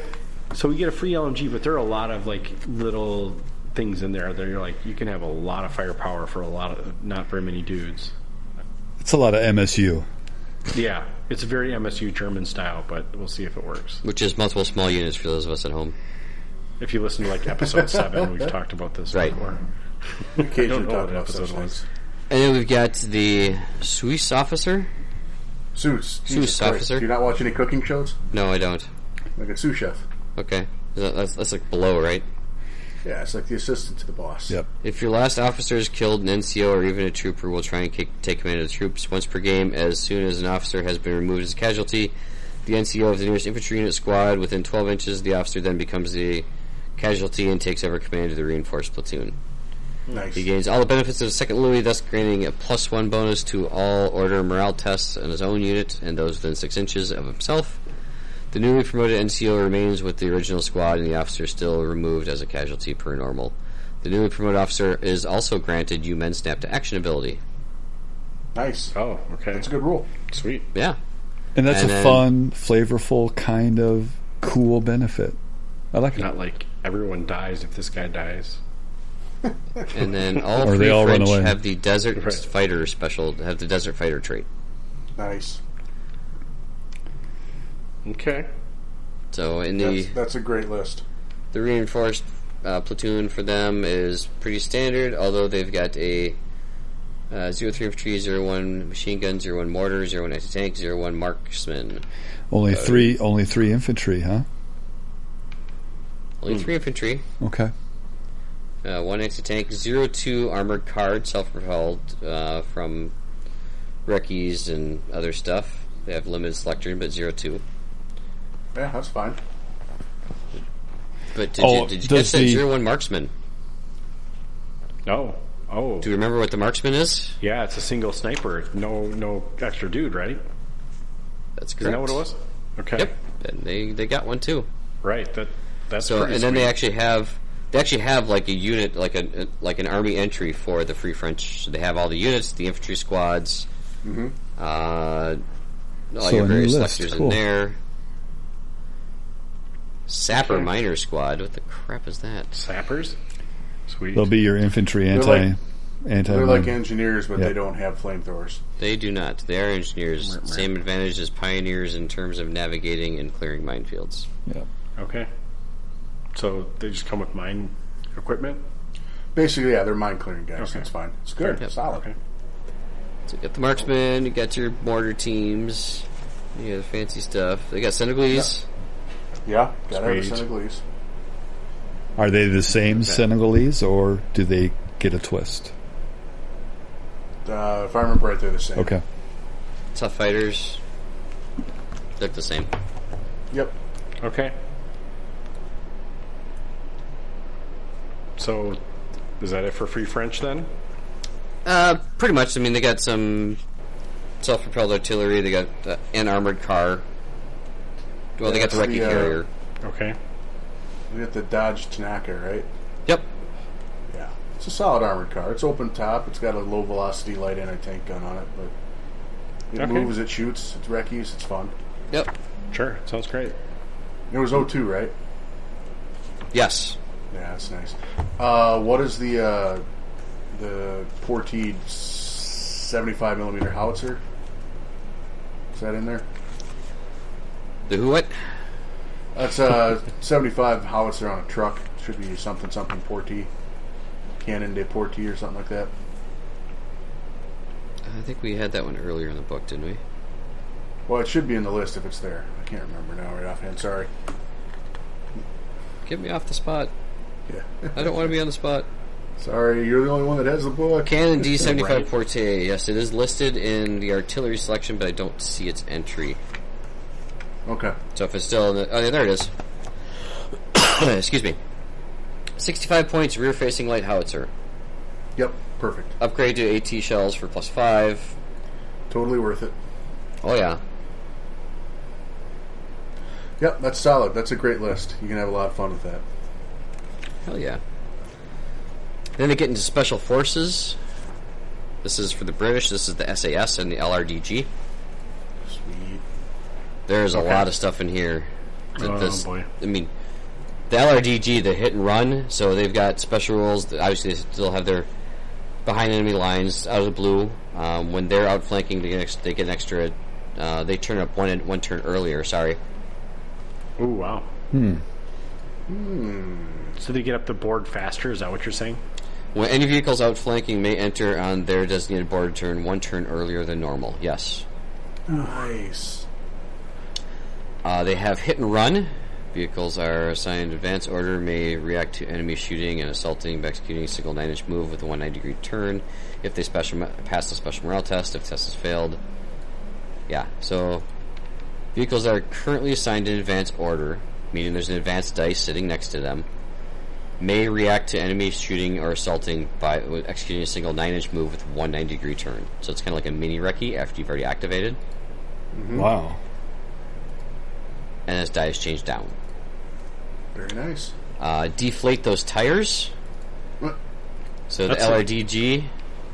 B: so we get a free LMG, but there are a lot of like little things in there that you're like you can have a lot of firepower for a lot of not very many dudes.
F: It's a lot of MSU.
B: Yeah, it's a very MSU German style, but we'll see if it works.
D: Which is multiple small units for those of us at home.
B: If you listen to like episode seven, we've talked about this
D: Right.
B: before.
A: Occasionally
B: know
A: talk
B: what
A: about
B: episode
A: such
B: it was.
A: things.
D: And then we've got the Swiss officer.
A: Sous. Jesus Christ.
D: officer.
A: Do you not watch any cooking shows?
D: No, I don't.
A: Like a sous chef.
D: Okay. That- That's, that's like below, right?
A: Yeah, it's like the assistant to the boss.
F: Yep.
D: If your last officer is killed, an NCO or even a trooper will try and kick, take command of the troops once per game. As soon as an officer has been removed as a casualty, the NCO of the nearest infantry unit squad within 12 inches, the officer then becomes the casualty and takes over command of the reinforced platoon.
A: Nice.
D: He gains all the benefits of Second Louis, thus granting a plus one bonus to all order morale tests on his own unit and those within six inches of himself. The newly promoted NCO remains with the original squad, and the officer is still removed as a casualty per normal. The newly promoted officer is also granted U Men Snap to Action ability.
A: Nice.
B: Oh, okay,
A: That's a good rule.
B: sweet.
D: Yeah,
F: And that's
D: And
F: a
D: then-
F: fun, flavorful, kind of cool benefit. I like it.
B: Not like everyone dies if this guy dies.
D: and then
F: (laughs)
D: all
F: Or
D: three
F: they all run
D: French
F: away.
D: have the Desert
B: Right.
D: Fighter special, have the Desert Fighter trait.
A: Nice.
B: Okay.
D: So in the
A: That's, that's a great list.
D: the reinforced uh, platoon for them is pretty standard, although they've got a uh, 03 infantry, 01 machine gun, 01 mortar, 01 anti tank, 01 marksman.
B: Uh,
F: Only three, only three infantry, huh?
D: Only
B: Hmm.
D: three infantry,
F: Okay.
D: uh, one anti tank, 02 armored card, self propelled uh, from wreckies and other stuff. They have limited selection, but 02.
A: Yeah, that's fine.
D: But did
F: Oh,
D: you, did you
F: does
D: catch that
F: the-
D: 01 marksman?
B: Oh, oh,
D: Do you remember what the marksman is?
B: yeah. It's a single sniper. No, no extra dude, right?
D: That's
B: Is
D: correct.
B: that what it was? Okay.
D: Yep. And they, they got one too.
B: Right. That that's
D: So
B: pretty
D: and then
B: sweet.
D: they actually have they actually have like a unit like a like an army entry for the Free French. So they have all the units, the infantry squads, uh, all
F: Mm-hmm. So a
D: your
F: new
D: various
F: list,
D: selectors
F: cool.
D: in there. Sapper Miner Squad. What the crap is that?
B: sappers. Sweet.
F: They'll be your infantry anti,
A: like-
F: anti.
A: They're like engineers, but
F: Yeah.
A: they don't have flamethrowers.
D: They do not. They are engineers.
B: Right, right.
D: Same advantage as pioneers in terms of navigating and clearing minefields.
F: yeah.
B: Okay. So they just come with mine equipment.
A: Basically, yeah, they're mind clearing guys.
B: Okay.
A: That's fine. It's good.
D: Yep.
A: Solid.
B: Okay.
D: So you got the marksmen. You got your mortar teams. You got the fancy stuff. They got Senegalese.
A: Yeah, gotta have a
B: Sweet.
A: Senegalese.
F: Are they the same Senegalese, or do they get a twist?
A: Uh, if I remember right, they're the same.
F: Okay.
D: Tough fighters look the same.
A: Yep.
B: Okay. So is that it for free French then?
D: Uh, pretty much. I mean, they got some self-propelled artillery. They got uh, an armored car. Well, they got the
A: That's
D: recce
A: the, uh,
D: carrier.
B: Okay.
A: We got the Dodge Tanaka, right?
D: Yep.
A: Yeah. It's a solid armored car. It's open top. It's got a low velocity light anti-tank gun on it, but it
B: Okay.
A: moves, it shoots, it's recce's, it's fun.
D: Yep.
B: Sure. Sounds great.
A: It was 02, right?
D: Yes.
A: Yeah, that's nice. Uh, what is the uh, the Portede s- 75 millimeter howitzer. Is that in there?
D: The who what?
A: That's a 75 howitzer on a truck. Should be something something 4T, Cannon de 4T or something like that.
D: I think we had that one earlier in the book, didn't we?
A: Well, it should be in the list if it's there. I can't remember now right offhand. Sorry.
D: Get me off the spot.
A: Yeah.
D: I don't want to be on the spot.
A: (laughs) Sorry, you're the only one that has the book.
D: Canon D75 Porte. Yes, it is listed in the artillery selection, but I don't see its entry.
A: Okay.
D: So if it's still in the, oh, yeah, there it is. (coughs) Excuse me. 65 points rear facing light howitzer.
A: Yep. Perfect.
D: Upgrade to AT shells for plus 5.
A: Totally worth it.
D: Oh, yeah.
A: Yep, that's solid. That's a great list. You can have a lot of fun with that.
D: Hell yeah. Then they get into special forces. This is for the British. This is the SAS and the LRDG.
A: Sweet.
D: There's a lot of stuff in here. that
J: Oh,
D: this-
J: boy.
D: I mean, the LRDG, the hit and run, so they've got special rules. that Obviously, they still have their behind enemy lines out of the blue. Um, when they're outflanking, they get, ex- they get an extra. Uh, they turn up one one turn earlier. Sorry.
J: Ooh, wow. Hmm. Hmm. So they get up the board faster. Is that what you're saying?
D: When any vehicles outflanking may enter on their designated board turn one turn earlier than normal. Yes.
A: Nice.
D: Uh, they have hit and run. Vehicles are assigned advance order, may react to enemy shooting and assaulting by executing a single 9 inch move with a 190 degree turn if they special mo- pass the special morale test, if test has failed. Yeah, so vehicles that are currently assigned in advance order, meaning there's an advance dice sitting next to them, may react to enemy shooting or assaulting by with executing a single 9 inch move with 190 degree turn. So it's kind of like a mini recce after you've already activated,
J: Wow.
D: and its dice change down.
A: Very nice.
D: uh, deflate those tires.
A: What?
D: So
J: That's
D: the
J: a-
D: LRDG,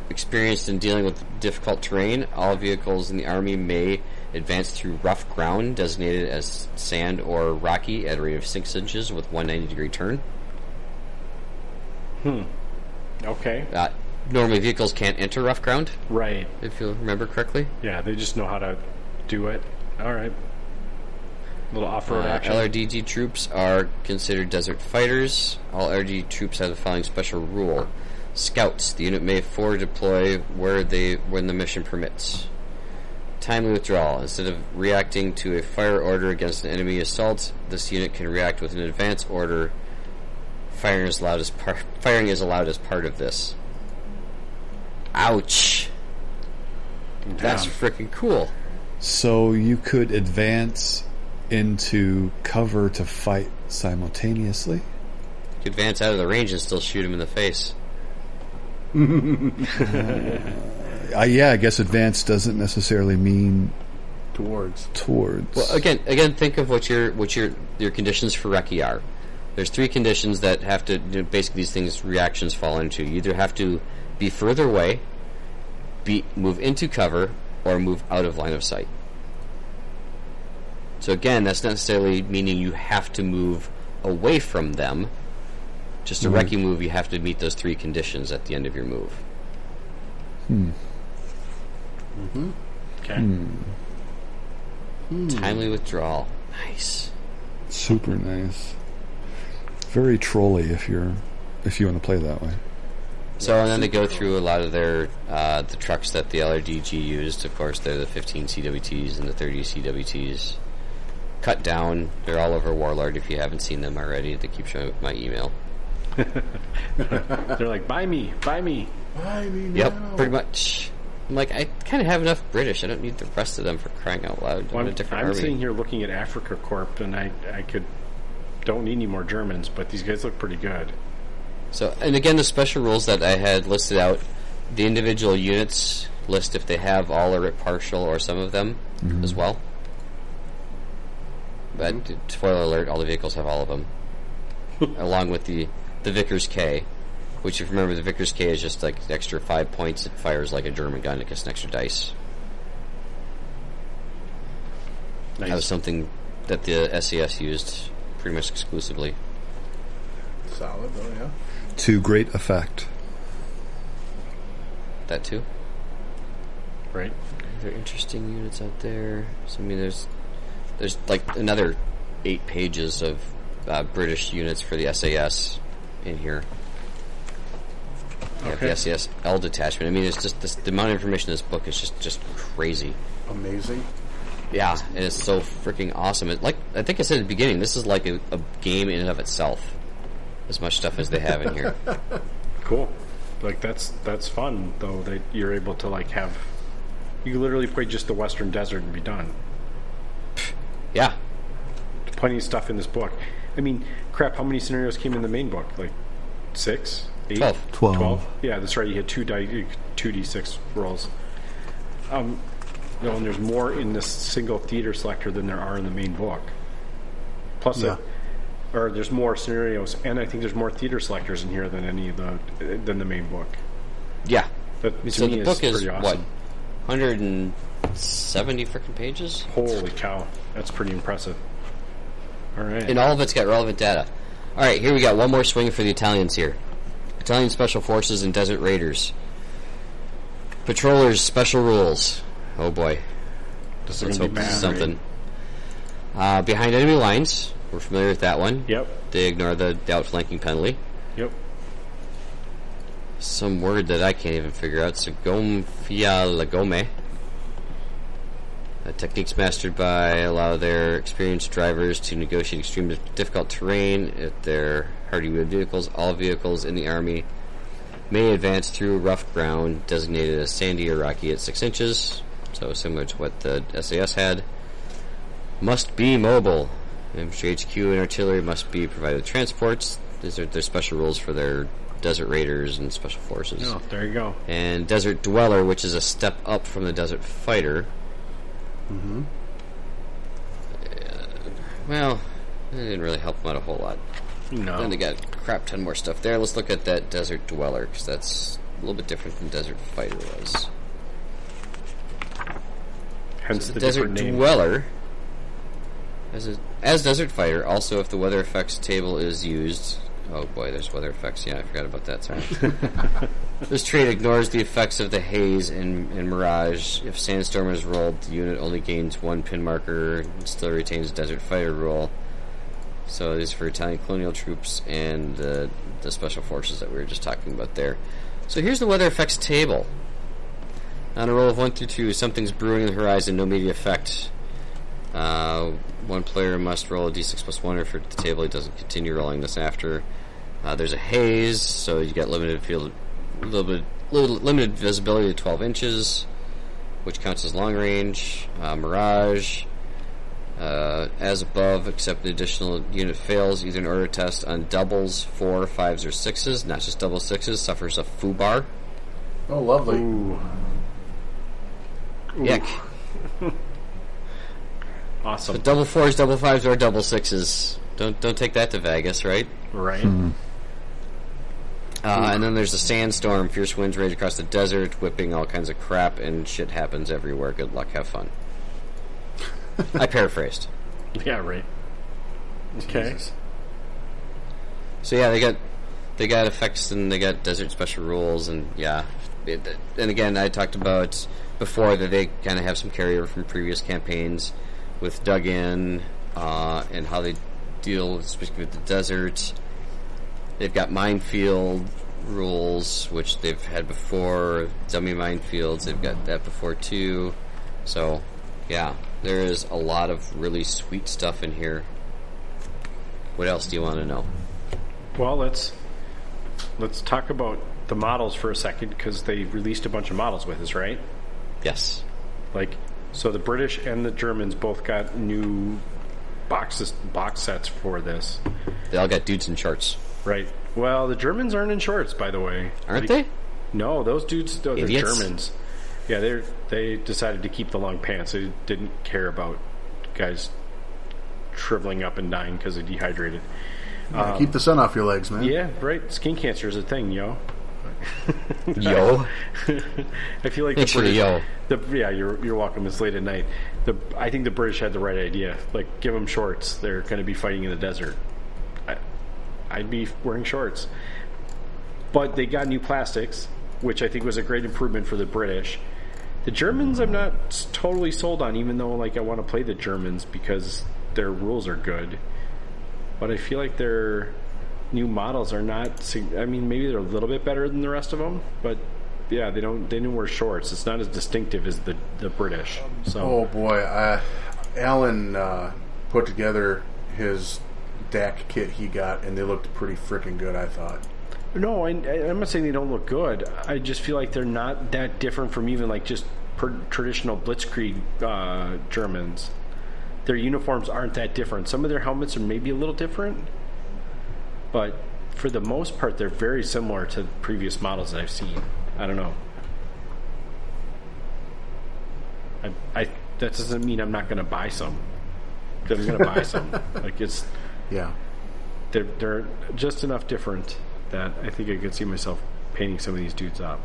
D: experienced in dealing with difficult terrain, all vehicles in the army may advance through rough ground designated as sand or rocky at a rate of six inches with 190 degree turn.
J: Okay.
D: Uh, normally, vehicles can't enter rough ground,
J: Right.
D: if you remember correctly.
J: Yeah, they just know how to do it. All right. little off-road
D: Uh,
J: action.
D: LRDG troops are considered desert fighters. All LRDG troops have the following special rule: Scouts. The unit may forward deploy where they when the mission permits. Timely withdrawal. Instead of reacting to a fire order against an enemy assault, this unit can react with an advance order. Firing is allowed as par- firing is allowed as part of this. Ouch! That's freaking cool.
H: So you could advance into cover to fight simultaneously.
D: You could Advance out of the range and still shoot him in the face.
C: Uh,
H: I, yeah, I guess advance doesn't necessarily mean
A: Towards.
H: towards.
D: Well, again, again, think of what your what your your conditions for recce are. There's three conditions that have to you know, basically these things reactions fall into. You either have to be further away, be move into cover, or move out of line of sight. So again, that's not necessarily meaning you have to move away from them. Just a recce move, you have to meet those three conditions at the end of your move.
J: okay.
D: Timely withdrawal. Nice.
H: Super nice. Very trolly if you're if you want to play that way.
D: So and then they go through a lot of their uh, the trucks that the LRDG used. Of course, they're the 15 CWTs and the 30 CWTs. Cut down. They're all over Warlord. If you haven't seen them already, they keep showing up in my email.
J: They're like, buy me, buy me.
A: I mean,
D: Yep,
A: now.
D: pretty much. I'm like, I kind of have enough British. I don't need the rest of them for crying out loud.
J: Well,
D: I'm
J: I'm,
D: in a different
J: I'm
D: army.
J: sitting here looking at Africa Corp, and I, I could don't need any more Germans, but these guys look pretty good.
D: So, and again, the special rules that I had listed out, the individual units list if they have all or partial or some of them as well. But spoiler alert: all the vehicles have all of them, along with the the Vickers K, which, if you remember, the Vickers K is just like an extra five points. It fires like a German gun. It gets an extra dice. That was
J: Nice.
D: something that the SES used pretty much exclusively.
A: Solid, though, yeah.
H: To great effect.
D: That too.
B: right?
D: There are interesting units out there. So I mean, there's there's like another eight pages of uh, British units for the SAS in here. Yeah, the SAS L detachment. I mean, it's just this, the amount of information in this book is just just crazy.
A: Amazing.
D: Yeah, and it's so freaking awesome. It, like I think I said at the beginning, this is like a, a game in and of itself. As much stuff as they have
B: (laughs)
D: in here.
B: Cool. Like that's that's fun though that you're able to like have you can literally play just the Western Desert and be done.
D: yeah,
B: Plenty of stuff in this book. I mean, crap, how many scenarios came in the main book? Like six, eight,
D: Twelve.
C: Twelve.
B: Yeah, that's right. You had two die, two d six rolls. Um, you know, and there's more in this single theater selector than there are in the main book. Plus,
A: Yeah.
B: a, or there's more scenarios, and I think there's more theater selectors in here than any of the than the main book.
D: yeah.
B: That to
D: So
B: me
D: the book
B: is
D: is
B: pretty
D: what,
B: awesome.
D: 170 freaking pages,
B: Holy cow, that's pretty impressive. All right.
D: and all of it's got relevant data. All right, here we got one more swing for the Italians here. Italian Special Forces and Desert Raiders. Patrollers, special rules. Oh boy,
B: This
D: let's
B: is gonna
D: hope
B: be
D: this is
B: bad.
D: something. Uh, behind enemy lines, we're familiar with that one.
B: Yep.
D: They ignore the, the outflanking penalty.
B: Yep.
D: Some word that I can't even figure out. Sagomfia Lagome. Uh, techniques mastered by allow their experienced drivers to negotiate extremely difficult terrain at their hardy wheeled vehicles. All vehicles in the army may advance through rough ground designated as sandy or rocky at 6 inches, so similar to what the SAS had. Must be mobile. MCHQ and artillery must be provided with transports. These are their special rules for their desert raiders and special forces
B: Oh, there you go.
D: and Desert Dweller, which is a step up from the Desert Fighter. Mm-hmm. Uh, well, it didn't really help them out a whole lot. Then
B: No.
D: they got a crap ton more stuff there. Let's look at that Desert Dweller because that's a little bit different from Desert Fighter was.
B: Hence the
D: Desert
B: different name.
D: Dweller. As, a, as Desert Fighter, also if the weather effects table is used. Oh boy, there's weather effects. Yeah, I forgot about
B: (laughs)
D: that. Sorry. this trait ignores the effects of the haze and, and mirage. If sandstorm is rolled, the unit only gains one pin marker and still retains Desert Fighter rule. So it is for Italian colonial troops and uh, the special forces that we were just talking about there. So here's the weather effects table. On a roll of 1 through 2, something's brewing on the horizon, no media effect. Uh, one player must roll a d6 plus 1 or for the table, he doesn't continue rolling this after. Uh, there's a haze, so you got limited field, little bit, little, limited visibility to 12 inches, which counts as long range. Uh, mirage, uh, as above, except an additional unit fails, either an order test on doubles, four, fives, or sixes, not just double sixes, suffers a foobar.
A: Oh, lovely.
D: Yuck.
B: Awesome.
D: But double fours, double fives, or double sixes. Don't don't take that to Vegas, right?
B: Right.
D: Uh, and then there's a sandstorm. Fierce winds rage across the desert, whipping all kinds of crap, and shit happens everywhere. Good luck. Have fun. I paraphrased.
B: Yeah, right. Okay.
D: So yeah, they got they got effects and they got desert special rules and yeah. It, and again, I talked about before that they kind of have some carryover from previous campaigns with dug in uh, and how they deal with, specifically with the desert. They've got minefield rules, which they've had before. Dummy minefields, they've got that before too. So, yeah, there is a lot of really sweet stuff in here. What else do you want to know?
B: Well, let's let's talk about the models for a second because they released a bunch of models with us, right?
D: Yes.
B: Like, so the British and the Germans both got new boxes, box sets for this,
D: They all got dudes in charts,
B: right? Well, the Germans aren't in shorts, by the way.
D: aren't
B: Like,
D: they?
B: No, those dudes, those are
D: Idiots.
B: Germans. Yeah, they they decided to keep the long pants. They didn't care about guys shriveling up and dying because they dehydrated.
A: Yeah, Keep the sun off your legs, man.
B: Yeah, right. Skin cancer is a thing, yo. (laughs)
D: Yo.
B: I feel like the
D: Make sure to
B: British,
D: yell.
B: The, yeah, you're you're welcome. It's late at night. The I think the British had the right idea. Like, give them shorts. They're going to be fighting in the desert. I, I'd be wearing shorts. But they got new plastics, which I think was a great improvement for the British. The Germans, I'm not s- totally sold on, even though like I want to play the Germans because their rules are good. But I feel like their new models are not. sig- I mean, maybe they're a little bit better than the rest of them, but yeah, they don't. They didn't wear shorts. It's not as distinctive as the the British. So
A: Oh boy, uh, Alan uh, put together his DAC kit he got, and they looked pretty freaking good. I thought.
B: No, I, I- I'm not saying they don't look good. I just feel like they're not that different from even like just per, traditional Blitzkrieg uh, Germans. Their uniforms aren't that different. Some of their helmets are maybe a little different, but for the most part, they're very similar to previous models that I've seen. I don't know. I, I that doesn't mean I'm not going to buy some. 'Cause I'm going to buy some. Like it's
A: Yeah.
B: they're, they're just enough different that I think I could see myself painting some of these dudes up.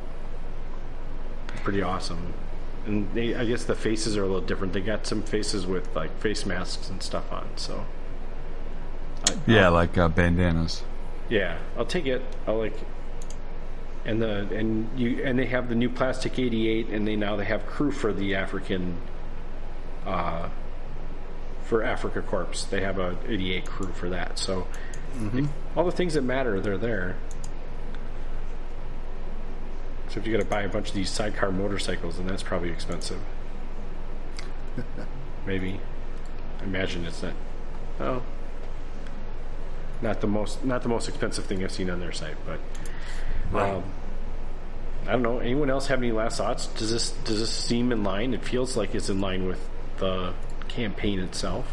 B: Pretty awesome. And they, I guess the faces are a little different. They got some faces with like face masks and stuff on. So
C: Yeah, like uh, bandanas.
B: yeah, I'll take it. I'll like and the and you and they have the new plastic 88 and they now they have crew for the African uh for Africa Corps. They have a 88 crew for that. So all the things that matter they're there. So if you got to buy a bunch of these sidecar motorcycles, then that's probably expensive. Maybe. I imagine it's not. Oh. Not the most not the most expensive thing I've seen on their site, but um, I don't know. Anyone else have any last thoughts? Does this does this seem in line? It feels like it's in line with the campaign itself.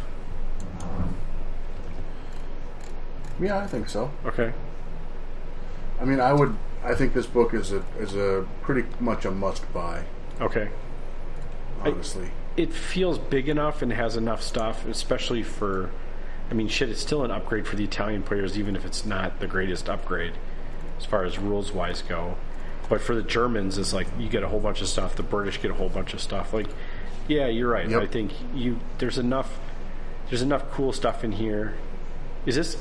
A: Yeah, I think so.
B: Okay.
A: I mean, I would. I think this book is a is a pretty much a must buy.
B: Okay.
A: Honestly,
B: it feels big enough and has enough stuff, especially for. I mean, shit, it's still an upgrade for the Italian players, even if it's not the greatest upgrade as far as rules wise go. But for the Germans, it's like you get a whole bunch of stuff. The British get a whole bunch of stuff. Like, yeah, you're right.
A: Yep.
B: I think you there's enough there's enough cool stuff in here. Is this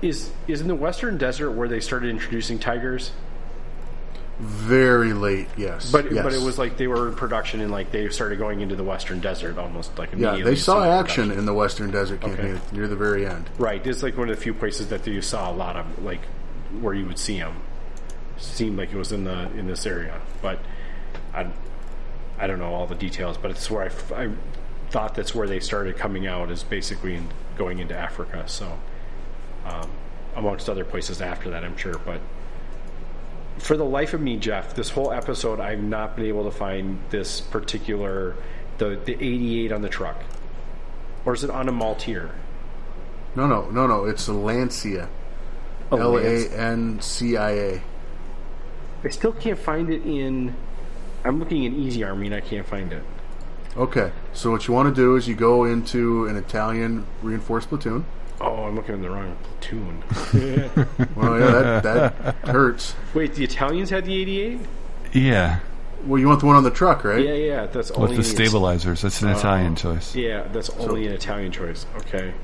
B: is is in the Western Desert where they started introducing tigers?
A: very late. Yes,
B: But
A: yes.
B: but it was like they were in production and like they started going into the Western Desert almost like
A: yeah.
B: immediately.
A: They saw
B: as soon as
A: action
B: production.
A: in the Western Desert campaign near the very end.
B: Right, it's like one of the few places that you saw a lot of like where you would see them. Seemed like it was in the in this area, but I I don't know all the details, but it's where I, f- I thought that's where they started coming out is basically in, going into Africa. So um, amongst other places after that, I'm sure, but. For the life of me, Jeff, this whole episode, I've not been able to find this particular the the 88 on the truck, or is it on a Maltier?
A: No, no, no, no. It's Lancia.
B: Oh,
A: L
B: Lance.
A: A N C I A.
B: I still can't find it in. I'm looking in Easy Army and I can't find it.
A: Okay, so what you want to do is you go into an Italian reinforced platoon.
B: Oh, I'm looking in the wrong (laughs) platoon.
A: Well, yeah, that, that hurts.
B: Wait, the Italians had the 88?
C: Yeah,
A: Well, you want the one on the truck, right?
B: Yeah, yeah, that's only
C: with the stabilizers. That's an
A: Uh,
C: Italian choice.
B: Yeah, that's only an Italian choice. Okay.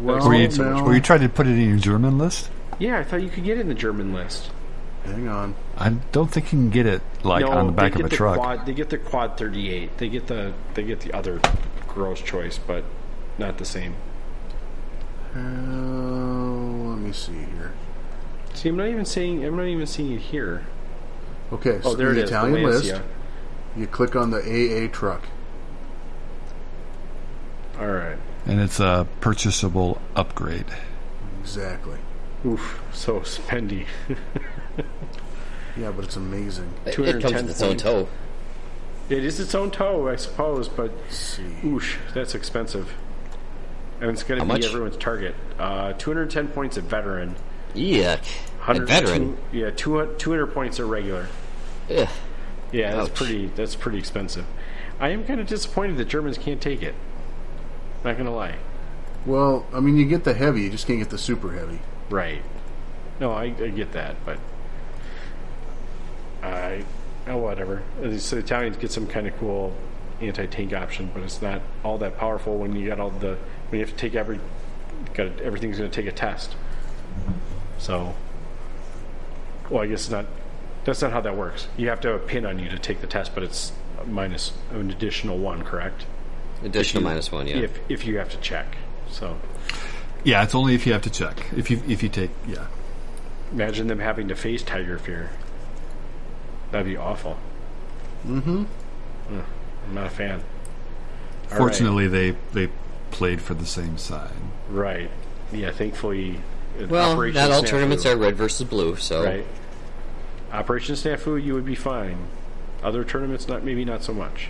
A: Well,
C: Were you,
A: now-
C: were you trying to put it in your German list?
B: Yeah, I thought you could get it in the German list.
A: hang on.
C: I don't think you can get it like
B: no,
C: on the back
B: they get
C: of a
B: the
C: truck.
B: Quad, they get the quad 38. They get the they get the other gross choice, but not the same.
A: Uh, let me see here.
B: See, I'm not even saying I'm not even seeing it here.
A: Okay,
B: Oh,
A: so
B: there it
A: the
B: is. the
A: Italian list.
B: Lancia.
A: You click on the AA truck.
B: All right.
C: and it's a purchasable upgrade.
A: Exactly.
B: Oof, so (laughs) spendy.
A: Yeah, but it's amazing.
D: It, it comes
B: 210
D: with its own
B: point.
D: toe.
B: It is its own toe, I suppose, but
A: Let's see.
B: oosh, that's expensive. And it's going to
D: How
B: be
D: much?
B: everyone's target. Uh, 210 points at veteran.
D: Yuck. A
B: 100
D: veteran.
B: two- yeah, 200, 200 points at regular.
D: Ugh.
B: Yeah, that's
D: Ouch.
B: pretty. That's pretty expensive. I am kind of disappointed the Germans can't take it. Not going to lie.
A: Well, I mean, you get the heavy, you just can't get the super heavy.
B: Right. No, I, I get that, but I oh whatever. So the Italians get some kind of cool anti-tank option, but it's not all that powerful when you got all the when you have to take every got everything's going to take a test. So, well, I guess not. That's not how that works. You have to have a pin on you to take the test, but it's minus an additional one, correct?
D: Additional minus one, yeah.
B: If if you have to check, so
C: Yeah, it's only if you have to check. If you if you take yeah.
B: imagine them having to face Tiger Fear. That'd be awful. Mm-hmm. I'm not a fan. All right.
C: Fortunately, they they played for the same side.
B: right? Yeah, thankfully. in
D: Well,
B: Operation
D: not all
B: Snafu-
D: tournaments are red versus blue, so
B: right. Operation Snafu, you would be fine. Other tournaments, not maybe not so much,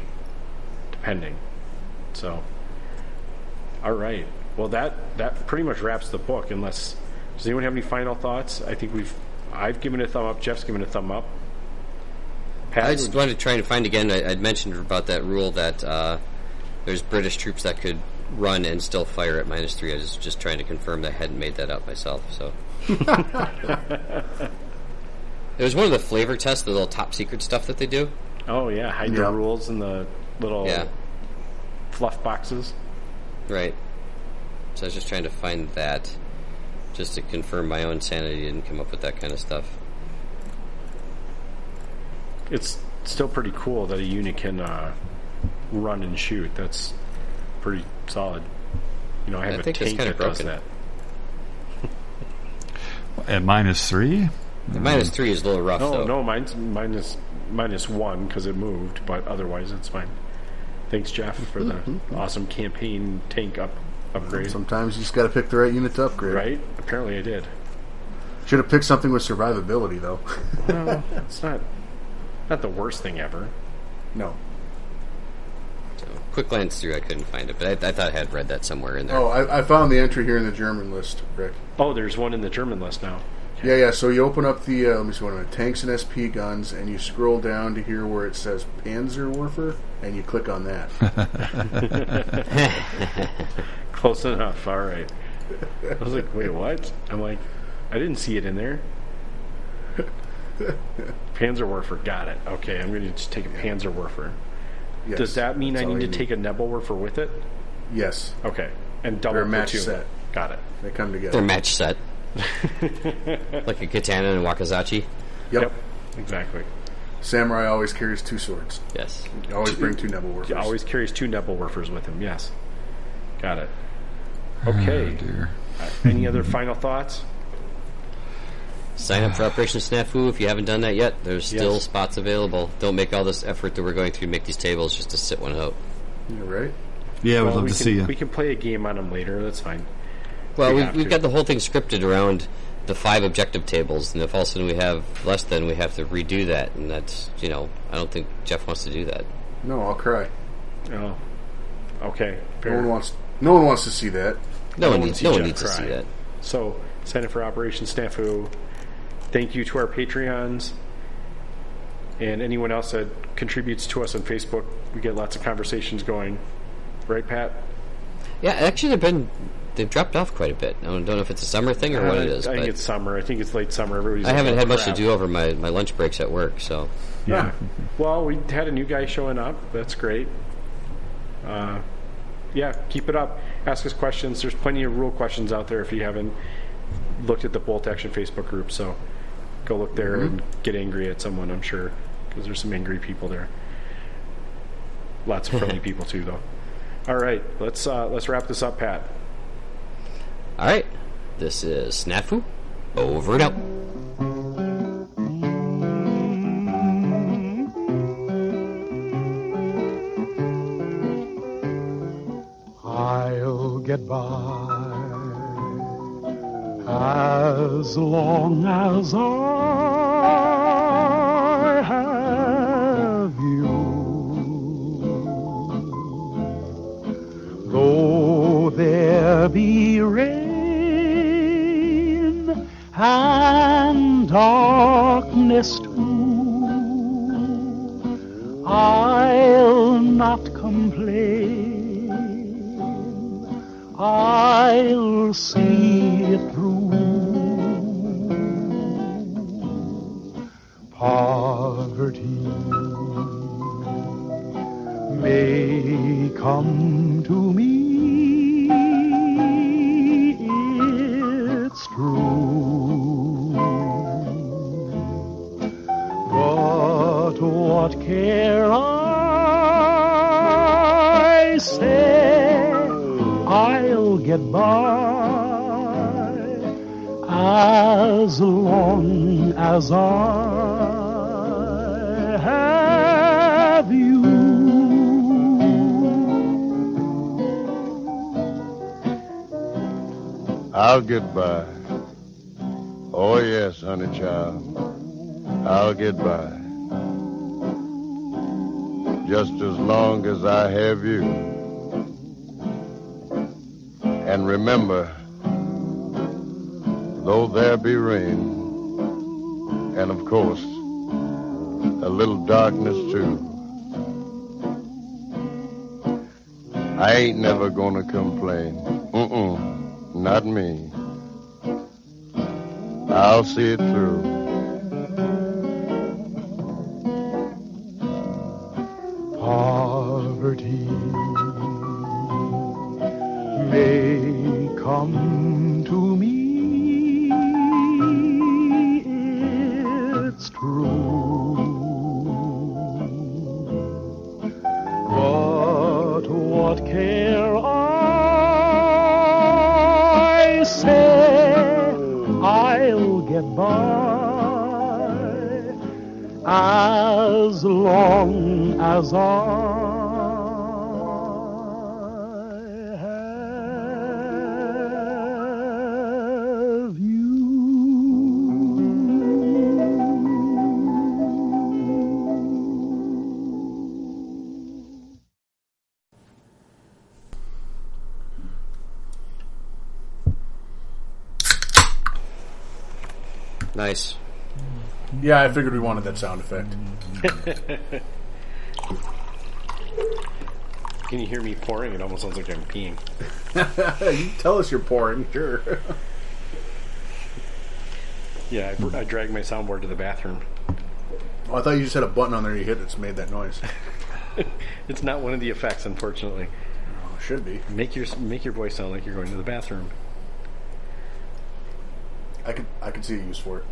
B: depending. So, all right. Well, that that pretty much wraps the book. Unless does anyone have any final thoughts? I think we've I've given a thumb up. Jeff's given a thumb up. Pat,
D: I
B: would-
D: just wanted to try and find again. I, I'd mentioned about that rule that uh, there's British troops that could run and still fire at minus three. I was just trying to confirm that I hadn't made that up myself. (laughs) So it was one of the flavor tests, the little top secret stuff that they do.
B: oh yeah, hide your rules in the little
D: Yeah,
B: fluff boxes.
D: right. So I was just trying to find that, just to confirm my own sanity didn't come up with that kind of stuff.
B: It's still pretty cool that a unit can uh, run and shoot. That's pretty solid. You know, I have
D: I
B: a
D: think it's
B: tank
D: kinda
B: that does
D: broken.
B: that.
C: At minus three,
D: The minus three is a little rough,
B: No,
D: though.
B: no, mine's minus minus one because it moved, but otherwise it's fine. Thanks, Jeff, for the
D: Mm-hmm.
B: awesome campaign tank up upgrade.
A: Sometimes you just got to pick the right unit to upgrade.
B: Right? Apparently, I did.
A: Should have picked something with survivability
B: (laughs)
A: though.
B: It's not not the worst thing ever.
A: no.
D: So, quick glance through, I couldn't find it, but I, I thought I had read that somewhere in there.
A: Oh, I, I found the entry here in the German list, Rick.
B: Oh, there's one in the German list now.
A: Yeah, yeah. So you open up the uh, let me see what I'm tanks and SP guns, and you scroll down to here where it says Panzerwerfer, and you click on
B: (laughs)
A: that.
B: Close enough. All right. I was like, wait, what? I'm like, I didn't see it in there. Panzerwerfer, got it. Okay, I'm going to just take a Panzerwerfer.
A: Yes,
B: Does that mean
A: that's
B: I
A: all
B: need
A: you
B: to take a Nebelwerfer with it?
A: Yes,
B: Okay, and
A: They're
B: double
A: a
B: for
A: match
B: two.
A: set.
B: Got it.
A: they come
D: They're
A: together.
D: match set. like a katana and wakizachi.
A: Yep.
B: Yep, exactly.
A: Samurai always carries two swords.
D: Yes.
A: You always bring two Nebelwerfers.
B: He always carries two Nebelwerfers with him. Yes, got it.
C: Ah,
B: Okay.
C: Oh, dear.
B: Uh, any other final thoughts?
D: Sign up for Operation Snafu if you haven't done that yet. There's still spots available. Don't make all this effort that we're going through to make these tables just to sit one out.
A: Yeah, right.
C: yeah, I would
B: Well,
C: love
B: we
C: to
B: can,
C: see you.
B: We can play a game on them later. That's fine.
D: Well,
B: We
D: we
B: have
D: have we've
B: to.
D: got the whole thing scripted around the five objective tables, and if all of a sudden we have less than, we have to redo that, and that's, you know, I don't think Jeff wants to do that.
A: No, I'll cry.
B: Oh, okay.
A: No
B: Fair.
A: one wants. No one wants to see that.
D: No, one
B: one
D: needs,
B: sees
D: no one
B: Jeff
D: needs to see
B: cry.
D: that.
B: So, sign up for Operation Snafu. Thank you to our Patreons and anyone else that contributes to us on Facebook. We get lots of conversations going. Right, Pat?
D: Yeah, actually, they've been, they've dropped off quite a bit. I don't know if it's a summer thing or what it is,
B: Uh, I think
D: but
B: it's summer. I think it's late summer. Everybody's
D: I haven't
B: like,
D: had much to
B: "Crap."
D: do over my, my lunch breaks at work, so.
B: Yeah. Well, we had a new guy showing up. That's great. Uh, yeah, keep it up. Ask us questions. There's plenty of rule questions out there if you haven't looked at the Bolt Action Facebook group. So go look there and get angry at someone, I'm sure, because there's some angry people there. Lots of friendly people too, though. All right, let's uh, let's wrap this up, Pat.
D: All right, this is Snafu. Over and out.
K: I'll get by as long as I have you. Though there be rain and darkness too. I'll not complain. I'll see it through. Poverty may come to me. It's true. But what care I?
L: I'll get by as long as I have you.
K: I'll get by. Oh, yes, honey child. I'll get by. Just as long as I have you. And remember, though there be rain, and of course, a little darkness too, I ain't never gonna complain. Mm-mm, not me. I'll see it through.
L: poverty may come to me. It's true. But what care I say I'll get by as long as I have you.
D: Nice.
A: Yeah, I figured we wanted that sound effect.
B: Can you hear me pouring? It almost sounds like I'm peeing.
A: you tell us you're pouring, sure.
B: Yeah, I, I dragged my soundboard to the bathroom.
A: (laughs) Oh, I thought you just had a button on there you hit that's made that noise.
B: It's not one of the effects, unfortunately.
A: Oh, (laughs) should be.
B: Make your make your voice sound like you're going to the bathroom.
A: I could I could see a use for it.